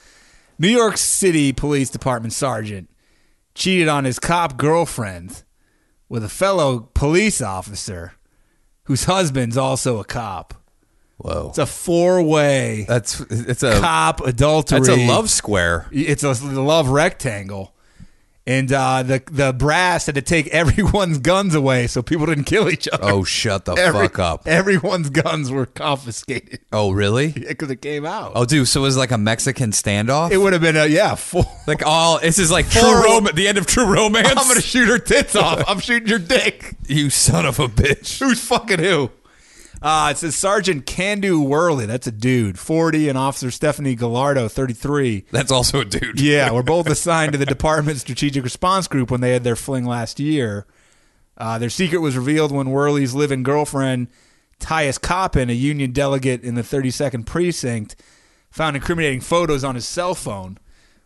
C: New York City Police Department sergeant cheated on his cop girlfriend with a fellow police officer whose husband's also a cop.
D: Whoa,
C: It's a four way
D: that's it's a
C: cop adultery.
D: that's a love square.
C: It's a love rectangle. And uh, the the brass had to take (laughs) everyone's guns away so people didn't kill each other.
D: Oh, shut the
C: Every-
D: fuck up.
C: Everyone's guns were confiscated (laughs)
D: Oh, really?
C: because it came out.
D: Oh, dude. So it was like a Mexican standoff.
C: It would have been a yeah four.
D: like all this is like
C: Four-
D: true romance. The end of true romance.
C: (laughs) I'm gonna shoot her tits (laughs) off. I'm shooting your dick.
D: you son of a bitch.
C: Who's fucking who? Uh, it says Sergeant Candu Worley. That's a dude, 40, and Officer Stephanie Gallardo, 33.
D: That's also a
C: (laughs)
D: dude.
C: Yeah, were both assigned to the department's strategic response group when they had their fling last year. Uh, their secret was revealed when Worley's living girlfriend, Tyus Coppin, a union delegate in the 32nd precinct, found incriminating photos on his cell phone.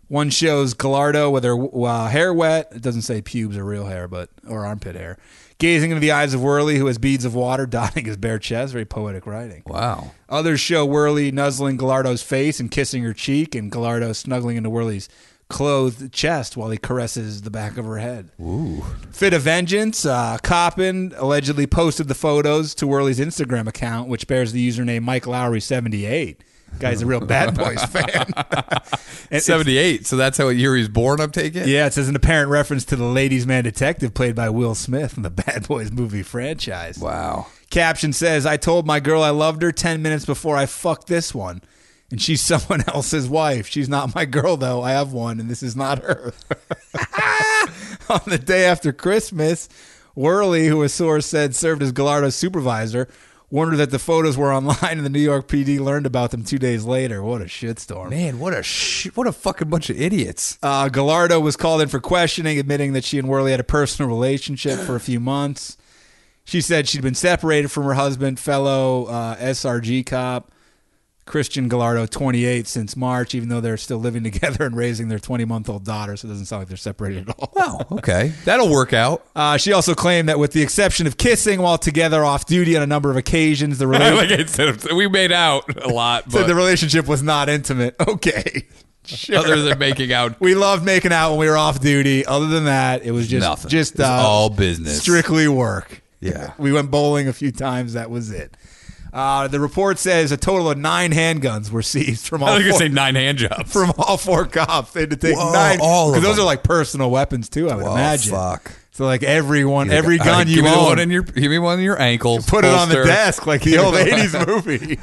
C: One shows Gallardo with her uh, hair wet. It doesn't say pubes or real hair, but or armpit hair. Gazing into the eyes of Worley, who has beads of water (laughs) dotting his bare chest. Very poetic writing.
D: Wow.
C: Others show Whirly nuzzling Gallardo's face and kissing her cheek, and Gallardo snuggling into Whirly's clothed chest while he caresses the back of her head. Ooh. Fit of vengeance, uh, Coppin allegedly posted the photos to Whirly's Instagram account, which bears the username Mike Lowry78. Guy's a real Bad Boys fan. (laughs) And it's-
D: 78. So that's how a year he's born, I'm taking? it?
C: yeah, it says an apparent reference to the ladies' man detective played by Will Smith in the Bad Boys movie franchise.
D: Wow.
C: Caption says, I told my girl I loved her 10 minutes before I fucked this one. And she's (laughs) someone else's wife. She's not my girl, though. I have one, and this is not her. (laughs) On the day after Christmas, Worley, who a source said served as Gallardo's supervisor, warned her that the photos were online, and the New York PD learned about them two days later. What a shitstorm.
D: Man, what a sh- what a fucking bunch of idiots.
C: Uh, Gallardo was called in for questioning, admitting that she and Worley had a personal relationship for a few months. She said she'd been separated from her husband, fellow uh, SRG cop Christian Gallardo, 28, since March, even though they're still living (laughs) together and raising their 20 month old daughter. So it doesn't sound like they're separated at all.
D: Oh, okay. (laughs) That'll work out.
C: Uh, she also claimed that, with the exception of kissing while together off duty on a number of occasions, the relationship.
D: like I said, we made out a lot, (laughs)
C: said
D: but
C: the relationship was not intimate. (laughs) Okay. Sure.
D: other than making out, (laughs)
C: We loved making out when we were off duty. Other than that, it was just
D: Nothing.
C: just uh,
D: It was all business.
C: strictly work.
D: Yeah.
C: (laughs) we went bowling a few times. That was it. Uh, the report says a total of nine handguns were seized from all
D: (laughs) I was going to
C: four,
D: say nine hand
C: (laughs)
D: jobs.
C: from all four cops. They had to take
D: Whoa,
C: nine
D: all of
C: because those
D: them.
C: are like personal weapons too. I would
D: Whoa,
C: imagine.
D: fuck.
C: So like everyone,
D: Like,
C: every
D: all
C: gun
D: right,
C: you
D: (laughs) give Me the one
C: own,
D: in your, give me one in your ankle.
C: put it on the
D: holster.
C: desk like the
D: (laughs)
C: old 80s movie.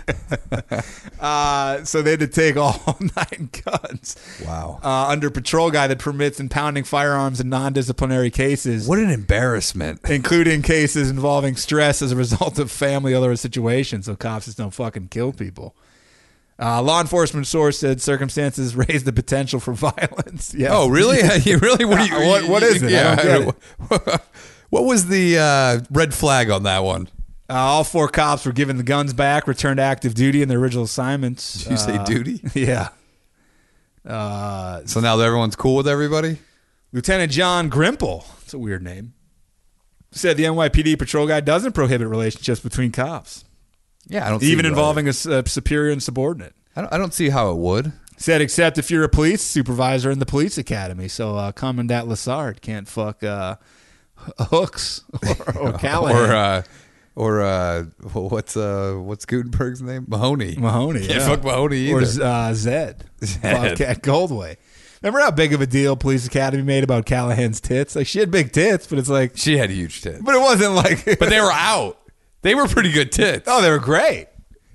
C: (laughs) uh, so they had to take all (laughs) nine guns.
D: Wow.
C: Uh, under patrol guy that permits impounding firearms in non disciplinary cases.
D: What an (laughs) embarrassment.
C: Including cases involving stress as a result of family or other situations, so cops just don't fucking kill people. Uh, law enforcement source said circumstances (laughs) raised the potential for violence. Yeah.
D: Oh, (laughs) really? you really? (laughs) What, do you,
C: What- what is it? I
D: Yeah.
C: don't
D: (laughs) what was the uh, red flag on that one?
C: Uh, all four cops were given the guns back, returned to active duty in their original assignments.
D: Did you say
C: Uh,
D: duty?
C: (laughs)
D: (laughs)
C: Yeah. Uh,
D: So now everyone's cool with everybody.
C: Lieutenant John Grimple, it's a weird name, said the NYPD patrol guy doesn't prohibit relationships between cops,
D: Yeah, I don't see
C: even
D: why-
C: involving a, s- a superior and subordinate.
D: I don't, I don't see how it would.
C: Said except if you're a police supervisor in the police academy. So uh, Commandant Lassard can't fuck uh, (laughs) Hooks or, or Callahan.
D: (laughs) Or uh, or uh, (laughs) what's uh, what's Gutenberg's name? Mahoney.
C: Mahoney.
D: Can't
C: yeah.
D: fuck Mahoney
C: Or
D: either.
C: uh,
D: (laughs)
C: Zed. Bobcat Goldway. Remember how big of a deal Police Academy made about Callahan's tits? Like, she had big tits, but it's like, (laughs)
D: she had huge tits,
C: but it wasn't like,
D: but they were out. They were pretty good tits.
C: oh, they were great.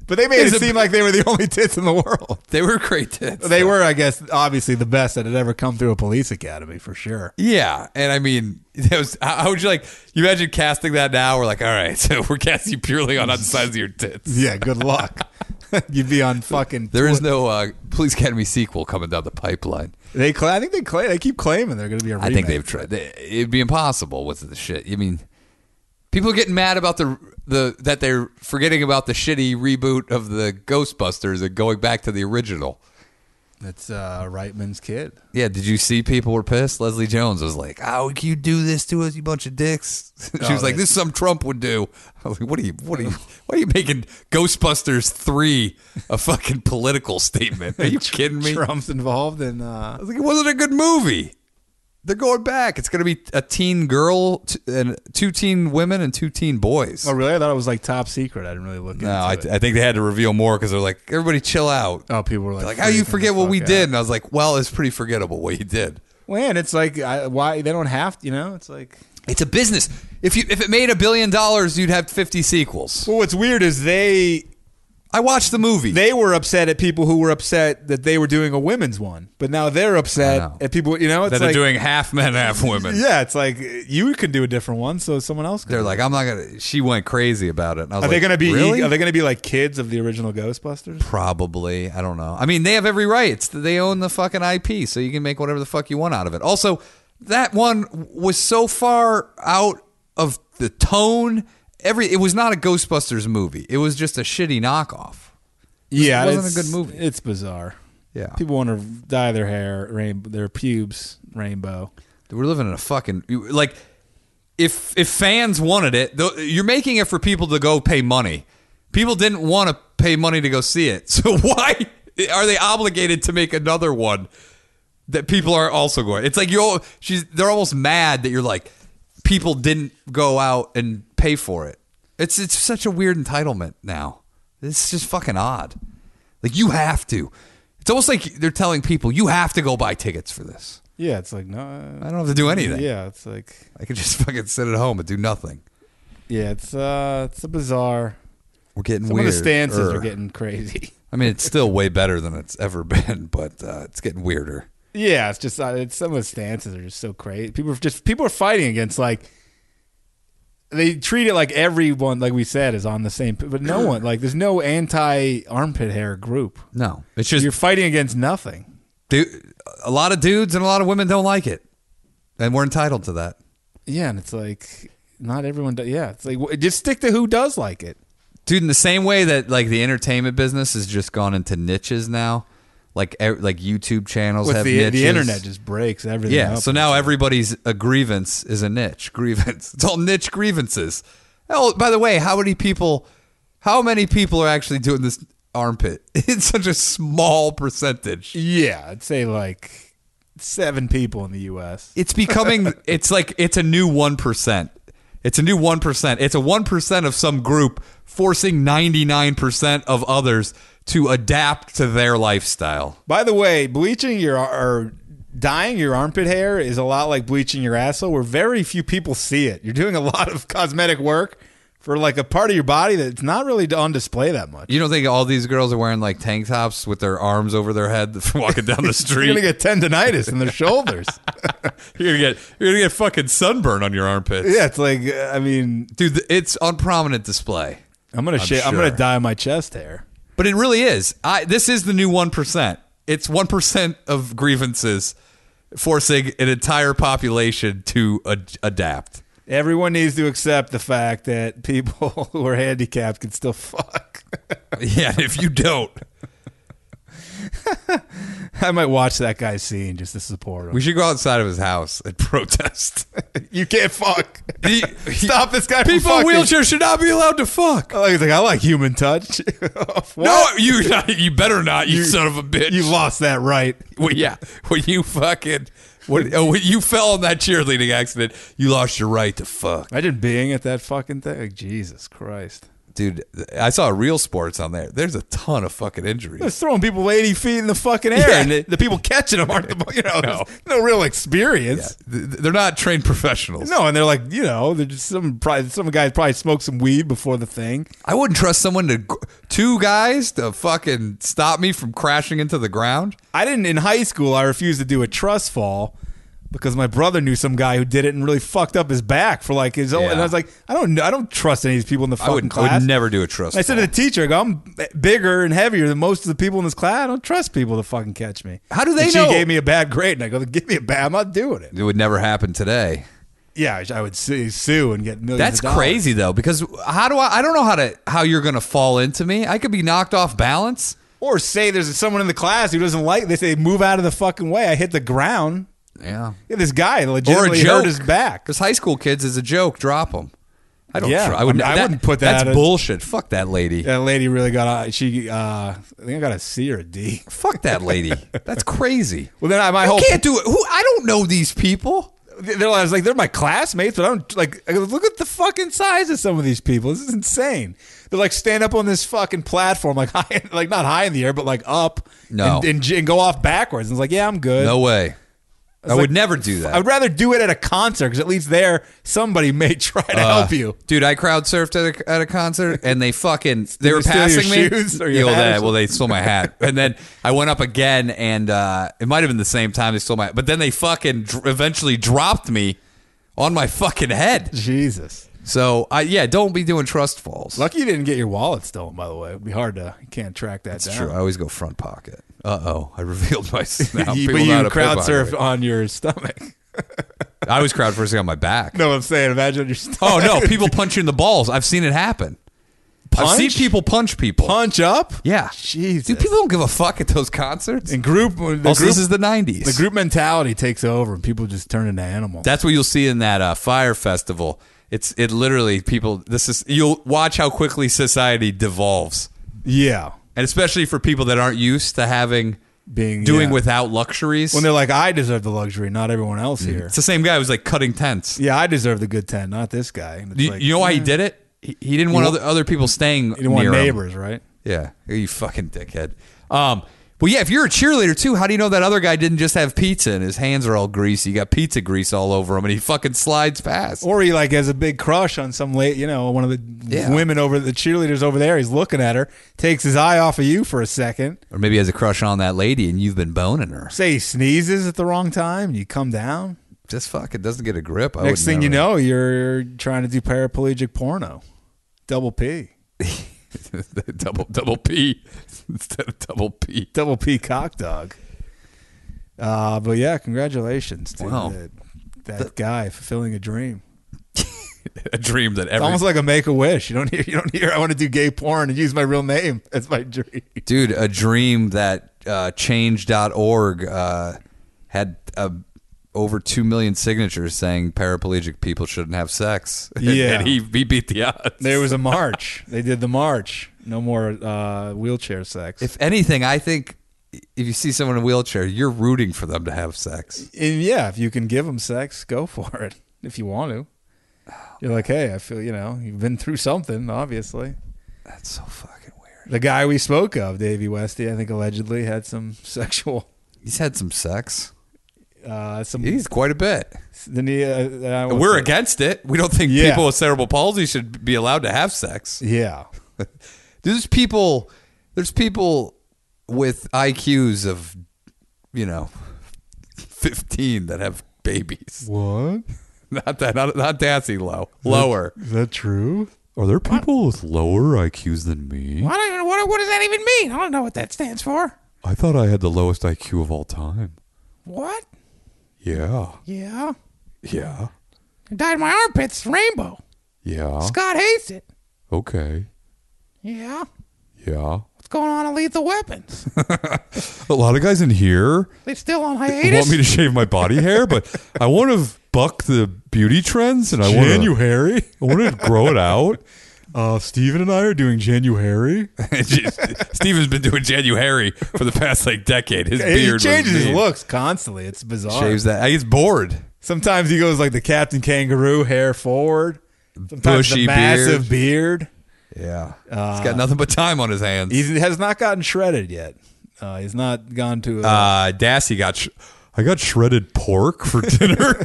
C: But they made
D: It's
C: it
D: a-
C: seem like they were the (laughs) only tits in the world.
D: They were great tits.
C: (laughs) They were, I guess, obviously the best that had ever come through a police academy for sure.
D: Yeah, and I mean, (laughs) that was how how would you like? You imagine casting that now? We're like, all right, (laughs) so we're casting you purely on the size of your tits.
C: (laughs) Yeah, good luck. (laughs) You'd be on fucking.
D: There is no uh, Police Academy sequel coming down the pipeline.
C: They, cla I think they claim. They keep claiming they're going to be a remake.
D: I think they've tried. They, it'd be impossible with the shit. I mean, people are getting mad about the the that they're forgetting about the shitty reboot of the Ghostbusters and going back to the original.
C: That's uh, Reitman's kid.
D: Yeah, did you see people were pissed? Leslie Jones was like, "Oh, can you do this to us, you bunch of dicks?" (laughs) she
C: Oh,
D: was like,
C: they-
D: "This is something Trump would do." I was like, "What are you? What are you? Why are you making Ghostbusters three a fucking political
C: (laughs)
D: statement? Are you kidding me?" I
C: Trump's involved in. (laughs) Uh,
D: was like, "It wasn't a good movie." They're going back. It's going to be a teen girl t- and two teen women and two teen boys.
C: oh, really? I thought it was like top secret. I didn't really look.
D: no,
C: into
D: I,
C: it.
D: I think they had to reveal more because they're like, "Everybody, chill out."
C: Oh, people were like,
D: They're like, how you
C: freaking
D: forget
C: the
D: what we
C: fuck out.
D: did? And I was like, "Well, it's pretty forgettable what you did."
C: Well, and it's like, I, why they don't have to, you know? It's like,
D: It's a business. If you if it made a billion dollars, you'd have fifty sequels.
C: well, what's weird is they
D: I watched the movie.
C: they were upset at people who were upset that they were doing a women's one, but now they're
D: I know.
C: upset at people. You know, it's
D: that are
C: like,
D: doing half men, half women.
C: (laughs) yeah, it's like you can do a different one, so someone else. Could
D: They're
C: do
D: like, I'm not gonna. She went crazy about it. And I was
C: it. are they
D: like,
C: going to be? e,
D: really?
C: Are they going to be like kids of the original Ghostbusters?
D: Probably. I don't know. I mean, they have every right. It's, they own the fucking IP, so you can make whatever the fuck you want out of it. Also, that one was so far out of the tone. Every it was not a Ghostbusters movie. It was just a shitty knockoff.
C: Yeah,
D: wasn't a
C: it's-
D: good movie.
C: It's bizarre.
D: Yeah.
C: people want to dye their hair rainbow, their pubes rainbow.
D: We're living in a fucking like if if fans wanted it, though, you're making it for people to go pay money. People didn't want to pay money to go see it, (laughs) so why are they obligated to make another one that people are also going? It's like you are she's they're almost mad that you're like people didn't go out and pay for it. It's it's such a weird entitlement now. It's just fucking odd. Like you have to. It's almost like they're telling people you have to go buy tickets for this.
C: Yeah, it's like no,
D: I don't have to do anything.
C: yeah, it's like
D: I could (laughs) just fucking sit at home and do nothing.
C: yeah, it's uh, it's a bizarre.
D: We're getting
C: Some
D: weird.
C: of the stances are getting crazy.
D: I mean, it's still way better than it's ever (laughs) been, but uh, it's getting weirder.
C: Yeah, it's just uh, it's, some of the stances are just so crazy. People are just people are fighting against like they treat it like everyone, like we said, is on the same. But no one like there's no anti armpit hair group.
D: No, it's just
C: You're fighting against nothing.
D: dude, a lot of dudes and a lot of women don't like it, and we're entitled to that.
C: Yeah, and it's like not everyone. Do, yeah, it's like w- just stick to who does like it.
D: dude in the same way that like the entertainment business has just gone into niches now like e- like youtube channels
C: With
D: have
C: the
D: niches.
C: the internet just breaks everything.
D: yeah
C: up.
D: so now everybody's a grievance is a niche (laughs) grievance it's all niche grievances oh by the way how many people how many people are actually doing this armpit (laughs) it's such a small percentage
C: yeah, I'd say like seven people in the U.S. (laughs)
D: it's becoming it's like it's a new 1% it's a new 1% it's a 1% of some group forcing 99% of others to adapt to their lifestyle
C: By the way, bleaching your or dyeing your armpit hair is a lot like bleaching your asshole, where very few people see it. You're doing a lot of cosmetic work for like a part of your body that's not really on display that much.
D: you don't think all these girls are wearing like tank tops with their arms over their head (laughs) from walking down
C: (laughs)
D: the
C: You're
D: street
C: gonna get tendonitis in their
D: (laughs)
C: shoulders.
D: you're gonna get you're gonna get fucking sunburn on your armpits
C: yeah, it's like uh, I mean,
D: dude it's on prominent display
C: I'm gonna shave. I'm
D: sure.
C: gonna dye my chest hair.
D: But it really is. I this is the new one percent. It's one percent of grievances forcing an entire population to ad-
C: (laughs)
D: adapt.
C: Everyone needs to accept the fact that people (laughs) who are handicapped can still fuck. (laughs)
D: Yeah, and if you don't,
C: I might watch that guy scene just to support him.
D: we should go outside of his house and (laughs) protest.
C: you can't fuck.
D: He-
C: Stop this guy. from
D: People in
C: fucking.
D: wheelchairs should not be allowed to fuck.
C: Like, he's like, I like human touch. (laughs)
D: No, you (laughs) you better not, you, son of a bitch.
C: you lost that right.
D: Well, yeah. When you fucking when, oh, when you fell in that cheerleading accident, you lost your right to fuck,
C: Imagine being at that fucking thing. Like, Jesus Christ.
D: dude. I saw real sports on there. There's a ton of fucking injuries.
C: It's throwing people 80 feet in the fucking air,
D: Yeah.
C: and the, the people catching them aren't the, you know, no, no real experience.
D: Th- They're not trained professionals.
C: No, and they're like, you know, they're just some probably, some guy probably smoked some weed before the thing.
D: I wouldn't trust someone to gr- two guys to fucking stop me from crashing into the ground.
C: I didn't in high school. I refused to do a trust fall because my brother knew some guy who did it and really fucked up his back for like his own.
D: Yeah.
C: And I was like, I don't, know- I don't trust any of these people in the
D: I
C: fucking
D: would,
C: class.
D: I would never do a trust.
C: I said to the teacher, I go, I'm b- bigger and heavier than most of the people in this class. I don't trust people to fucking catch me.
D: How do they
C: and
D: know?
C: She gave me a bad grade, and I go, give me a bad. I'm not doing it.
D: fall. it would never happen today.
C: Yeah, I would sue, sue and get millions.
D: That's
C: of dollars.
D: crazy though, because how do I? I don't know how to how you're gonna fall into me. I could be knocked off balance.
C: Or say there's someone in the class who doesn't like. They say move out of the fucking way. I hit the ground.
D: Yeah.
C: Yeah, this guy
D: or a
C: legitimately
D: joke.
C: hurt his back.
D: Because high school kids is a joke. Drop them. I don't.
C: Yeah,
D: tr- I, would,
C: I mean, I wouldn't put that
D: That's
C: as-
D: bullshit. Fuck that lady.
C: That lady really got. a- She, uh, I think I got a C or a D.
D: Fuck that
C: (laughs)
D: lady. That's crazy.
C: Well, then I, my
D: I
C: whole
D: can't do it. Who? I don't know these people.
C: they're like, I was like, they're my classmates, but I don't like. I go, look at the fucking size of some of these people. This is insane. They're like stand up on this fucking platform, like (laughs) high, like not high in the air, but like up,
D: No.
C: and, and, j- and go off backwards. And it's like, yeah, I'm good.
D: No way. I
C: like-
D: would never do that.
C: I would rather do it at a concert because at least there somebody (laughs) may try to
D: Uh,
C: help you.
D: dude. I crowd surfed at a, at a
C: (laughs)
D: concert, and they fucking they were
C: they steal your
D: passing me.
C: shoes or your
D: Yeah, well,
C: hat or
D: they, well, they stole
C: (laughs)
D: my hat, and then I went up again, and uh, it might have been the same time they stole my. But then they fucking dr- eventually dropped me on my fucking head.
C: Jesus,
D: So I yeah, don't be doing trust falls.
C: lucky you didn't get your wallet stolen. By the way, it'd be hard to you can't track that
D: It's
C: down. (laughs)
D: true. I always go front pocket. Uh oh, I (laughs) revealed my now
C: You-
D: people
C: but
D: know how
C: you
D: to
C: crowd
D: pick pocket.
C: surfed on your stomach. (laughs)
D: I was crowd surfing on my back.
C: No, I'm saying, imagine your stomach.
D: (laughs) Oh no, people punch you in the balls. I've seen it happen. I've seen
C: Punch?
D: people punch people.
C: punch up.
D: Yeah,
C: Jesus.
D: Dude, people don't give a fuck at those concerts.
C: And group, the
D: also,
C: group
D: this is the '90s.
C: The group mentality takes over, and people just turn into animals.
D: That's what you'll see in that uh, fire festival. It's it literally people. This is you'll watch how quickly society devolves,
C: yeah,
D: and especially for people that aren't used to having
C: being
D: doing
C: yeah.
D: without luxuries.
C: when they're like, I deserve the luxury, not everyone else here.
D: it's the same guy who's like cutting tents.
C: Yeah, I deserve the good ten, not this guy. And it's
D: You,
C: like,
D: you know why he
C: eh,
D: did it? He, he didn't want
C: wa-
D: other, other people staying
C: He didn't want
D: near him.
C: neighbors, right?
D: Yeah, you fucking dickhead. Um, well, yeah, if you're a cheerleader too, how do you know that other guy didn't just have pizza and his hands are all greasy? He got pizza grease all over him, and he fucking slides past.
C: Or he like has a big crush on some late, you know, one of the
D: Yeah.
C: women over the cheerleaders over there. He's looking at her, takes his eye off of you for a second.
D: Or maybe he has a crush on that lady, and you've been boning her.
C: Say he sneezes at the wrong time, you come down.
D: Just fucking doesn't get a grip. I
C: Next
D: would
C: thing you
D: never-
C: know, you're trying to do paraplegic porno, double P,
D: (laughs) double double P (laughs) instead of double P. (laughs)
C: double P cock dog. Uh, but yeah, congratulations to
D: Wow.
C: that, that guy fulfilling a dream.
D: A dream that
C: It's
D: every
C: almost like a make a wish. You don't hear. You don't hear. I want to do gay porn and use my real name as my dream.
D: dude a dream that uh, change.org uh, had uh, over 2 million signatures saying paraplegic people shouldn't have sex (laughs) And-
C: Yeah.
D: and he, he beat the odds
C: There was a march. they did the march. No more uh, wheelchair sex.
D: if anything i think if you see someone in a wheelchair you're rooting for them to have sex
C: and yeah, if you can give them sex, go for it. If you want to, you're like, hey, I feel. You know, you've been through something. Obviously,
D: that's so fucking weird
C: the guy we spoke of, Davey Westy, I think allegedly had some (laughs) sexual.
D: he's had some sex
C: Uh, some.
D: he's quite a bit
C: Then he, uh, I won't
D: we're
C: say-
D: against it we don't think
C: Yeah.
D: people with cerebral palsy should be allowed to have sex
C: Yeah.
D: there's people there's people with IQs of you know 15 that have babies (laughs)
C: What?
D: not that not, not Dassy low lower
C: Is that true?
D: Are there people with lower IQs than me?
F: I don't even, what, what does that even mean? I don't know what that stands for.
D: I thought I had the lowest IQ of all time.
F: What?
D: Yeah.
F: Yeah.
D: Yeah.
F: I dyed my armpits rainbow.
D: Yeah.
F: Scott hates it.
D: Okay.
F: Yeah.
D: Yeah.
F: What's going on in Lethal Weapons?
D: A lot of guys in here
F: They still on
D: want
F: hiatus?
D: me to shave my body hair, but I want to buck the beauty trends and I want to
G: January.
D: I want to grow it out.
G: Uh, Steven and I are
D: (laughs)
G: doing January.
D: Steven's been doing January for the past like decade. His
F: he
D: beard
F: changes
D: was
F: his
D: mean.
F: looks constantly. It's bizarre.
D: Shaves that. He's bored.
F: Sometimes he goes like the Captain Kangaroo, hair forward. Sometimes
D: Bushy
F: the massive beard.
D: Yeah. he's got nothing but time on his hands.
F: He has not gotten shredded yet. Uh, he's not gone to. (laughs) A,
D: uh, Dassey got. Sh- I got shredded pork for dinner.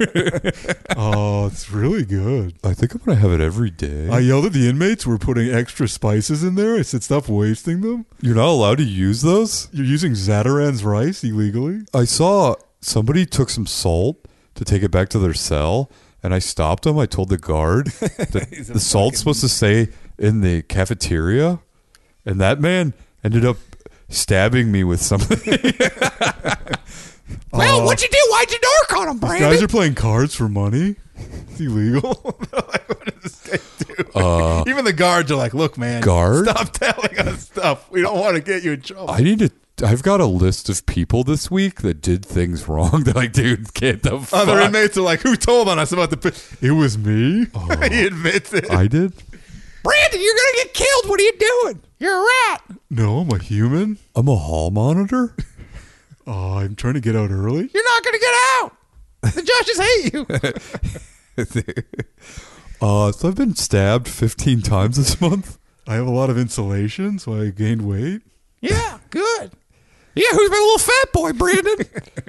G: (laughs) Oh, it's really good.
D: I think I'm gonna have it every day.
G: I yelled at the inmates. We're putting extra spices in there. I said, stop wasting them.
D: You're not allowed to use those.
G: You're using Zataran's rice illegally.
D: I saw somebody took some salt to take it back to their cell, and I stopped them. I told the guard (laughs)
G: (laughs)
D: that the salt's supposed to stay in the cafeteria, and that man ended up stabbing me with something.
F: well, what'd you do? Why'd you narc on him,
G: Guys are playing cards
D: (laughs)
G: for (laughs) money. It's illegal.
D: uh,
F: Even the guards are like, "Look, man,
D: Guard?
F: stop (laughs) telling us stuff. We don't want to get you in trouble."
D: I need to. I've got a list of people this week that did things wrong. (laughs) They're like, dude, get the
G: Oh,
D: fuck.
F: Other inmates are like, "Who told on us about the?" P-?
G: it was me.
F: (laughs) he admits it.
D: Oh, I did.
F: Brandon, you're gonna get killed. What are you doing? You're a rat.
G: No, I'm a human.
D: I'm a hall
G: (laughs)
D: monitor.
G: Oh, I'm trying to get out early.
F: You're not gonna get out. The judges hate you.
D: Uh, so I've been stabbed 15 times this month.
G: I have a lot of insulation, so I gained weight.
F: yeah, good. Yeah, who's my little fat boy, Brandon?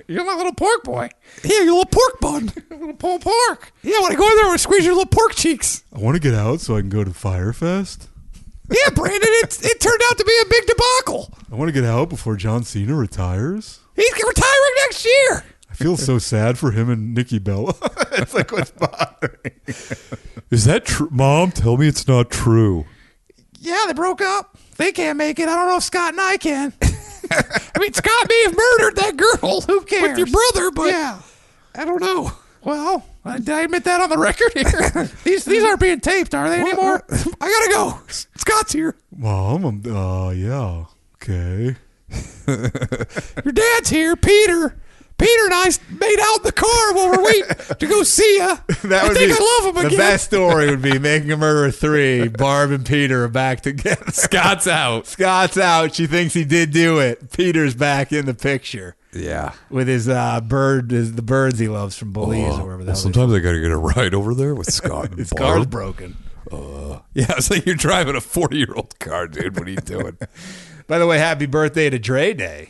F: you're my little pork boy. Yeah, your little pork bun, little pulled pork. Yeah, when I go in there, I want to squeeze your little pork cheeks.
G: I want to get out so I can go to Firefest.
F: Yeah, Brandon, it, it turned out to be a big debacle.
G: I want to get out before John Cena retires.
F: He's retiring next year.
G: I feel so sad for him and Nikki Bella. (laughs) it's like what's bothering.
D: Is that true? Mom, tell me it's not true.
F: Yeah, they broke up. They can't make it. I don't know if Scott and I can. (laughs) I mean, Scott may have murdered that girl. Who cares? With your brother, but yeah, I don't know. Well, I- did I admit that on the record (laughs) here? these these aren't being taped, are they anymore? (laughs) I gotta go. Scott's here.
G: Mom, I'm, uh, yeah, okay.
F: Your dad's here, Peter. Peter and I s- made out in the car while we're
D: (laughs)
F: waiting to go see ya.
C: (laughs)
F: I think I love him again.
C: story would be Making a Murderer 3, Barb and Peter are back together. (laughs)
D: Scott's out.
C: Scott's out. She thinks he did do it. Peter's back in the picture
D: Yeah.
C: with his uh, bird, his, the birds he loves from Belize or wherever the
D: Well,
C: hell.
D: sometimes I got to get a ride over there with (laughs) Scott. and
C: his car's
D: Barb.
C: broken.
D: Yeah, it's like you're driving a 40 year old car, dude. What are you doing?
C: By the way, happy birthday to Dre Day.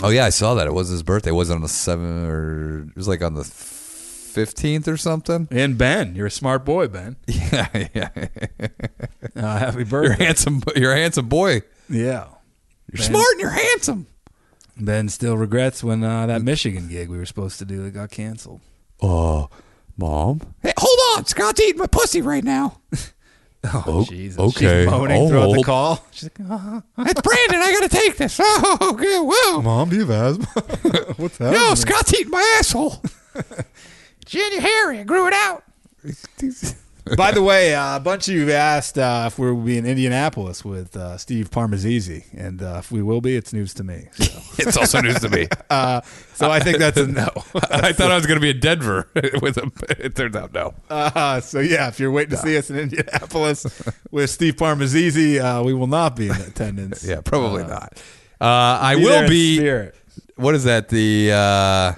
D: (laughs) oh, yeah, I saw that. It was his birthday. It wasn't on the 7th or it was like on the 15th or something.
C: And Ben, you're a smart boy, Ben.
D: (laughs) Yeah, yeah.
C: Uh, happy
D: (laughs) You're a
C: birthday.
D: handsome, you're a handsome boy.
C: (laughs) yeah.
D: You're smart and you're handsome.
C: Ben still regrets when uh, that Michigan gig we were supposed to do that got canceled.
D: Oh, mom.
F: Hey, hold on, Scott's eating my pussy
D: (laughs)
F: right now.
C: Oh,
D: O-
C: Jesus.
D: okay.
C: She's moaning
D: I'll
C: throughout the
D: hold.
C: call.
F: That's Brandon. I gotta take this. (laughs) Oh, okay, whoa.
G: Mom, do you have asthma? (laughs) what's happening?
F: No, Scott's eating my asshole. Junior Harry, I grew it out.
C: By the way, uh, a bunch of you have asked uh, if we will be in Indianapolis with uh, Steve Parmazizi, and uh, if we will be, it's news to me. So,
D: (laughs) It's also news to me. (laughs)
C: uh, so I think that's a (laughs) no.
D: I thought I was going to be in Denver (laughs) with a. It turns out no.
C: Uh, so yeah, if you're waiting to see us in Indianapolis with Steve Parmazizi, uh, we will not be in attendance.
D: (laughs) Yeah, probably not. Uh, I
C: be there
D: will
C: in
D: be.
C: spirit.
D: What is that? The uh,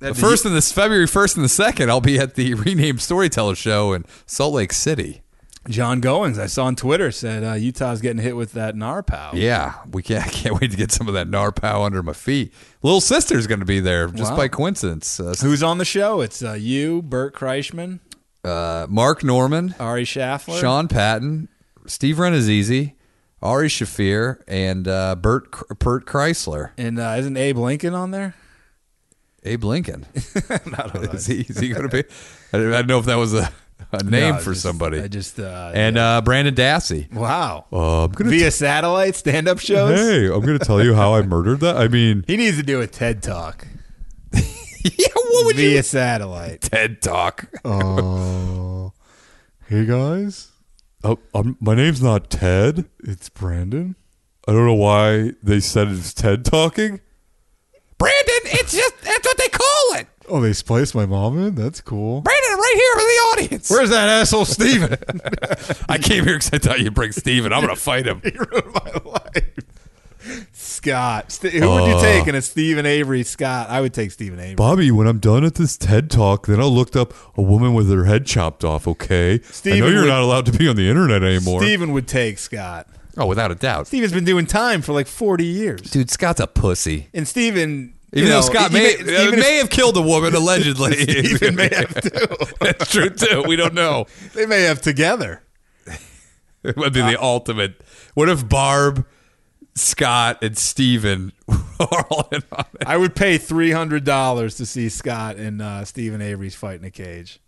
D: the first and this February first and the second. I'll be at the (laughs) renamed Storyteller Show in Salt Lake City.
C: John Goins, I saw on Twitter said uh, Utah's getting hit with that NARPOW.
D: Yeah, we can't. (laughs) I can't wait to get some of that narpow under my feet. Little sister's going to be there just
C: Wow.
D: by coincidence. Uh,
C: Who's on the show? It's uh, you, Bert Kreisman,
D: uh, Mark Norman,
C: Ari Shaffler,
D: Sean Patton, Steve Renazizi, Ari Shafir, and uh, Bert Cr- Bert Chrysler.
C: and uh, isn't Abe Lincoln on there?
G: (laughs)
D: (laughs) Abe Lincoln. is he, is he going to be? I don't I don't know if that was a a name
C: No,
D: for
C: just-
D: somebody.
C: I just uh,
D: and uh, Brandon Dassey.
C: wow.
D: Uh, I'm gonna
C: Via satellite stand up shows.
G: Hey, I'm going to tell you how I murdered that. I (laughs) mean,
C: He needs to do a TED talk (laughs)
D: yeah, what would
C: via (laughs)
D: you?
C: satellite.
D: TED Talk.
G: uh, hey guys. Oh, um, my name's not Ted. It's Brandon. I don't know why they said it's Ted talking.
D: Brandon, it's just that's what they call it.
G: Oh, they spliced my mom in? That's cool.
D: Brandon, right here in the audience.
C: Where's that asshole Steven?
D: I came here because I thought you'd bring Steven. I'm gonna fight him.
C: Scott. St- who would you take in a Stephen Avery Scott? I would take Stephen Avery.
G: Bobby, when I'm done at this TED talk, then I'll look up a woman with her head chopped off, okay? I know
C: Steven
G: you're
C: would-
G: not allowed to be on the internet anymore.
C: Steven would take Scott.
D: Oh, without a doubt,
C: Steven's been doing time for like 40 years.
D: dude. Scott's a pussy.
C: And Steven. you
D: Even
C: know,
D: though Scott
C: e-
D: may,
C: even-
D: uh,
C: even if-
D: may have killed a (laughs) woman allegedly, Steven may (laughs) have
C: (laughs)
D: too. That's true too. We don't know.
C: they may have together.
D: It would be the ultimate. What if Barb, Scott, and Steven (laughs) are all in on it?
C: I would pay $300 to see Scott and uh, Stephen Avery's fight in a cage.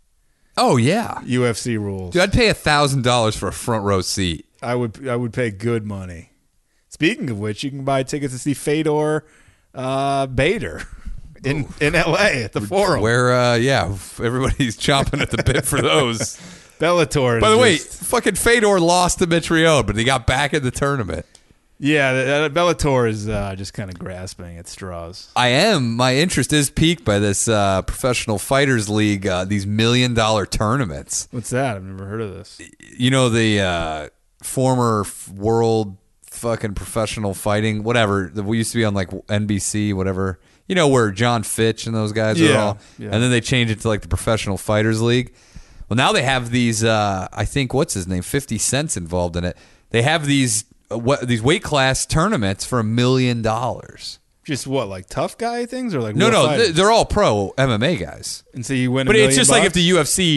D: Oh yeah,
C: UFC rules.
D: dude. I'd pay a thousand dollars for a front row seat.
C: I would I would pay good money. Speaking of which, you can buy tickets to see Fedor uh, Bader in in LA at the Forum.
D: Where, uh, yeah, everybody's (laughs) chomping at the bit for (laughs) those.
C: Bellator. is
D: By the way,
C: just-
D: fucking Fedor lost to Mitrione, but he got back in the tournament.
C: yeah, that, that Bellator is uh, just kind of grasping at straws.
D: I am. My interest is piqued by this uh, professional fighters league, uh, these million dollar tournaments.
C: What's that? I've never heard of this.
D: You know, the uh, former f- world fucking professional fighting, whatever. that We used to be on like NBC, whatever. You know, where John Fitch and those guys are
C: Yeah,
D: all.
C: yeah.
D: And then they changed it to like the professional fighters league. Well, now they have these, uh, I think, what's his name? 50 Cent's involved in it. They have these. uh, What, these weight class tournaments for a million dollars.
C: Just what, like tough guy things, or like
D: No,
C: real
D: no,
C: fighters?
D: th- they're all pro MMA guys.
C: and so you win. a
D: But it's
C: million
D: just like
C: bucks?
D: if the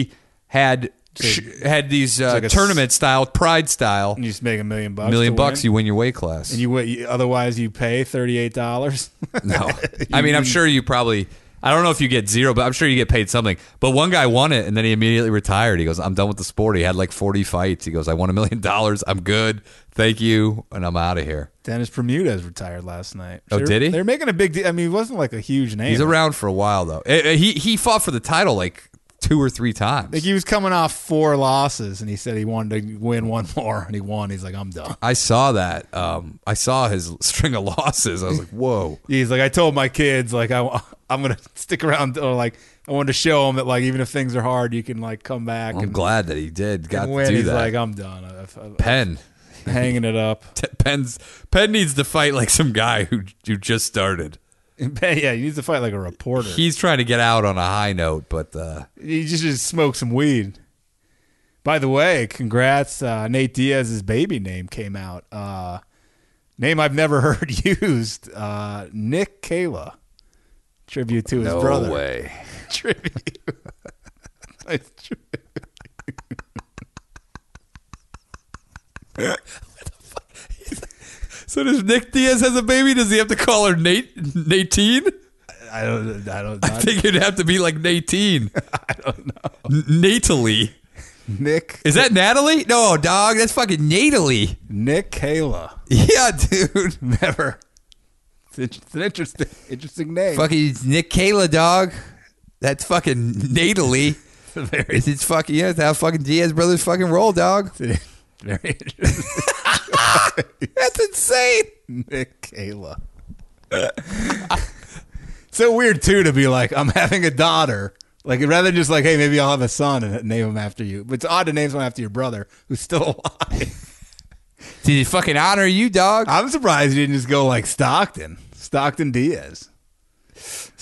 D: UFC had sh- had these uh,
C: like a s-
D: tournament style, pride style,
C: you just make a million bucks.
D: million
C: to
D: bucks,
C: win,
D: you win your weight class.
C: and you, win- you otherwise you pay thirty eight dollars.
D: (laughs)
C: (laughs)
D: no, I mean, I'm sure you probably. I don't know if you get zero, but I'm sure you get paid something. But one guy won it, and then he immediately retired. He goes, "I'm done with the sport." He had like 40 fights. He goes, "I won a million dollars. I'm good. Thank you, and I'm out of here."
C: Dennis Bermudez retired last night.
D: Oh,
C: They're-
D: did he?
C: They're making a big. deal. I mean, he wasn't like a huge name.
D: He's around for a while though. Eh, eh, He he fought for the title like two or three times.
C: Like he was coming off four losses, and he said he wanted to win one more, and he won. He's like, I'm done.
D: I saw that. Um, I saw his (laughs) string of losses. I was like, whoa.
C: He's like, I told my kids, like, I, (laughs) I'm gonna stick around, or like, I wanted to show them that, like, even if things are hard, you can like come back
D: I'm
C: and,
D: glad that he did. Got
C: and
D: to
C: win.
D: do
C: He's
D: that.
C: like, I'm done. I,
D: (laughs)
C: I,
D: Penn.
C: I'm hanging it up. (laughs)
D: T- Penn's Penn needs to fight like some guy who who just started.
C: yeah, he needs to fight like a reporter. He,
D: He's trying to get out on a high note, but uh,
C: just just smoked some weed. By the way, congrats, uh, Nate Diaz's baby name came out. Uh, name I've never (laughs) heard used. Uh, Nick Kayla. Tribute to his
D: no
C: brother.
D: (laughs) way.
C: tribute. Nice tribute.
D: So does Nick Diaz has a baby? Does he have to call her Nate Natine?
C: I don't. I don't.
D: I think it'd have to be like Natine. (laughs) I don't know. Natalie.
C: Nick.
D: Is that Natalie? No, dog. That's fucking Natalie.
C: Nick Kayla.
D: Yeah, (laughs) dude.
C: Never. It's, in- it's an interesting, interesting name.
D: Fucking Nick Kayla, dog. That's fucking natally. It's, it's fucking yeah. That's how fucking Diaz brothers fucking roll, dog.
C: Very interesting.
D: That's insane.
C: (laughs) Nick Kayla. (laughs) so weird too to be like, I'm having a daughter. Like rather than just like, hey, maybe I'll have a son and name him after you. But it's odd to name someone after your brother who's still alive. (laughs)
D: Did he fucking honor you, dog?
C: I'm surprised you didn't just go like Stockton, Stockton Diaz.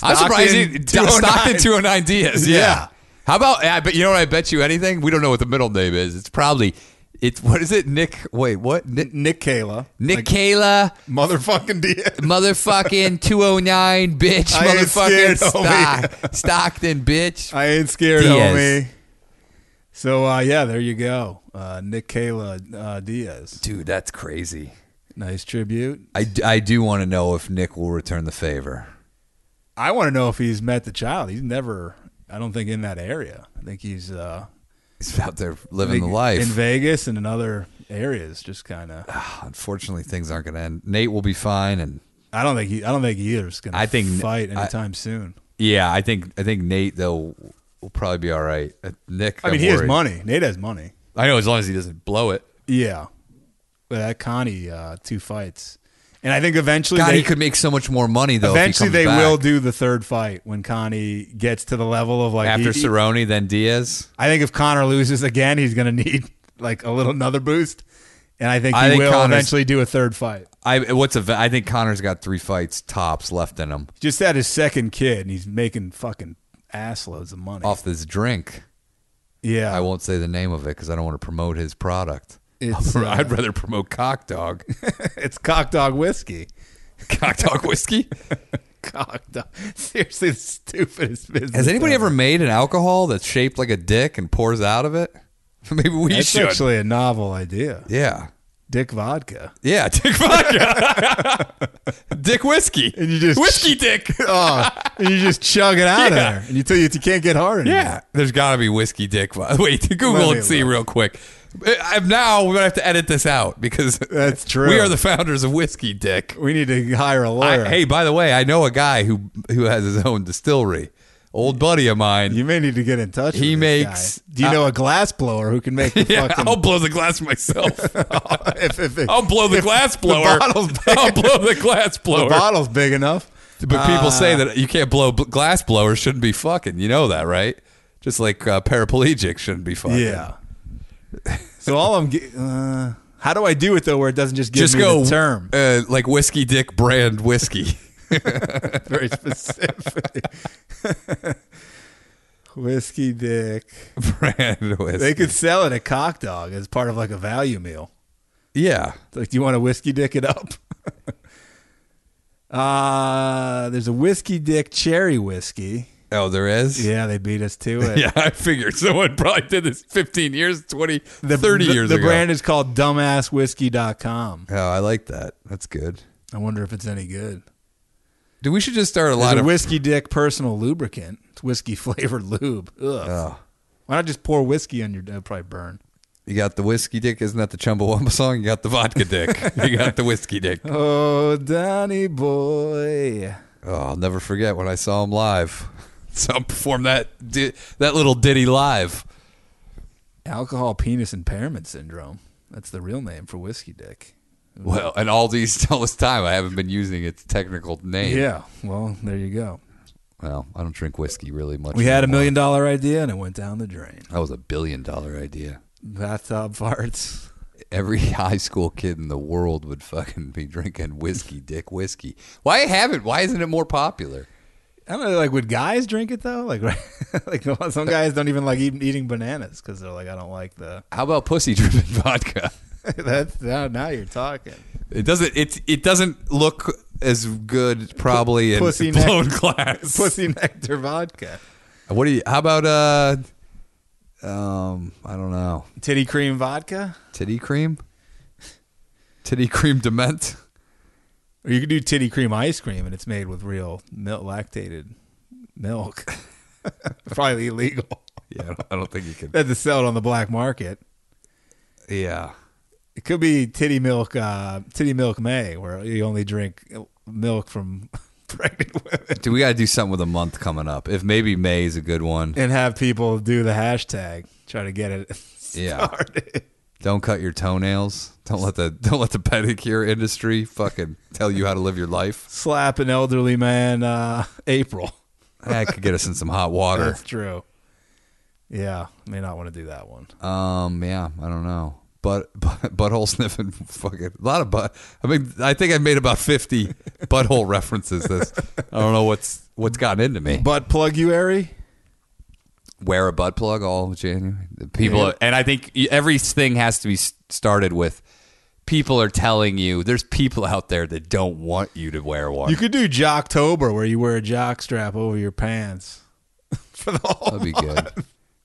D: I'm surprised he
C: Stockton
D: Do-
C: 209.
D: Stockton 209 Diaz. Yeah.
C: Yeah.
D: How about? I bet you know what? I bet you anything. We don't know what the middle name is. It's probably it's what is it? Nick. Wait, what? Nick,
C: Nick Kayla,
D: Nick Kayla,
C: motherfucking Diaz.
D: motherfucking (laughs) 209 bitch,
C: I ain't
D: motherfucking
C: scared,
D: Stock, Stockton bitch.
C: I ain't scared,
D: Diaz.
C: homie. So uh, yeah, there you go, uh, Nick Kayla uh, Diaz.
D: Dude, that's crazy.
C: Nice tribute.
D: I, I do want to know if Nick will return the favor.
C: I want to know if he's met the child. He's never, I don't think, in that area. I think he's uh,
D: He's out there living the
C: Big-
D: life.
C: in Vegas and in other areas. Just kind of.
D: Ah, Unfortunately, things aren't going to end. Nate will be fine, and
C: I don't think. He, I don't think either's gonna.
D: I think-
C: fight
D: I-
C: anytime soon.
D: yeah, I think I think Nate though will probably be all right. Uh, Nick,
C: I
D: I'm
C: mean, he has
D: worried.
C: money. Nate has money.
D: I know as long as he doesn't blow it.
C: Yeah, but that Connie uh, two fights, and I think eventually
D: God,
C: they,
D: he could make so much more money though. if he
C: eventually
D: comes
C: they
D: back.
C: will do the third fight when Connie gets to the level of like
D: after
C: he-
D: Cerrone, then Diaz.
C: I think if Connor loses again, he's going to need like a little another boost, and I think he
D: I think
C: will
D: Connor's-
C: eventually do a third fight.
D: I what's a I think Connor's got three fights tops left in him
C: Just had his second kid, and he's making fucking ass loads of money.
D: off this drink.
C: yeah,
D: I won't say the name of it because I don't want to promote his product.
C: It's, uh,
D: (laughs) I'd rather promote Cock Dog, (laughs)
C: (laughs) it's cock dog whiskey. (laughs)
D: Cock Dog whiskey.
C: Cock dog. Seriously, the stupidest business.
D: Has anybody ever made an alcohol that's shaped like a dick and pours out of it? (laughs) Maybe we
C: That's
D: should.
C: actually a novel idea.
D: yeah.
C: Dick vodka.
D: Yeah, (laughs) dick vodka. (laughs) dick whiskey.
C: And you just-
D: whiskey dick.
C: (laughs) Oh, and you just chug it out
D: (laughs) Yeah.
C: of there, and you tell you you can't get hard anymore.
D: (laughs) Yeah, there's got to be whiskey dick. vo- (laughs) Wait, Google
C: me
D: and see
C: look.
D: real quick. I- I'm now we're gonna have to edit this out because
C: That's true. Oh,
D: (laughs) We are the founders of whiskey dick.
C: We need to hire a lawyer.
D: I, hey, by the way, I know a guy who who has his own distillery. Old buddy of mine.
C: You may need to get in touch.
D: He
C: with this guy.
D: makes-
C: Do you know a glass blower who can make the
D: (laughs) (laughs) yeah,
C: fucking?
D: I'll blow the glass
C: (laughs)
D: myself. (laughs)
C: if, if, if
D: I'll blow the glass blower.
C: bottle's big.
D: (laughs) I'll blow the glass
C: the Ah.
D: blower.
C: bottle's big enough.
D: But people say that you can't blow bl- glass blowers. Shouldn't be fucking. You know that, right? Just like uh, paraplegic shouldn't be fucking.
C: Yeah. (laughs) so all I'm ge- uh, how do I do it though, where it doesn't just give
D: Just
C: me
D: go
C: the term
D: uh, like whiskey dick brand whiskey. (laughs)
C: very specific. Whiskey dick.
D: brand whiskey.
C: They could sell it at Cock Dog as part of like a value meal.
D: yeah.
C: It's like, do you want to whiskey dick it up? (laughs) uh there's a whiskey dick cherry whiskey.
D: Oh, there is.
C: Yeah, they beat us to it.
D: (laughs) Yeah, I figured someone probably did this 15 years, 20, 30
C: the,
D: years
C: the
D: ago.
C: brand is called dumbasswhiskey.com.
D: oh, I like that. That's good.
C: I wonder if it's any good.
D: Dude, we should just start a
C: There's
D: lot
C: a
D: of
C: whiskey dick personal lubricant. It's whiskey (laughs) flavored lube. Ugh. Why not just pour whiskey on your it'll probably burn.
D: You got the whiskey dick, isn't that the Chumbawamba song? You got the vodka dick.
C: (laughs)
D: you got the whiskey dick.
C: Oh, Donny boy.
D: Oh, I'll never forget when I saw him live. (laughs) Saw him perform that di- that little ditty live.
C: Alcohol penis impairment syndrome. That's the real name for whiskey dick.
D: Well, and all (laughs) these all this time, I haven't been using its technical name.
C: Yeah. Well, there you go.
D: Well, I don't drink whiskey really much.
C: We had a
D: anymore.
C: million dollar idea and it went down the drain.
D: That was a billion dollar idea.
C: Bathtub (laughs) farts.
D: Every (laughs) high school kid in the world would fucking be drinking whiskey, dick whiskey. Why haven't? Why isn't it more popular?
C: I don't know. Like, would guys drink it though? Like, (laughs) like some guys don't even like even eating bananas because they're like, I don't like the. (laughs)
D: How about pussy driven (laughs) vodka?
C: That's now, now you're talking.
D: It doesn't. It it doesn't look as good probably in
C: Pussy neck-
D: (laughs) blown
C: (laughs)
D: glass.
C: Pussy nectar vodka.
D: What do you? How about uh, um, I don't know,
C: Titty cream vodka?
D: titty cream, titty cream dement.
C: Or you could do titty cream ice cream and it's made with real milk, lactated milk. (laughs) Probably illegal.
D: (laughs) Yeah, I don't, I don't think you can.
C: They had to sell it on the black market.
D: Yeah,
C: It could be titty milk, uh, titty milk May, where you only drink milk from (laughs) pregnant women
D: dude, we got to do something with a month coming up. If maybe May is a good one.
C: and have people do the hashtag, try to get it (laughs)
D: Yeah.
C: started.
D: Don't cut your toenails. Don't let the don't let the pedicure industry fucking tell you how to live your life.
C: Slap an elderly man, uh, (laughs) April.
D: That could get us in some hot water.
C: That's true. Yeah, may not want to do that one.
D: Um, yeah, I don't know. (laughs) But, but butthole sniffing, fucking a lot of butt. I mean, I think I made
C: (laughs)
D: about fifty butthole references. This I don't know what's what's gotten into me.
C: Butt plug you, Ari?
D: Wear a butt plug all January. The People and I think everything has to be s- started with. People are telling you there's people out there that don't want you to wear one.
C: You could do Jocktober where you wear a jock strap over your pants. For the whole (laughs)
D: That'd be good.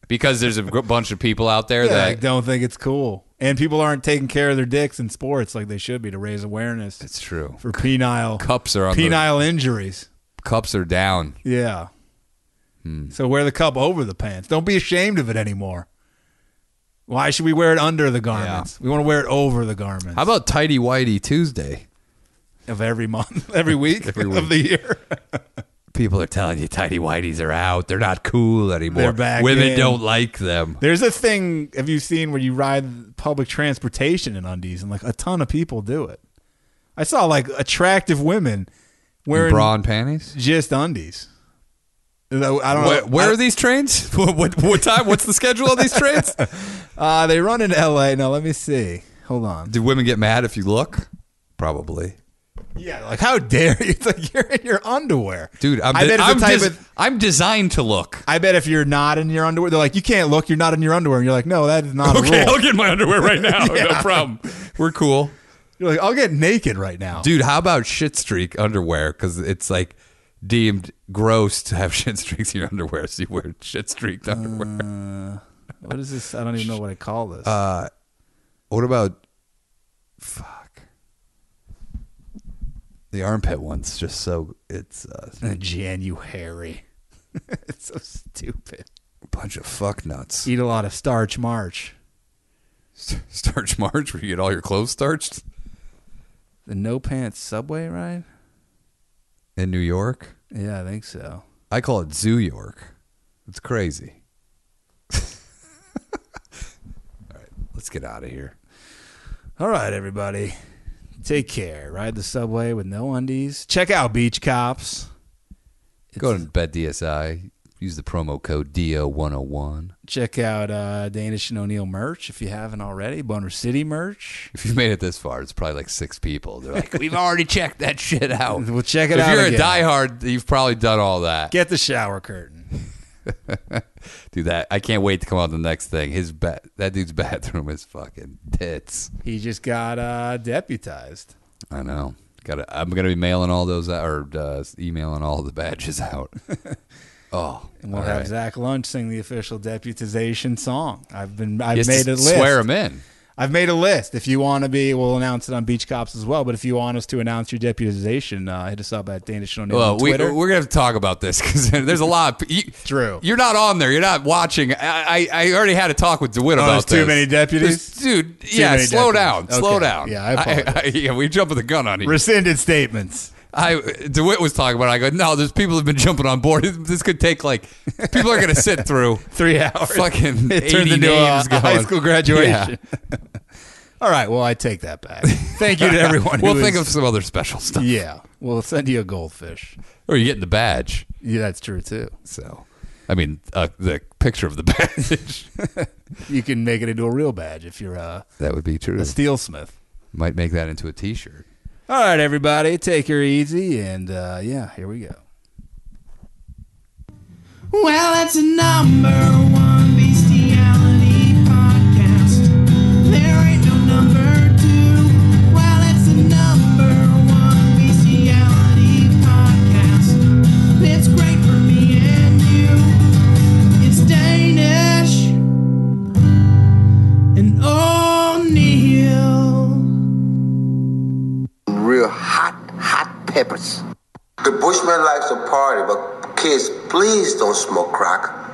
D: Because there's a gr- bunch of people out there
C: I
D: that.
C: don't think it's cool. And people aren't taking care of their dicks in sports like they should be to raise awareness
D: It's true.
C: for penile
D: Cups are on the-
C: penile injuries.
D: Cups are down. Hmm.
C: Yeah. So wear the cup over the pants. Don't be ashamed of it anymore. Why should we wear it under the garments? We want to wear it over the garments
D: How about Tidy Whitey Tuesday?
C: of every month, (laughs)
D: (laughs)
C: every week, of the year.
D: People are telling you Tidy Whiteys are out. They're not cool anymore.
C: They're back
D: Women
C: in.
D: don't like them.
C: There's a thing have you seen where you ride public transportation in undies and like a ton of people do it. I saw like attractive women wearing
D: Bra and panties.
C: just undies. Though, I don't
D: Where,
C: know.
D: where are these trains? (laughs) What, what, what time? What's the schedule on these trains?
C: Uh, they run in L.A. Now let me see. Hold on.
D: (laughs) Do women get mad if you look? Probably.
C: Yeah, like how dare you? (laughs) It's like you're in your underwear,
D: Dude, I'm,
C: I bet if
D: I'm,
C: the type
D: des-
C: of
D: I'm designed to look.
C: I bet if you're not in your underwear, they're like, you can't look. You're not in your underwear. And you're like, no, that is not
D: Okay,
C: a rule.
D: I'll get my underwear (laughs) right now. No problem. We're cool.
C: You're like, I'll get naked right now.
D: Dude, how about shit streak underwear? Because it's like deemed gross to have (laughs) shit streaks in your underwear. So you wear shit streaked underwear.
C: What is this? I don't even know what I call this.
D: What about fuck the armpit one's just so it's uh, a
C: January. (laughs) it's so stupid.
D: bunch of
C: (laughs)
D: fuck nuts.
C: Eat a lot of starch March.
D: Starch March, where you get all your clothes starched
C: The no pants subway ride?
D: in New York.
C: Yeah, I think so.
D: I call it Zoo York. It's crazy. all right, let's get out of here.
C: All right, everybody. Take care. Ride the subway with no undies. Check out Beach Cops.
D: Go to Bet DSI. Use the promo code DO101.
C: Check out uh, Danish and O'Neill merch if you haven't already. Boner City merch.
D: If you've made it this far, it's probably like six people. They're like, we've already (laughs) checked that shit out.
C: We'll check it
D: if
C: out
D: you're
C: again.
D: a diehard, you've probably done all that.
C: Get the shower curtain.
D: Do that. I can't wait to come out the next thing. His ba- that dude's (laughs) bathroom is fucking tits.
C: He just got uh, deputized.
D: I know. Got. I'm gonna be mailing all those out, or uh, emailing all the badges
C: (laughs)
D: (laughs) out. oh,
C: And we'll
D: all
C: have
D: right.
C: Zach Lunch sing the official deputization song. I've been I've
D: Yes,
C: made a list.
D: Swear him in.
C: I've made a list. If you want to be, we'll announce it on Beach Cops as well. But if you want us to announce your deputization, uh, hit us up at Danish O'Neill
D: Well,
C: on
D: we,
C: Twitter.
D: we're gonna have to talk about this because (laughs) there's a lot. Of, you,
C: True.
D: You're not on there. You're not watching. I I, I already had a talk with Dewitt about
C: Oh, there's too
D: this.
C: many deputies?
D: There's- dude. yeah,
C: many
D: slow
C: deputies.
D: down. Slow
C: Okay.
D: down.
C: Yeah, I
D: (laughs)
C: apologize.
D: yeah, we jumping the gun on you.
C: Rescinded statements.
D: I Dewitt was talking about. it. I go, no, there's people have been jumping on board. (laughs) This could take like people are gonna sit
C: (laughs)
D: through (laughs)
C: Three hours.
D: fucking
C: it turned
D: 80
C: into a,
D: names
C: a high
D: going. (laughs)
C: school graduation. (laughs) All right. Well, I take that back. Thank
D: (laughs)
C: you to everyone.
D: we'll
C: who
D: think
C: is-
D: of some other special stuff.
C: Yeah. We'll send you a goldfish.
D: Or you get the badge.
C: Yeah, that's true too.
D: So, I mean, uh, the picture of the (laughs) badge.
C: You can make it into a real badge if you're uh, a,
D: that would be true.
C: a steelsmith.
D: Might make that into a T-shirt.
C: All right, everybody, take her easy, and uh, yeah, here we go.
F: Well, it's a number one bestiality podcast. There ain't no number two. Well, it's a number one bestiality podcast. It's great for me and you. It's Danish and O'Neill.
H: real hot, hot peppers.
B: The Bushman likes a party, but kids, please don't smoke crack.